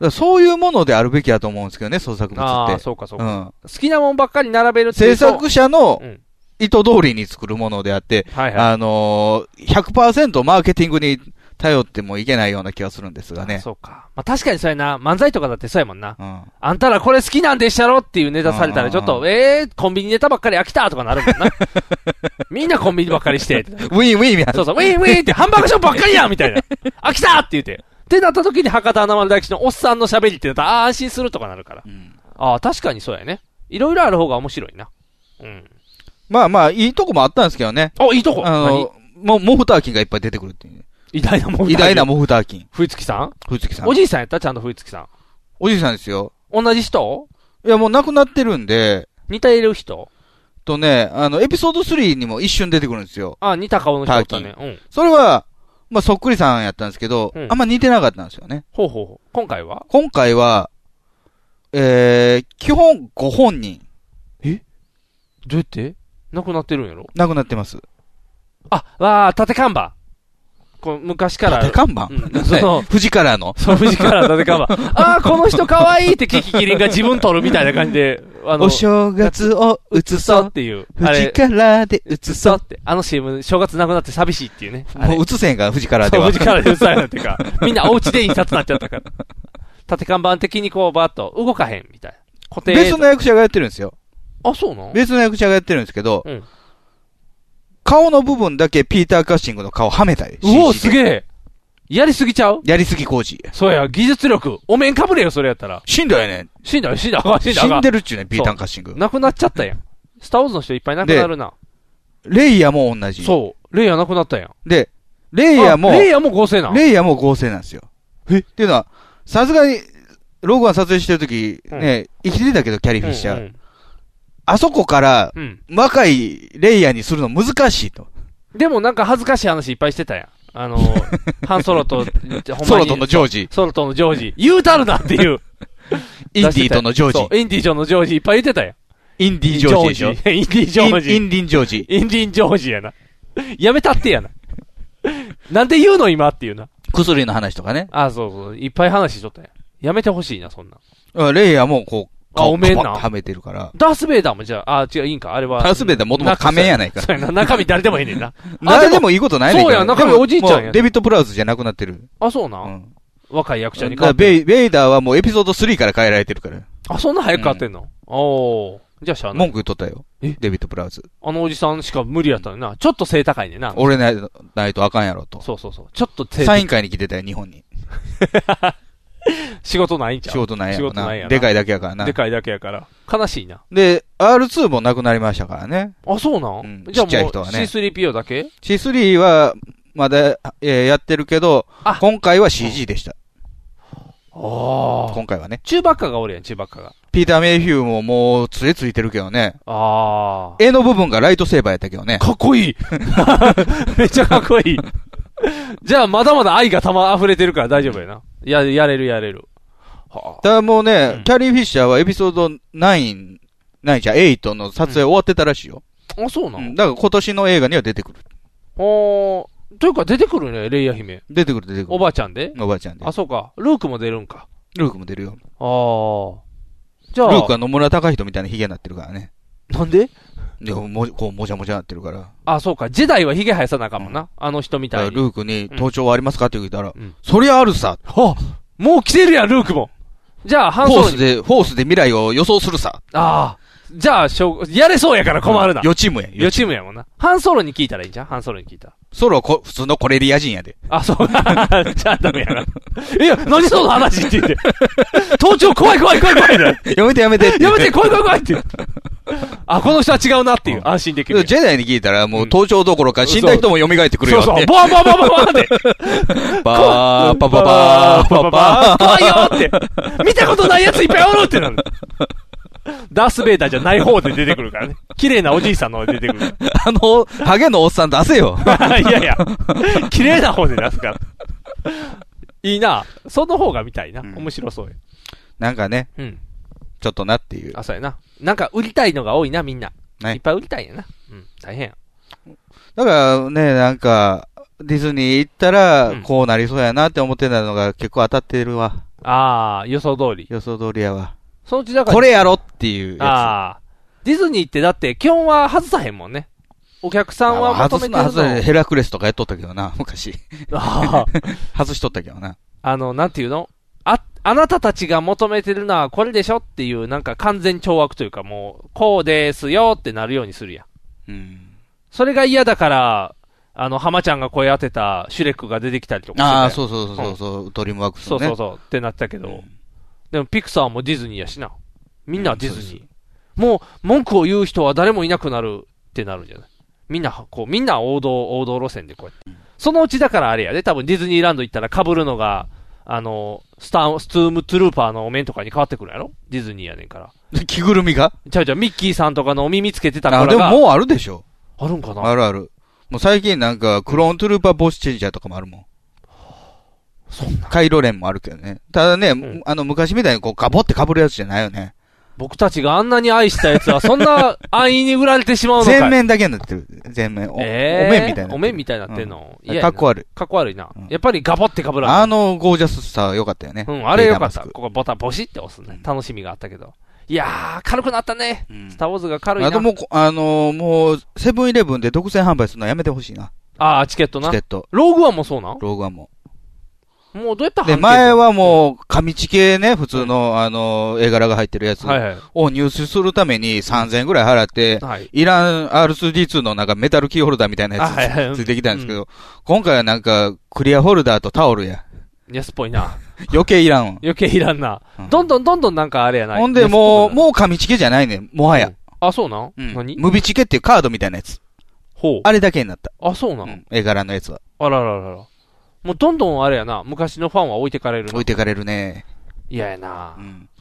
だからそういうものであるべきだと思うんですけどね、創作物っ
あ
て。
あ、そうかそう
うん
か。好きなもんばっかり並べるっていう
制
と
作者の
うん
意図通りに作るものであって、
はいはい
あのー、100%マーケティングに頼ってもいけないような気がするんですがね。
そうか。まあ確かにそうやな。漫才とかだってそうやもんな。
ん
あんたらこれ好きなんでっしゃろっていうネタされたらちょっと、ええー、コンビニネタばっかり飽きたとかなるもん な。みんなコンビニばっかりして。
ウィンウィンみたいな。
そうそう、ウィンウィンってハンバーガーショップばっかりやんみたいな。 飽きたって言って。ってなった時に博多華丸大吉のおっさんの喋りってなったら、ああー、安心するとかなるから。ああ、確かにそうやね。いろいろある方が面白いな。うん。
まあまあ、いいとこもあったんですけどね。
あ、いいとこ
あの、もう、モフターキンがいっぱい出てくるっていうね。
偉大なモフターキン
偉大なモフターキン。
冬月さん
冬月さん。
おじいさんやったちゃんと冬月さん。
おじいさんですよ。
同じ人
いや、もう亡くなってるんで。
似ている人
とね、あの、エピソード3にも一瞬出てくるんですよ。
ああ、似た顔の人だったね。うん。
それは、まあ、そっくりさんやったんですけど、
うん
あんま似てなかったんですよね。
ほうほうほう。今回は
今回は、えー、基本ご本人。
えどうやって亡くなってるんやろ
亡くなってます。
あ、わあ、縦看板。こう昔から。
縦看板、
うん、その、
富士からの。
そう、富士から縦看板。ああ、この人可愛いってキキキリンが自分撮るみたいな感じで、あの、
お正月を映そう
っていう。あ
富士
れ、
からで映そう
って。あの CM、正月なくなって寂しいっていうね。
もう映せんから、富士からでは。
そう富士からで映されたっ ていうか、みんなお家で印刷になっちゃったから。縦看板的にこう、バーッと動かへんみたいな。固定。
別の役者がやってるんですよ。
あ、そうなの
別の役者がやってるんですけど、
うん
顔の部分だけピーター・カッシングの顔はめたり。
うお
CG
す
で
げえやりすぎちゃう
やりすぎ工事。
そうや、技術力。お面かぶれよ、それやったら。
死んだよね。
死んだよ、死んだよ。死んだ
死んでるっちゅうね、ピーター・カッシング。
なくなっちゃったやん。スターウォーズの人いっぱい亡くなるな。
レイヤーも同じ。
そう。レイヤーなくなったやん。
で、レイヤーも、
あレイヤーも合成なん
レイヤーも合成なんですよ。えっていうのは、さすがに、ローグワン撮影してる時ね、生きてたけど、キャリー・フィッシャー。
うんう
あそこから、
うん
若いレイヤーにするの難しいと。
でもなんか恥ずかしい話いっぱいしてたやん。あの、ハンソロと、ほんまに
ソロとのジョージ
ソロとのジョージ。言うたるなっていう。
インディーとのジョージ
そうインディーとのジョージいっぱい言ってたやん。
インディ・ジョージでしょ。
ジョージインディ・ジョージ。
インインディ・ジョージ。
インディン・ジョージやな。やめたってやな。なんで言うの今っていうな。
薬の話とかね。
あ、そうそう。いっぱい話しとったやん。やめてほしいな、そんな。
うんレイヤーもこう、
あ、おめえ
パ
な
ッと。はめてるから。
ダース・ベイダーもじゃあ、あ、違う、いいんか、あれは。
ダースベイダー元々仮面やないか。
そうやな、中身誰でもいいねんな
誰でもいいことないねんけど
そうや、中身おじいちゃん
でもも
や
う。デビッド・プラウズじゃなくなってる。
あ、そうな。若い役者
だ
に
か
変わ
ら
って。
ベイベイダーはもうエピソード3から変えられてるから。
あ、そんな早く変わってんのあおーじゃあしゃあない。
文句言っとったよ。デビット・ブラウズ。
あのおじさんしか無理やったのにな。ちょっと背高いねんな。
俺ないないとあかんやろと。
そうそうそう。ちょっと手
サイン会に来てたよ、日本に。
仕事ないんちゃう
仕事ないや
仕
ろ
事
な
ないや。な
でかいだけやからな
で。かいだけやから。悲しいな。
で、R2 もなくなりましたからね。
あ、そうなん、じゃあ
ちっちゃい
もう
人はね
C3PO だけ
C3 は、まだ、えーやってるけど、今回は CG でした。
ああ。
今回はね。
中ばっかがおるやん、中ばっかが。
ピーター・メイヒューももう、つれついてるけどね。
ああ。
絵の部分がライトセーバーやったけどね。
かっ こいいめっちゃかっこいい。じゃあ、まだまだ愛がたま溢れてるから大丈夫やな。や、やれるやれる。
ただもうね、キャリー・フィッシャーはエピソード9、9じゃ8の撮影終わってたらしいよ。
あ、そうな、
うんんだから今年の映画には出てくる。
おーというか出てくるね、レイヤ姫。
出てくる出てくる。
おばあちゃんで
おばあちゃんで。
あ、そうか。ルークも出るんか。
ルークも出るよ。
ああ。じゃあ、
ルークは野村隆人みたいなヒゲになってるからね。
なんで
いや、もじ、こう、もじゃもじゃなってるから。
あ、そうか。ジェダイはヒゲ生やさなあかんもんな。あの人み
だか
たい
ら
に。
ルークに盗聴はありますかって言ったら、
ん
そりゃあるさ。
はもう来てるやん、ルークも。じゃあ、
フ
ハンソ
ォー
ロ
ス
に。
で、フォースで未来を予想するさ。
ああ。じゃあ、しょうやれそうやから困るな。
予知夢や。
予知夢やもんな。ハンソロに聞いたらいいんじゃんハンソロに聞いたら。
ソロはこ普通のコレリア人やで。
あ、 そう。じゃあダメやな。いや、何その話って言って。盗聴怖い怖い怖い怖いだよ。
やめてやめてって。
やめて、怖い怖い怖いって言って。あ、この人は違うなっていう。安心でき
ジ
るやん。
ェダイに聞いたら、もう盗聴どころか死んだ人も蘇ってくるよ
そうそう、
ね。
ボワンボワンボワンボワンって。
バー、パパパー、パパパー。
怖いよって。見たことないやついっぱいおるってなる。ダース・ベイダーじゃない方で出てくるからね。綺麗なおじいさんの方で出てくる。
あの、ハゲのおっさん出せよ。
いやいや、綺麗な方で出すから。いいな。その方が見たいな。面白そうや。
なんかね、
うん
ちょっとなっていう。
あ、そうやな。なんか売りたいのが多いな、みんな。
ね
いっぱい売りたいんやな。うん、大変や。
だからね、なんか、ディズニー行ったら、こうなりそうやなって思ってたのが結構当たってるわ。
ああ、予想通り。
予想通りやわ。
そのうちだから。
これやろっていうや
ああ。ディズニーってだって、基本は外さへんもんね。お客さ
つ。
んは
あ外
求め
す
て
の
る
外すの
の。
ヘラクレスとかやっとったけどな、昔。
あ
外しとったけどな。
あの、なんていうのあ、あなたたちが求めてるのはこれでしょっていう、なんか完全懲悪というか、もう、こうですよってなるようにするやん。
うん。
それが嫌だから、あの、浜ちゃんが声当てたシュレックが出てきたりとかしてたやん
ああ、そうそうそうそう、うドリームワークス
そ
の
う
ね。
そうそう、ってなったけど、でもピクサーもディズニーやしな。みんなディズニー。もう、文句を言う人は誰もいなくなるってなるんじゃないみんな、こう、みんな王道、王道路線でこうやって。そのうちだからあれやで、多分ディズニーランド行ったら被るのが、あの、スター、ストゥームトゥルーパーのお面とかに変わってくるやろディズニーやねんから。
着ぐるみが
ちゃうちゃう、ミッキーさんとかのお耳つけてたから
あ、
が。
でももうあるでしょ。
あるんかな
あるある。もう最近なんか、クローントゥルーパーボスチェンジャーとかもあるもん。カイロレンもあるけどね。ただね、あの、昔みたいにこう、ガボって被るやつじゃないよね。
僕たちがあんなに愛したやつは、そん な安易に売られてしまうのかい
全面だけになってる。全面。お,、
えー、
お面みたいな。
お面みたいになってんの。
うん
嫌やな
かっこ悪い。
かっこ悪いな。やっぱりガボってかぶらん
あのゴージャスさ良かったよね。
うん、あれ
レイ
よかっ
ダーマス
た。
ク。
ここボタン、ボシって押すね。楽しみがあったけど。いやー、軽くなったね。スターウォーズが軽いな。
あともうこ、あのーもう、セブンイレブンで独占販売するのやめてほしいな。
あー、チケットな。
チケット。
ローグワンもそうなん
ローグワンも。
もうどうやったら
で、
判定
前はもう、紙チケね、普通の、あのー、絵柄が入ってるやつ
はいはい
を入手するために3000円ぐらい払って、
はい
らん R2D2 のなんかメタルキーホルダーみたいなや
あはいはい
つついてきたんですけど、今回はなんか、クリアホルダーとタオルや。
安っぽいな。
余計いらんわ。
余計いらんな。どんどんどんどんなんかあれやな。
ほんで、もう、もう紙チケじゃないねんもはや。
う。あ、そうなん何
ムビチケっていうカードみたいなやつ。
ほう。
あれだけになった。
あ、そうなの
絵柄のやつは。
あらららら。もうどんどんあれやな。昔のファンは置いてかれるな。
置いてかれるね。
嫌やな。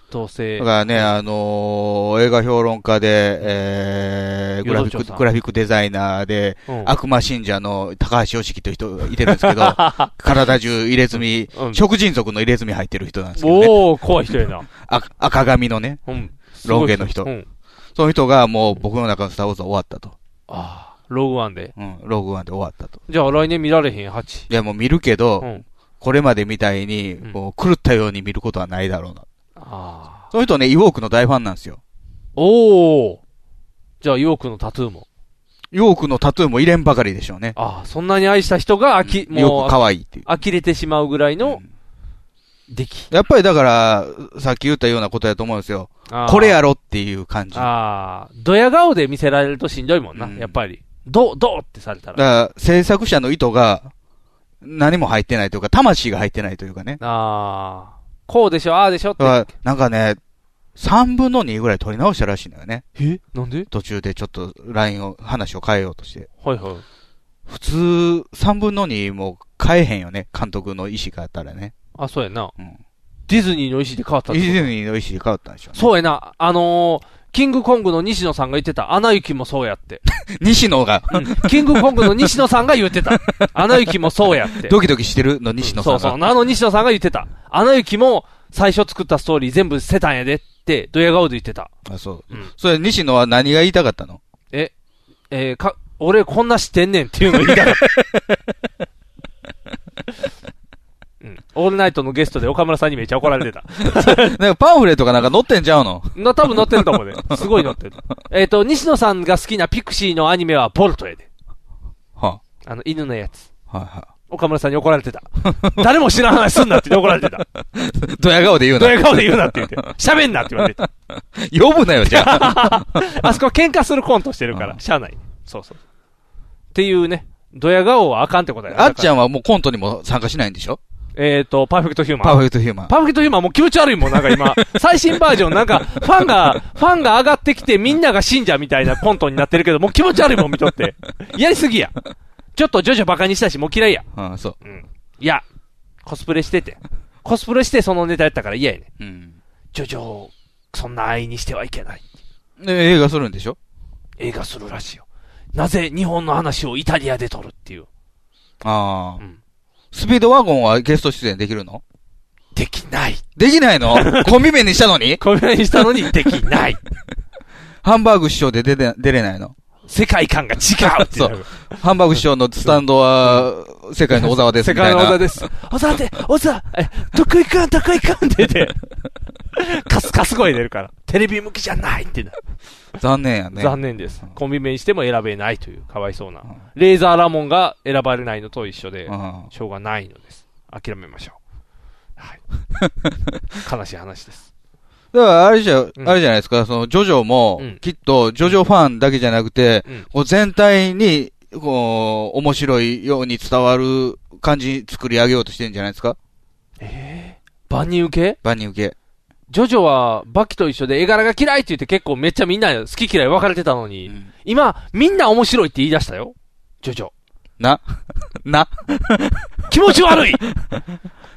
どうせ。
だからね、あのー映画評論家で、えー、グラフィ
与党長
ッ
さ
ク、
ん
グラフィックデザイナーで、
うん、
悪魔信者の高橋良樹という人がいてるんですけど 体中入れ墨、
うん
食人族の入れ墨入ってる人なんですけどね。
おー、怖い人やな。
あ赤髪のね、
うん
ロン毛の人、
すごい人うん
その人がもう僕の中のスターウォーズは終わったと。
ローグワンで。
うん、ローグワンで終わったと。
じゃあ来年見られへん、8。
いや、もう見るけど、
うん
これまでみたいに、こう、狂ったように見ることはないだろうな。
あ
その人ね、イウォークの大ファンなんですよ。
おー。じゃあ、ヨークのタトゥーも。
イウォークのタトゥーも入れんばかりでしょうね。
ああ、そんなに愛した人が飽き、
よく可愛いって
いう。呆れてしまうぐらいの、でき。
やっぱりだから、さっき言ったようなことやと思うんですよ
あ。ー
これやろっていう感じ。だか
ああ、ドヤ顔で見せられるとしんどいもんな、やっぱり。どう、どうってされたら。
ら、制作者の意図が、何も入ってないというか、魂が入ってないというかね。
ああ、こうでしょ、ああでしょって。
だからなんかね、3分の2ぐらい取り直したらしいのよね。
えなんで
途中でちょっと、ラインを、話を変えようとして。
はいはい。
普通、3分の2も変えへんよね。監督の意思があったらね。
あ、そうやな。ディズニーの意思で変わったっ
デ
てこと
ィズニーの意思で変わったんでしょうね。
そうやな。あのー、キングコングの西野さんが言ってた、アナ雪もそうやって。
西野が、
キングコングの西野さんが言ってた、アナ雪もそうやって。
ドキドキしてるの西野さん
そ
が。
うそう。あの西野さんが言ってた、アナ雪も最初作ったストーリー全部捨てたんやでって、ドヤ顔で言ってた。
あ、そう。
うん
それ、西野は何が言いたかったの
え、えーか、俺こんな知ってんねんっていうの言いたかった。 うん、オールナイトのゲストで岡村さんにめっちゃ怒られてた。
なんかパンフレットかなんか載ってんちゃうの
な、多分載ってると思うね。すごい載ってる。えっ、と、西野さんが好きなピクシーのアニメはボルトやで。
は
あの、犬のやつ。
はいは
岡村さんに怒られてた。誰も知らん話すんなって怒られてた。
い。ドヤ顔で言うな。
ドヤ顔で言うなって言って。喋んなって言われてた。
呼ぶなよ、じゃ あ。
あそこ喧嘩するコントしてるから、しゃあない。そうそう。っていうね、ドヤ顔はあかんってことやな
あっちゃんはもうコントにも参加しないんでしょ
えっ、と、パーフェクトヒューマン。
パーフェクトヒューマン。
パーフェクトヒューマンもう気持ち悪いもん、なんか 今。最新バージョン、なんか、ファンが、ファンが上がってきてみんなが信者みたいなコントになってるけど、もう気持ち悪いもん見とって。やりすぎや。ちょっとジョジョバカにしたし、もう嫌いや。
うん、そう。
いや、コスプレしてて。コスプレしてそのネタやったから嫌やね。
うん。
ジョジョをそんな愛にしてはいけない。
で、映画するんでしょ
映画するらしいよ。なぜ日本の話をイタリアで撮るっていう。
ああ、スピードワゴンはゲスト出演できるの
できない。
できないの コンビ名にしたのに
コンビ名にした のにできない。
ハンバーグ師匠で出て出れないの
世界観が違うって
そ
な
う
る。。
ハンバーグ師匠のスタンドは、世界の小沢です
世
みたい
界
な。
の小沢です。小沢って、小沢、え、得意かん、得意かんって 言って、カスカス声出るから、テレビ向きじゃないってな。
残念やね。
残念です。コンビ名にしても選べないという、かわいそうな。レーザーラモンが選ばれないのと一緒で、しょうがないのです。諦めましょ う。悲しい話です。
だから、あれじゃ、あれじゃないですか、その、ジョジョも、きっと、ジョジョファンだけじゃなくて、こう全体に、こう、面白いように伝わる感じ作り上げようとしてんじゃないですか
万人受け
万人受け。
ジョジョは、バキと一緒で絵柄が嫌いって言って結構めっちゃみんな好き嫌い分かれてたのに、今、みんな面白いって言い出したよ。ジ ョジョ。
な、な。
気持ち悪い気持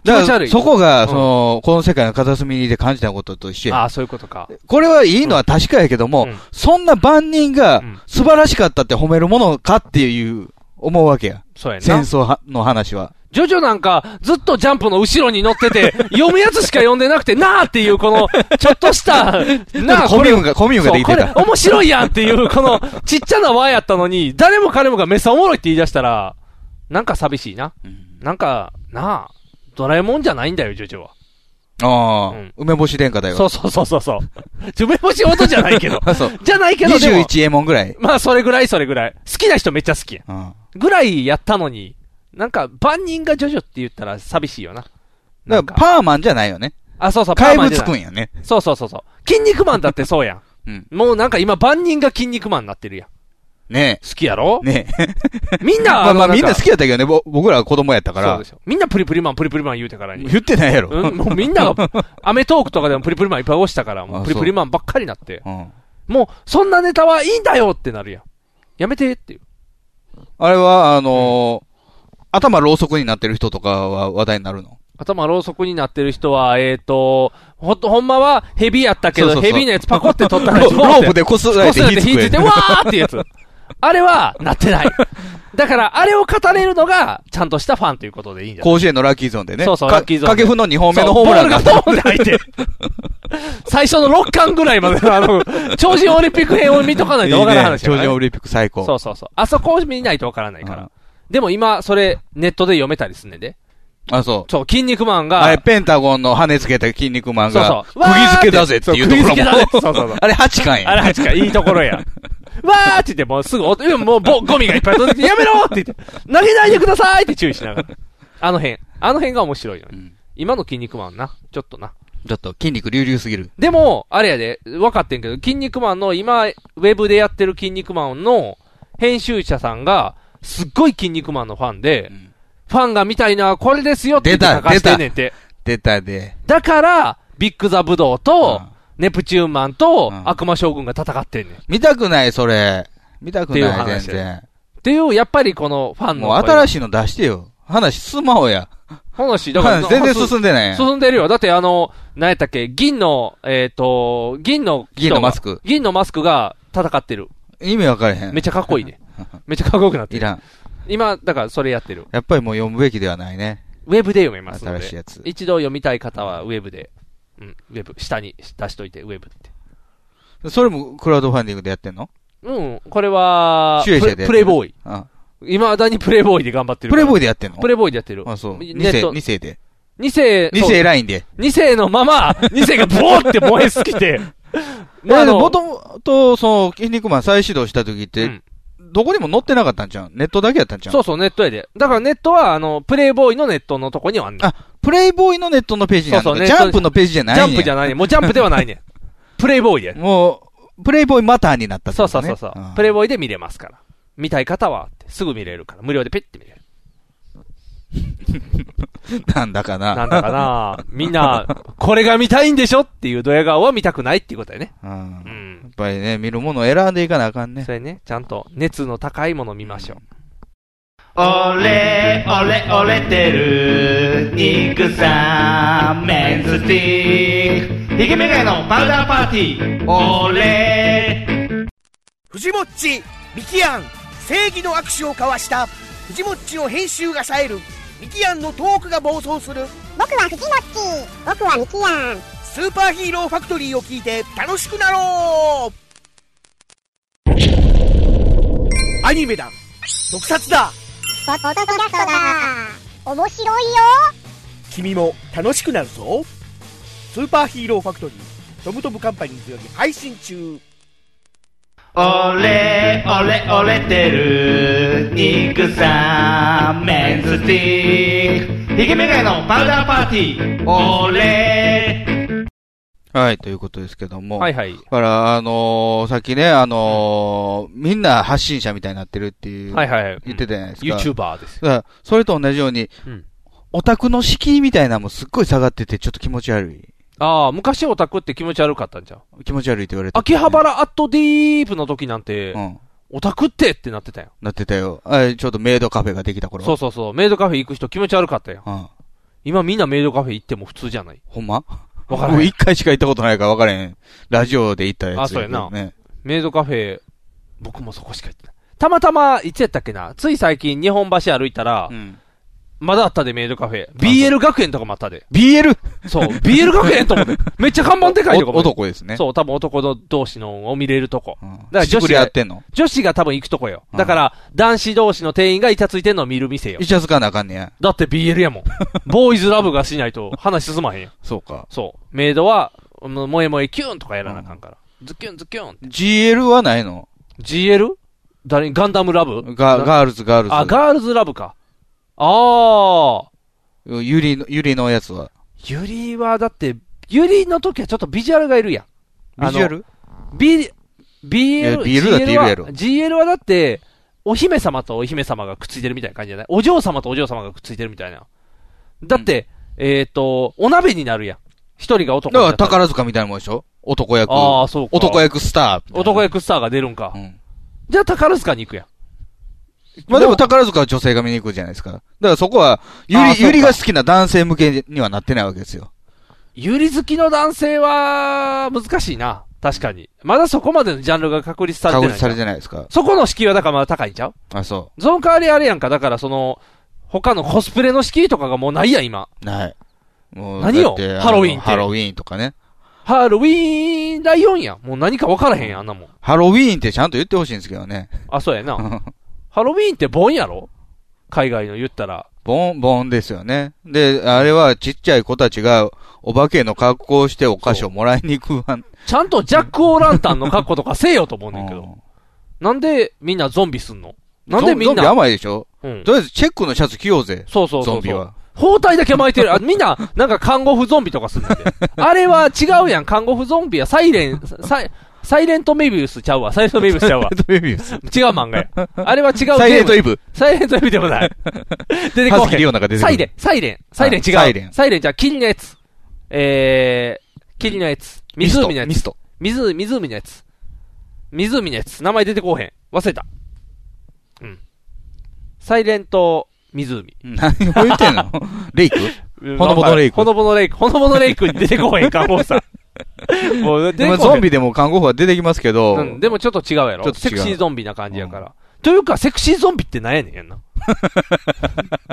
だ
ち
か
悪
ら、
い。
そこが、その、この世界の片隅で感じたことと一緒
あ
や
あ、そういうことか。
これはいいのは確かやけども、そんな万人が、素晴らしかったって褒めるものかっていう、思うわけや。
そうやな
戦争はの話は。
ジョジョなんか、ずっとジャンプの後ろに乗っ てて、読むやつしか読んでなくて、なあっていう、この、ちょっとした、 なあ、
コミューン
これ
がコミューンができてた
そうこれ、面白いやんっていう、この、ちっちゃな輪やったのに、誰も彼もがめっさおもろいって言い出したら、なんか寂しいな。なんか、なあ、ドラえもんじゃないんだよ、ジョジョは。
ああ、梅干し殿下だよ。。
そうそうそうそうそう。ちょ梅干し音じゃないけど
あそう
じゃないけど、でも。
21エモンぐらい。
まあ、それぐらい、それぐらい。好きな人めっちゃ好きや。
うん
ぐらいやったのに、なんか、万人がジョジョって言ったら寂しいよな。
だから、パーマンじゃないよね。
あ、そうそう、
怪
パーマ
物
ンじゃない
くんやね。
そうそうそうそう。筋肉マンだってそうやん。
うん
もうなんか今、万人が筋肉マンになってるやん。
ねえ。
好きやろ
ねえ。
みんな
まあまあ
あのなんか
みんな好きやったけどね、ぼ僕らは子供やったから。
そうでしょ。みんなプリプリマン、プリプリマン言うてからに。
言ってないやろ
うん、もうみんなが、アメトークとかでもプリプリマンいっぱい押したから、も
あ
うプリプリマンばっかりなって。
うん
もう、そんなネタはいいんだよってなるやん。やめてっていう。
あれは、あのー頭ろうそくになってる人とかは話題になるの
頭ろうそくになってる人は、えっ、ー、と、ほ、ほんまはヘビやったけど、
そうそうそう
ヘビのやつパコって取ったら
ロロープでこすられて
こすられて
火つ
火
くやつ
ついて、わーってやつ。あれは、なってない。だから、あれを語れるのが、ちゃんとしたファンということでいいんじゃない
甲子園のラッキーゾーンでね。
そうそう、
か
ラッキーゾーンで。
掛布の2本目のホームラン
そうボールがポーンって入って。最初の6巻ぐらいまでの、あの、超人オリンピック編を見とかないと分からん話
いいね
やからね
超人オリンピック最高。
そうそうそう。あそこを見ないと分からないから。でも今、それ、ネットで読めたりすんねんで。
あ、そう。
そう、筋肉マンが、
あれ、ペンタゴンの羽つけた筋肉マン
そ
が
う、そうわ
釘
ーって
付けだぜっていうところも。
そう釘付けだぜそうそうそう
あれ8巻や。
あれ8巻いいところや。わーって言って、もうすぐお、いやもうぼゴミがいっぱい飛んできて、やめろって言って、投げないでくださいって注意しながら。あの辺。あの辺が面白いよね。今の筋肉マンな。ちょっとな。
ちょっと筋肉隆々すぎる。
でも、あれやで、分かってんけど、筋肉マンの今、ウェブでやってる筋肉マンの編集者さんが、すっごい筋肉マンのファンで、ファンが見たいのはこれですよって言って
出た
書かしてんねんて。
出たで。
だから、ビッグザブドウと、ネプチューンマンと、悪魔将軍が戦ってんねん。っ
見たくない、それ。見たく
っていう
ない、全
話
然。
ていう、やっぱりこのファンの。
もう新し
い。
いの出してよ。話進まおうや。
話、だから、
話全然進んでないやん
進んでるよ。だってあの、何やったっけ、銀の、えっ、と、銀の人が、
銀のマスク
銀のマスクが戦ってる。
意味分かれへん。
めっちゃかっこいいね。めっちゃかっこよくなって
い
る。
らん。
今、だからそれやってる。
やっぱりもう読むべきではないね。
ウェブで読めますので。
新しいやつ
一度読みたい方はウェブで。うん、ウェブ。下に出しといて、ウェブって。
それもクラウドファンディングでやってんの
うん、これは、
主演者でや
プレ
ってる
プレイボーイ。
あ
いまだにプレイボーイで頑張ってる
プ
から。
レイボーイでやってんの
プレイボーイでやってる。
あ、そう。
ネ
2
ッ
世、
ト
二世で。
二世、
2世ラインで。
2世のまま、2世がボーって燃えす ぎて。
まあ、
あの
もともと、その、筋肉マン再始動した時って、どこにも載ってなかったんじゃん。ネットだけやったんじゃん。
そうそう、ネットやで。だからネットは、あの、プレイボーイのネットのとこにはあんねん。
プレイボーイのネットのページにあるの
そう
か
そう
ジャンプのページじゃないん
ジ
や
ャンプじゃないねん。もうジャンプではな いねん。プレイボーイや。
もう、プレイボーイマターになったってこ
そうそ
と
う
ね
そうそう。プレイボーイで見れますから。見たい方はって、すぐ見れるから。無料でペッて見れる。
なんだかな。
なんだ かなみんな、これが見たいんでしょっていうドヤ顔は見たくないっていうことやね。
うん
うん。
やっぱりね、見るものを選んでいかなあかんね
そ。れね、ちゃんと熱の高いものを見ましょう。
俺、俺、俺てる、肉さ、メンズスティック、ヒゲメガネのパウダーパーティー、俺、
藤もっちミキアン正義の握手を交わした藤もっちの編集が冴えるミキアンのトークが暴走する僕は藤もっち僕はミキアンスーパーヒーローファクトリーを聞いて楽しくなろうアニメだ特撮だ
ポポトキャストだ面白いよ
君も楽しくなるぞスーパーヒーローファクトリートムトムカンパニーズより配信中
俺、俺、俺てる、肉さ、メンズスティック、ヒゲメガネのパウダーパーティー、俺、
はい、ということですけども。
はいはい
だから、あのーさっきね、あのーみんな発信者みたいになってるっていう。
はいはいはい
言ってたじゃないですか。
うん YouTuber です
だからそれと同じように、
うん
オタクの敷居みたいなのもすっごい下がってて、ちょっと気持ち悪い。
ああ、昔オタクって気持ち悪かったんじゃん。
気持ち悪いって言われて、
秋葉原アットディープの時なんて、オタクってってなってたよ。
なってたよ。あちょうどメイドカフェができた頃。
そうそうそう。メイドカフェ行く人気持ち悪かったよ。今みんなメイドカフェ行っても普通じゃない。
ほんま
わからへん
僕一回しか行ったことないから分からへん。ラジオで行ったやつ、
あ、そうやな
ね。。
メイドカフェ、僕もそこしか行ってない。たまたま、いつやったっけな、つい最近日本橋歩いたら、まだあったでメイドカフェ。BL 学園とかもあったで。
BL?
そう、BL 学園と思って。めっちゃ看板でかいとこも
お男ですね
そう、多分男の同士のを見れるとこ。だから
し
女
く
子
り
が
合ってんの
女子が多分行くとこよ。だから、男子同士の店員がイチャついてんのを見る店よ。
イチャつかなあかんねや。
だって BL やもん。 ボーイズラブがしないと話進まへんやん。
そうか。
そう。メイドは、も萌え萌えキューンとかやらなあかんから。ズキュンズキュン。
GL はないの
GL? 誰ガンダムラブ
ガガールズガールズ
あ、ガールズラブか。ああ。
ゆりの、ゆりのやつは。
ユリはだって、ユリの時はちょっとビジュアルがいるやん。あの
ビジュアル
?B、BL。
いや BL だっているやろ
GL は GL はだって、お姫様とお姫様がくっついてるみたいな感じじゃないお嬢様とお嬢様がくっついてるみたいな。だって、えっ、と、お鍋になるやん。一人が男
だから
ら
宝塚みたいなもんでしょ男役。
ああ、そうか。
男役スター。
男役スターが出るんか。じゃあ宝塚に行くやん。
まあでも宝塚は女性が見に行くじゃないですか。だからそこは、ゆ
ああそう
り、
か
ゆりが好きな男性向けにはなってないわけですよ。
ゆり好きの男性は、難しいな。確かに。まだそこまでのジャンルが確立されて
確
ない。
立されてないですか。
そこの敷居はだからまだ高いんちゃう
あ、そ
その代わりあれやんか。だからその、他のコスプレの敷居とかがもうないやん、今。
う。ない。もう
何よ
だってあの
ハロウィーンって
ハロウィーンとかね。
ハロウィーンライオンやん。もう何か分からへんやん、あんなもん。
ハロウィーンってちゃんと言ってほしいんですけどね。
あ、そうやな。ハロウィーンってボンやろ海外の言ったら。
ボン、ボンですよね。で、あれはちっちゃい子たちがお化けの格好をしてお菓子をもらいに行くわ。
ちゃんとジャック・オー・ランタンの格好とかせえよと思うねんけど。なんでみんなゾンビすんのなんでみんな。
ゾンビ甘いでしょ
うん
とりあえずチェックのシャツ着ようぜ。
そうそうそうそう。
ゾンビは。
包帯だけ巻いてる。あ、みんな、なんか看護婦ゾンビとかするん で。あれは違うやん。看護婦ゾンビや。サイレン、サイ、サイレントメビウスちゃうわ。サイレントメビウスちゃ うわ。
メビウス。
違う漫画や。あれは違うゲーム
サイレントイブ。
サイレントイブでも ない。出てこ
葉月リオナが出てくる
サイレン、サイレン、サイレン違う。
サイレン
サイレンじゃあ、霧のやつ。えー、霧のやつ。
ミスト
湖のやつ。
ミスト。
湖、湖のやつ。湖のやつ。名前出てこうへん。忘れた。うん。サイレント、湖。
何を言ってん のレイク
うん
ほのぼのレイク
ほのぼのレイク。ほのぼのレイクに出てこうへ んか、もうさ。もう出てこうへ
まあ
ん
ゾンビでも看護婦は出てきますけど、
うん、でもちょっと違うやろ。
ちょっと違う
セクシーゾンビな感じやから。というか、セクシーゾンビって何やねんやん な。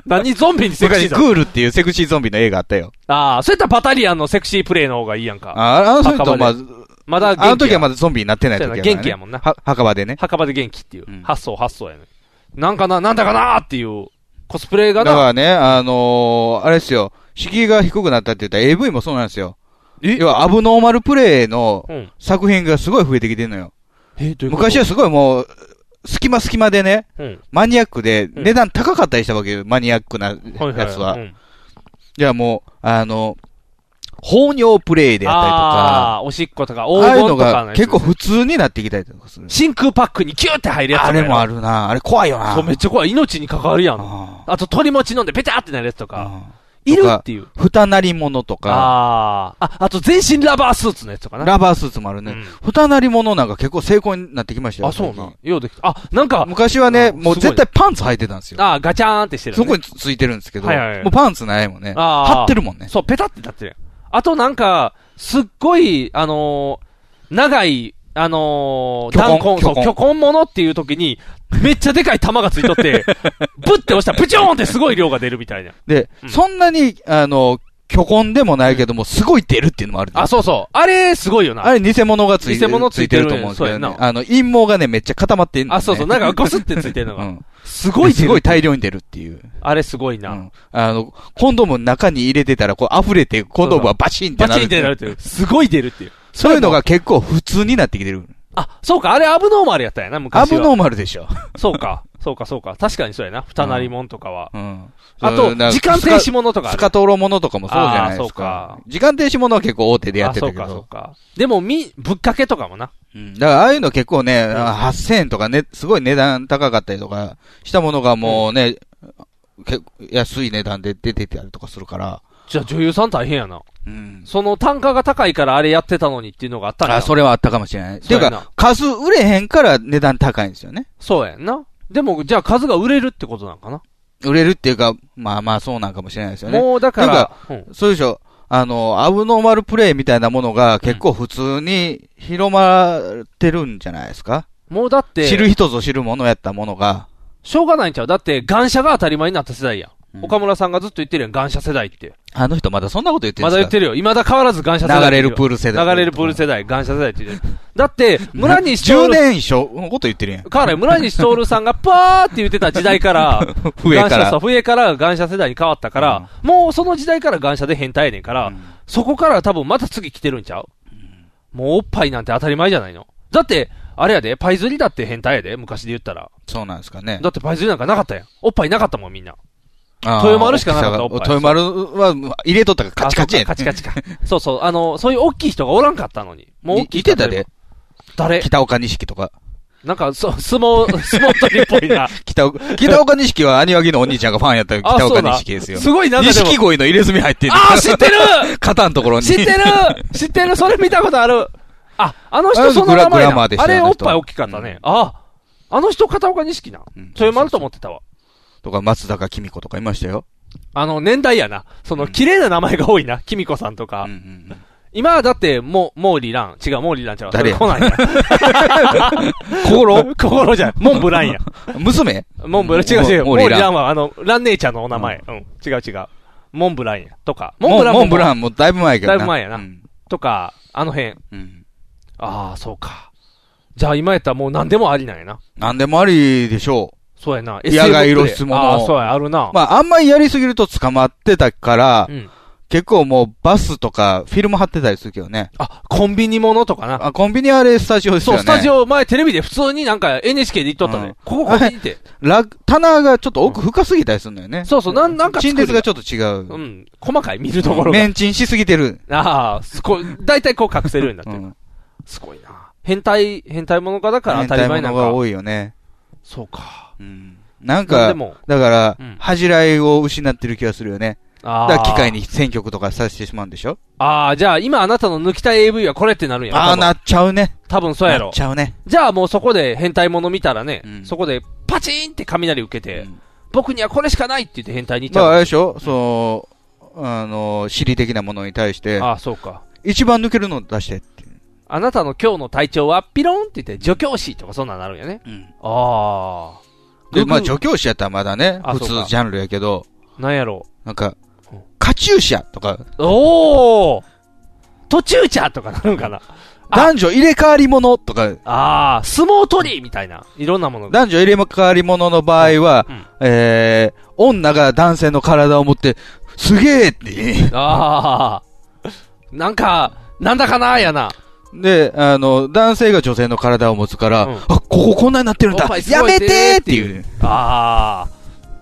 何ゾンビにセクシ
昔
ーゾ
ク
ンビ
ールっていうセクシーゾンビの映画あったよ。
ああ、そういったらバタリアンのセクシープレイの方がいいやんか。
ああの人とまあ
墓場でまだ元気や
あの時はまだゾンビになってない時やからね
元気やもんな
は墓場でね。
墓場で元気っていう。発想発想やねなんかな、なんだかなーっていう、コスプレが
だか
な、
らね、あのー、あれですよ、敷居が低くなったって言ったら AV もそうなんですよ。要はアブノーマルプレイの
うん
作品がすごい増えてきてるのよ。
こと
昔はすごいもう、隙間隙間でね、
うん
マニアックで、値段高かったりしたわけよ、マニアックなや
はいはい
つは。
うん
じゃあもう、あの、放尿プレイであったりと
あ
か、
あ、おしっことか、黄
ああいう
金
の
とかの
が
やつ
結構普通になってきたりとかする。
真空パックにキューって入るやつとか
あ
や
れ
ろ
もあるな。あれ怖いよな。
そう、めっちゃ怖い。命に関わるやん。あと、鳥餅飲んでペターってなるやつとか。いるっていう。
蓋なり物とか、
ああ。あ、あと全身ラバースーツのやつとかな。
ラバースーツもあるね。蓋なり物なんか結構成功になってきましたよ。
あ、そう
最
なん。ようできた。あ、なんか。
昔はね、もう絶対パンツ履いてたんです
近
よ。
あーガチャーンってしてる、
そこにつついてるんですけど、
はいはいはい
もうパンツないもんね。
あー
貼ってるもんね。
そう、ペタって立ってるやん。あとなんか、すっごい、あのー長い、あのー、
巨根
弾痕、そう、
巨根
巨根ものっていう時に、めっちゃでかい玉がつい とって、ブッて押したら、プチョーンってすごい量が出るみたいな。
で、そんなに、あの、巨根でもないけども、すごい出るっていうのもあるんですよ
あ、そうそう。あれ、すごいよな。
あれ、偽物がついて
偽物
る。
つ
つ
い
い
て
て
る
ると思うんですけど、
そう
ね
や、な
あの、陰謀がね、めっちゃ固まってんの、ね。
あ、そうそう。なんかゴスってついてるのが。すごい出る
すごい大量に出るっていう。
あれすごいな。
あの、コンドームの中に入れてたら、こう、溢れて、コンドームはバチンって
バ
な
チン
る。
ってなるっていう。すごい出るっていう。
そういうのが結構普通になってきてる。
あ、そうか、あれアブノーマルやったんやな、
ア
昔は。
ブノーマルでしょ。
そうか、そうか、そうか。確かにそうやな。二なりもんとかは。
うん。
あと
そうなんか
時間停止ものとかあ
ス
る
カスカトロものとかもそうじゃないです
あー
か
そ。
時間停止ものは結構大手でやってたけ
あそう
ど。
か、そうか。でも、み、ぶっかけとかもな。
うんだから、ああいうの結構ね、8000円とかね、すごい値段高かったりとかしたものがもうね、結構安い値段で出てたりとかするから。
じゃあ、女優さん大変やな。
うん。
その単価が高いからあれやってたのにっていうのがあったから。
あ、それはあったかもしれない。って
そ
いうう
やな
か、数売れへんから値段高いんですよね。
そうやんな。でも、じゃあ数が売れるってことなんかな。
売れるっていうか、まあまあそうなんかもしれないですよね。
もうだから
っていう
う
そうでしょ。あの、アブノーマルプレイみたいなものが結構普通に広まってるんじゃないですか。
もうだって、
知る人ぞ知るものやったものが。
しょうがないんちゃうだって、ガンシャが当たり前になった世代やん。岡村さんがずっと言ってるやん、ガンシャ世代って。
あの人まだそんなこと言ってる
まだ言って
る。
るよ。未だ変わらずガンシャ世代。
流れるプール世代
流れるプール世代、ガンシャ世代って言ってる。だって、村西徹
10年以上のこと言ってるやん。
から村西徹さんがパーって言ってた時代から、
増えから
ガンシャそう笛からガンシャ世代に変わったから、もうその時代からガンシャで変態やねんから、そこから多分また次来てるんちゃう、もうおっぱいなんて当たり前じゃないの。だって、あれやで、パイズリだって変態やで、昔で言ったら。
そうなんですかね。
だってパイズリなんかなかったやん。おっぱいなかったもん、みんな。
あー
豊丸しかなかったおっぱい
豊丸は入れとったからカチカチやん。
あそうかカ チカチか。そうそう、あの、そういう大きい人がおらんかったのに。もう大
い
きい
い
人
てたで。
誰
北岡錦とか。
なんか、そ相撲、相撲取りっぽいな。
北岡、北岡錦は兄脇のお兄ちゃんがファンやった
あ
北
そう
岡
だ
錦ですよ。
すごいなんかでも
錦鯉の入れ墨入ってる。
あー知ってる
肩のところに。
知っ てる知ってるそれ見たことあるあ、あの
あ
人
の
そ
人
の名
グラ
前
グラマーで
だ
した
あ
よ
れ
あの
おっ
人
ぱい大きかったね。あ、あの人片岡錦な。豊丸と思ってたわ。
とか、松坂君子とかいましたよ。
あの、年代やな。その、綺麗な名前が多いな。きみこさんとか。今はだって、もう、もうリラン。違う、もうリランちゃう。
誰や
コナンや。
心
心じゃん。モンブランや。
娘
モンブラン、違う違う。
モ
モ
ー
ー
リー
リ
ラン
ランは、あの、ラン姉ちゃんのお名前。うん、違う違う。モンブランや。とか。
モンブラン。モンブランもだいぶ前やけど
だ
な。
いぶ前やな。とか、あの辺。ああ、そうか。じゃあ今やったらもう何でもありなんやな。
なんでもありでしょ
そうやな。
う。野外露出
ああ、そう
物。
や、あるな。
まあ、あんまりやりすぎると捕まってたから
うん、
結構もうバスとかフィルム貼ってたりするけどね。
あ、コンビニものとかな。
あ、コンビニあれスタジオですよ
そう、
ね。
スタジ
オ。
オ前テレビで普通になんか NHK で言っとったね。ここコンビ ニって。
ラ棚がちょっと奥深すぎたりするのよね。
そうそう、なんなんか
陳
作
列
る
がちょっと違う。
うん。細かい見るところが。
メンチンしすぎてる。
ああ、すごい、大体こう隠せるようになってる。すごいな。変態、変態ものかだから
変
当たり
態
前
も
なん
の
か。
が多いよね。
そうか。
なん
なん
か
でも、
だから
うん、
恥じらいを失ってる気がするよね。
あ
だ
ー
から機械に選曲とかさせてしまうんでしょ
ああ、じゃあ今あなたの抜きたい AV はこれってなるんやろ。
あ
多
あ、
分
なっちゃうね。
多分そうやろ。
なっちゃうね。
じゃあもうそこで変態もの見たらね、そこでパチーンって雷受けて、僕にはこれしかないって言って変態に行っち
まあ、あ
ゃ
れ
う。
でしょその、あの、尻的なものに対して、
ああ、そうか。
一番抜けるの出してって。
あなたの今日の体調はピローンって言って助教師とかそんなんなるんやね。ああ。
で、
ググ
まあ、助教師やったらまだね、
あ
普
そうか
通ジャンルやけど、
なんやろ。
なんか、カチューシャとか、
おお途中茶とかなるんかな。
男女入れ替わり者とか、
ああ、相撲取りみたいな。いろんなものが。
男女入れ替わり者の場合は、えー、女が男性の体を持って、すげえって。
ああ。なんか、なんだかなーやな。
で、あの、男性が女性の体を持つから、あ、こここんなになってるんだ
おっぱいす
や
ごい
め
ぜー
てーっていう。
ああ。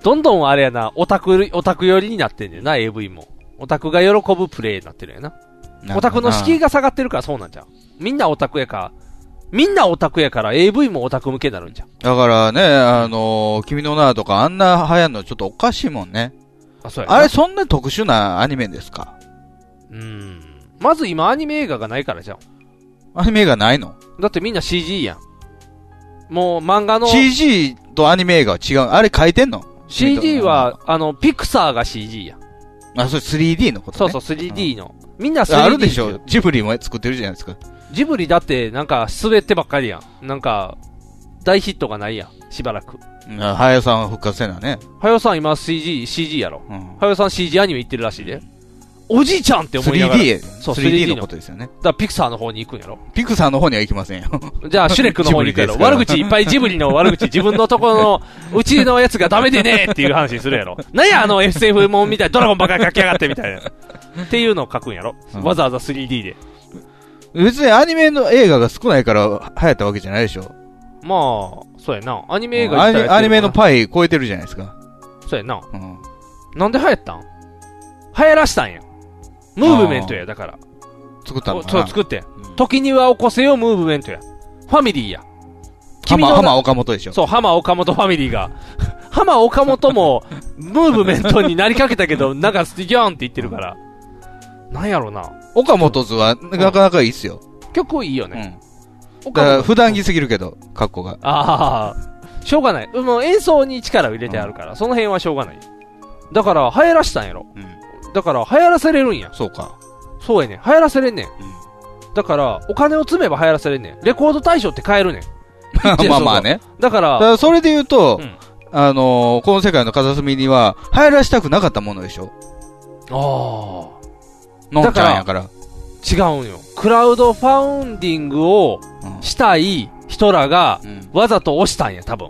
どんどんあれやな、オタクより、オタク寄りになってんだよな、AV も。オタクが喜ぶプレイになってるやな。
な
オタクの敷居が下がってるからそうなんじゃん。みんなオタクやから、みんなオタクやから AV もオタク向けになるんじゃん。
だからね、あの、君の名はとかあんな流行るのちょっとおかしいもんね。
あ、そうやな
あれそんな特殊なアニメですか
まず今アニメ映画がないからじゃん。
アニメがないの
だってみんな CG やん。もう漫画の
?CG とアニメ映画は違う。あれ書いてんの
CG は、あの、ピクサーが CG やん。
あ、それ 3D のこと
そう
ね。
そう、3D の。みんな 3D
あるでし
って
ょ
言う。
ジブリも作ってるじゃないですか。
ジブリだってなんか滑ってばっかりやん。なんか、大ヒットがないやん。しばらく。
うんはやさんは復活せなね。
はよさん今 CG、CG やろ。はよさん CG アニメ行ってるらしいで。おじいちゃんって思いながら。
3D へ
そう、
3D のこ
3D の。だ
と
か
ですよね。
らピクサーの方に行くんやろ。
ピクサーの方には行きませんよ。
じゃあ、シュレックの方に行 くやろ。悪口いっぱいジブリの悪口、自分のところの、うちのやつがダメでねっていう話にする やろ。なんやあの SF もんみたいな、ドラゴンばっかり書きやがってみたいな。 っていうのを書くんやろ。わざわざ 3D で。
別にアニメの映画が少ないから流行ったわけじゃないでしょ。
まあ、そうやな。アニメ映画
ア
いっぱい
ニ
やってるもんな
アニメのパイ超えてるじゃないですか。
そうやな。
ん
なんで流行ったん流行らしたんや。ムーブメントや、だから。
作ったのかな
そう、作ってん。時には起こせよ、ムーブメントや。ファミリーや。君
浜、
の名
浜岡本でしょ。
そう、ハマ岡本ファミリーが。 ハマ岡本も、ムーブメントになりかけたけ ど、なんか、ギョーンって言ってるから。なんやろな。
岡本図はなかなかいいっすよ。
曲いいよね。岡
だから
本
普段着すぎるけど、格好が。
ああ、しょうがない。もう演奏に力を入れてあるから、その辺はしょうがない。だから、流行らしたんやろ。だから、流行らせれるんや。
そうか。
そうやねん。流行らせれんねん。だから、お金を積めば流行らせれんねん。レコード大賞って買えるねん。
まあまあね。
だか
だ
ら、
からそれで言うと、あのーこの世界の片隅には、流行らしたくなかったものでしょ。
ああ。
のんちゃんやから。
違うんよ。クラウドファウンディングをしたい人らが、わざと押したんや、多分。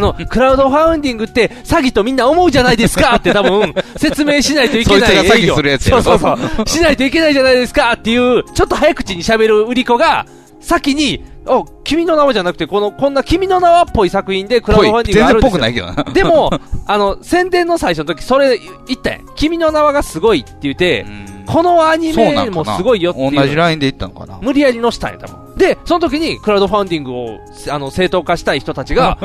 の、クラウドファウンディングって詐欺とみんな思うじゃないですかって多分、説明しないといけない営業。
そいつが詐欺するやつ
そ
や
う
ろ
そうそう。しないといけないじゃないですかっていう、ちょっと早口に喋る売り子が、先に、お、君の名はじゃなくて、この、こんな君の名はっぽい作品でクラウドファンディングがあるんですよ。
ぽい全然ぽくないけどな
でも、あの、宣伝の最初の時、それ言ったやん。君の名はがすごいって言って、このアニ
そうな
メ
ん
も
かな。
すごいよっていうの
同じラインで行ったのかな。
無理やりのしたんや、多分。で、その時にクラウドファンディングをあの正当化したい人たち が、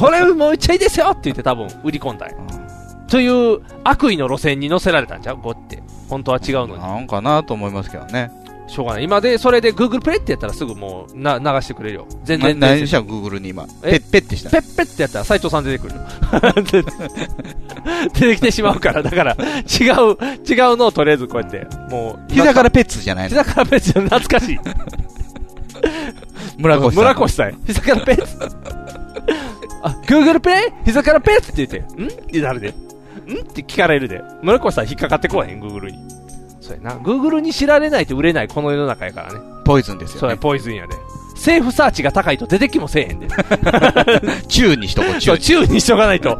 これもういっちゃいいですよって言って多分売り込んだんや。という悪意の路線に乗せられたんちゃうごって。本当は違うのに。
なんかなと思いますけどね。
しょうがない。今で、それで Google プレイってやったらすぐもうな流してくれるよ。全然。
な何したの ?Google に今。
え
ペッペッてした。
ペッペッってやったら斉藤さん出てくる の出てきてしまうから、だから、違う、違うのをとりあえずこうやって、もう。
膝からペッツじゃないの
膝からペッツじゃない懐かしい。
村越さん。
村越さんや。膝からペッツ。あ、Google プレイ膝からペッツって言って、んってなるで。んって聞かれるで。村越さん引っかかってこうへん、Google に。そうやな。Google に知られないと売れないこの世の中やからね。
ポイズンですよ、ね。
そうや、ポイズンやで。セーフサーチが高いと出てきもせえへんで。
中にしとこう、
そう、チューにしとかないと。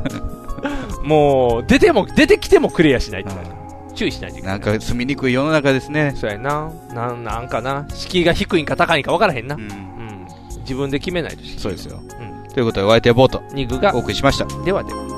もう、出ても、出てきてもクリアしないってなる注意しないといけない。
なんか住みにくい世の中ですね。
そうやな。なん、なんかな。敷居が低いんか高いんか分からへんな。うん。自分で決めないと。
そうですよ。ということで、お相手はボート。
ニグが
お送りしました。
ではでは。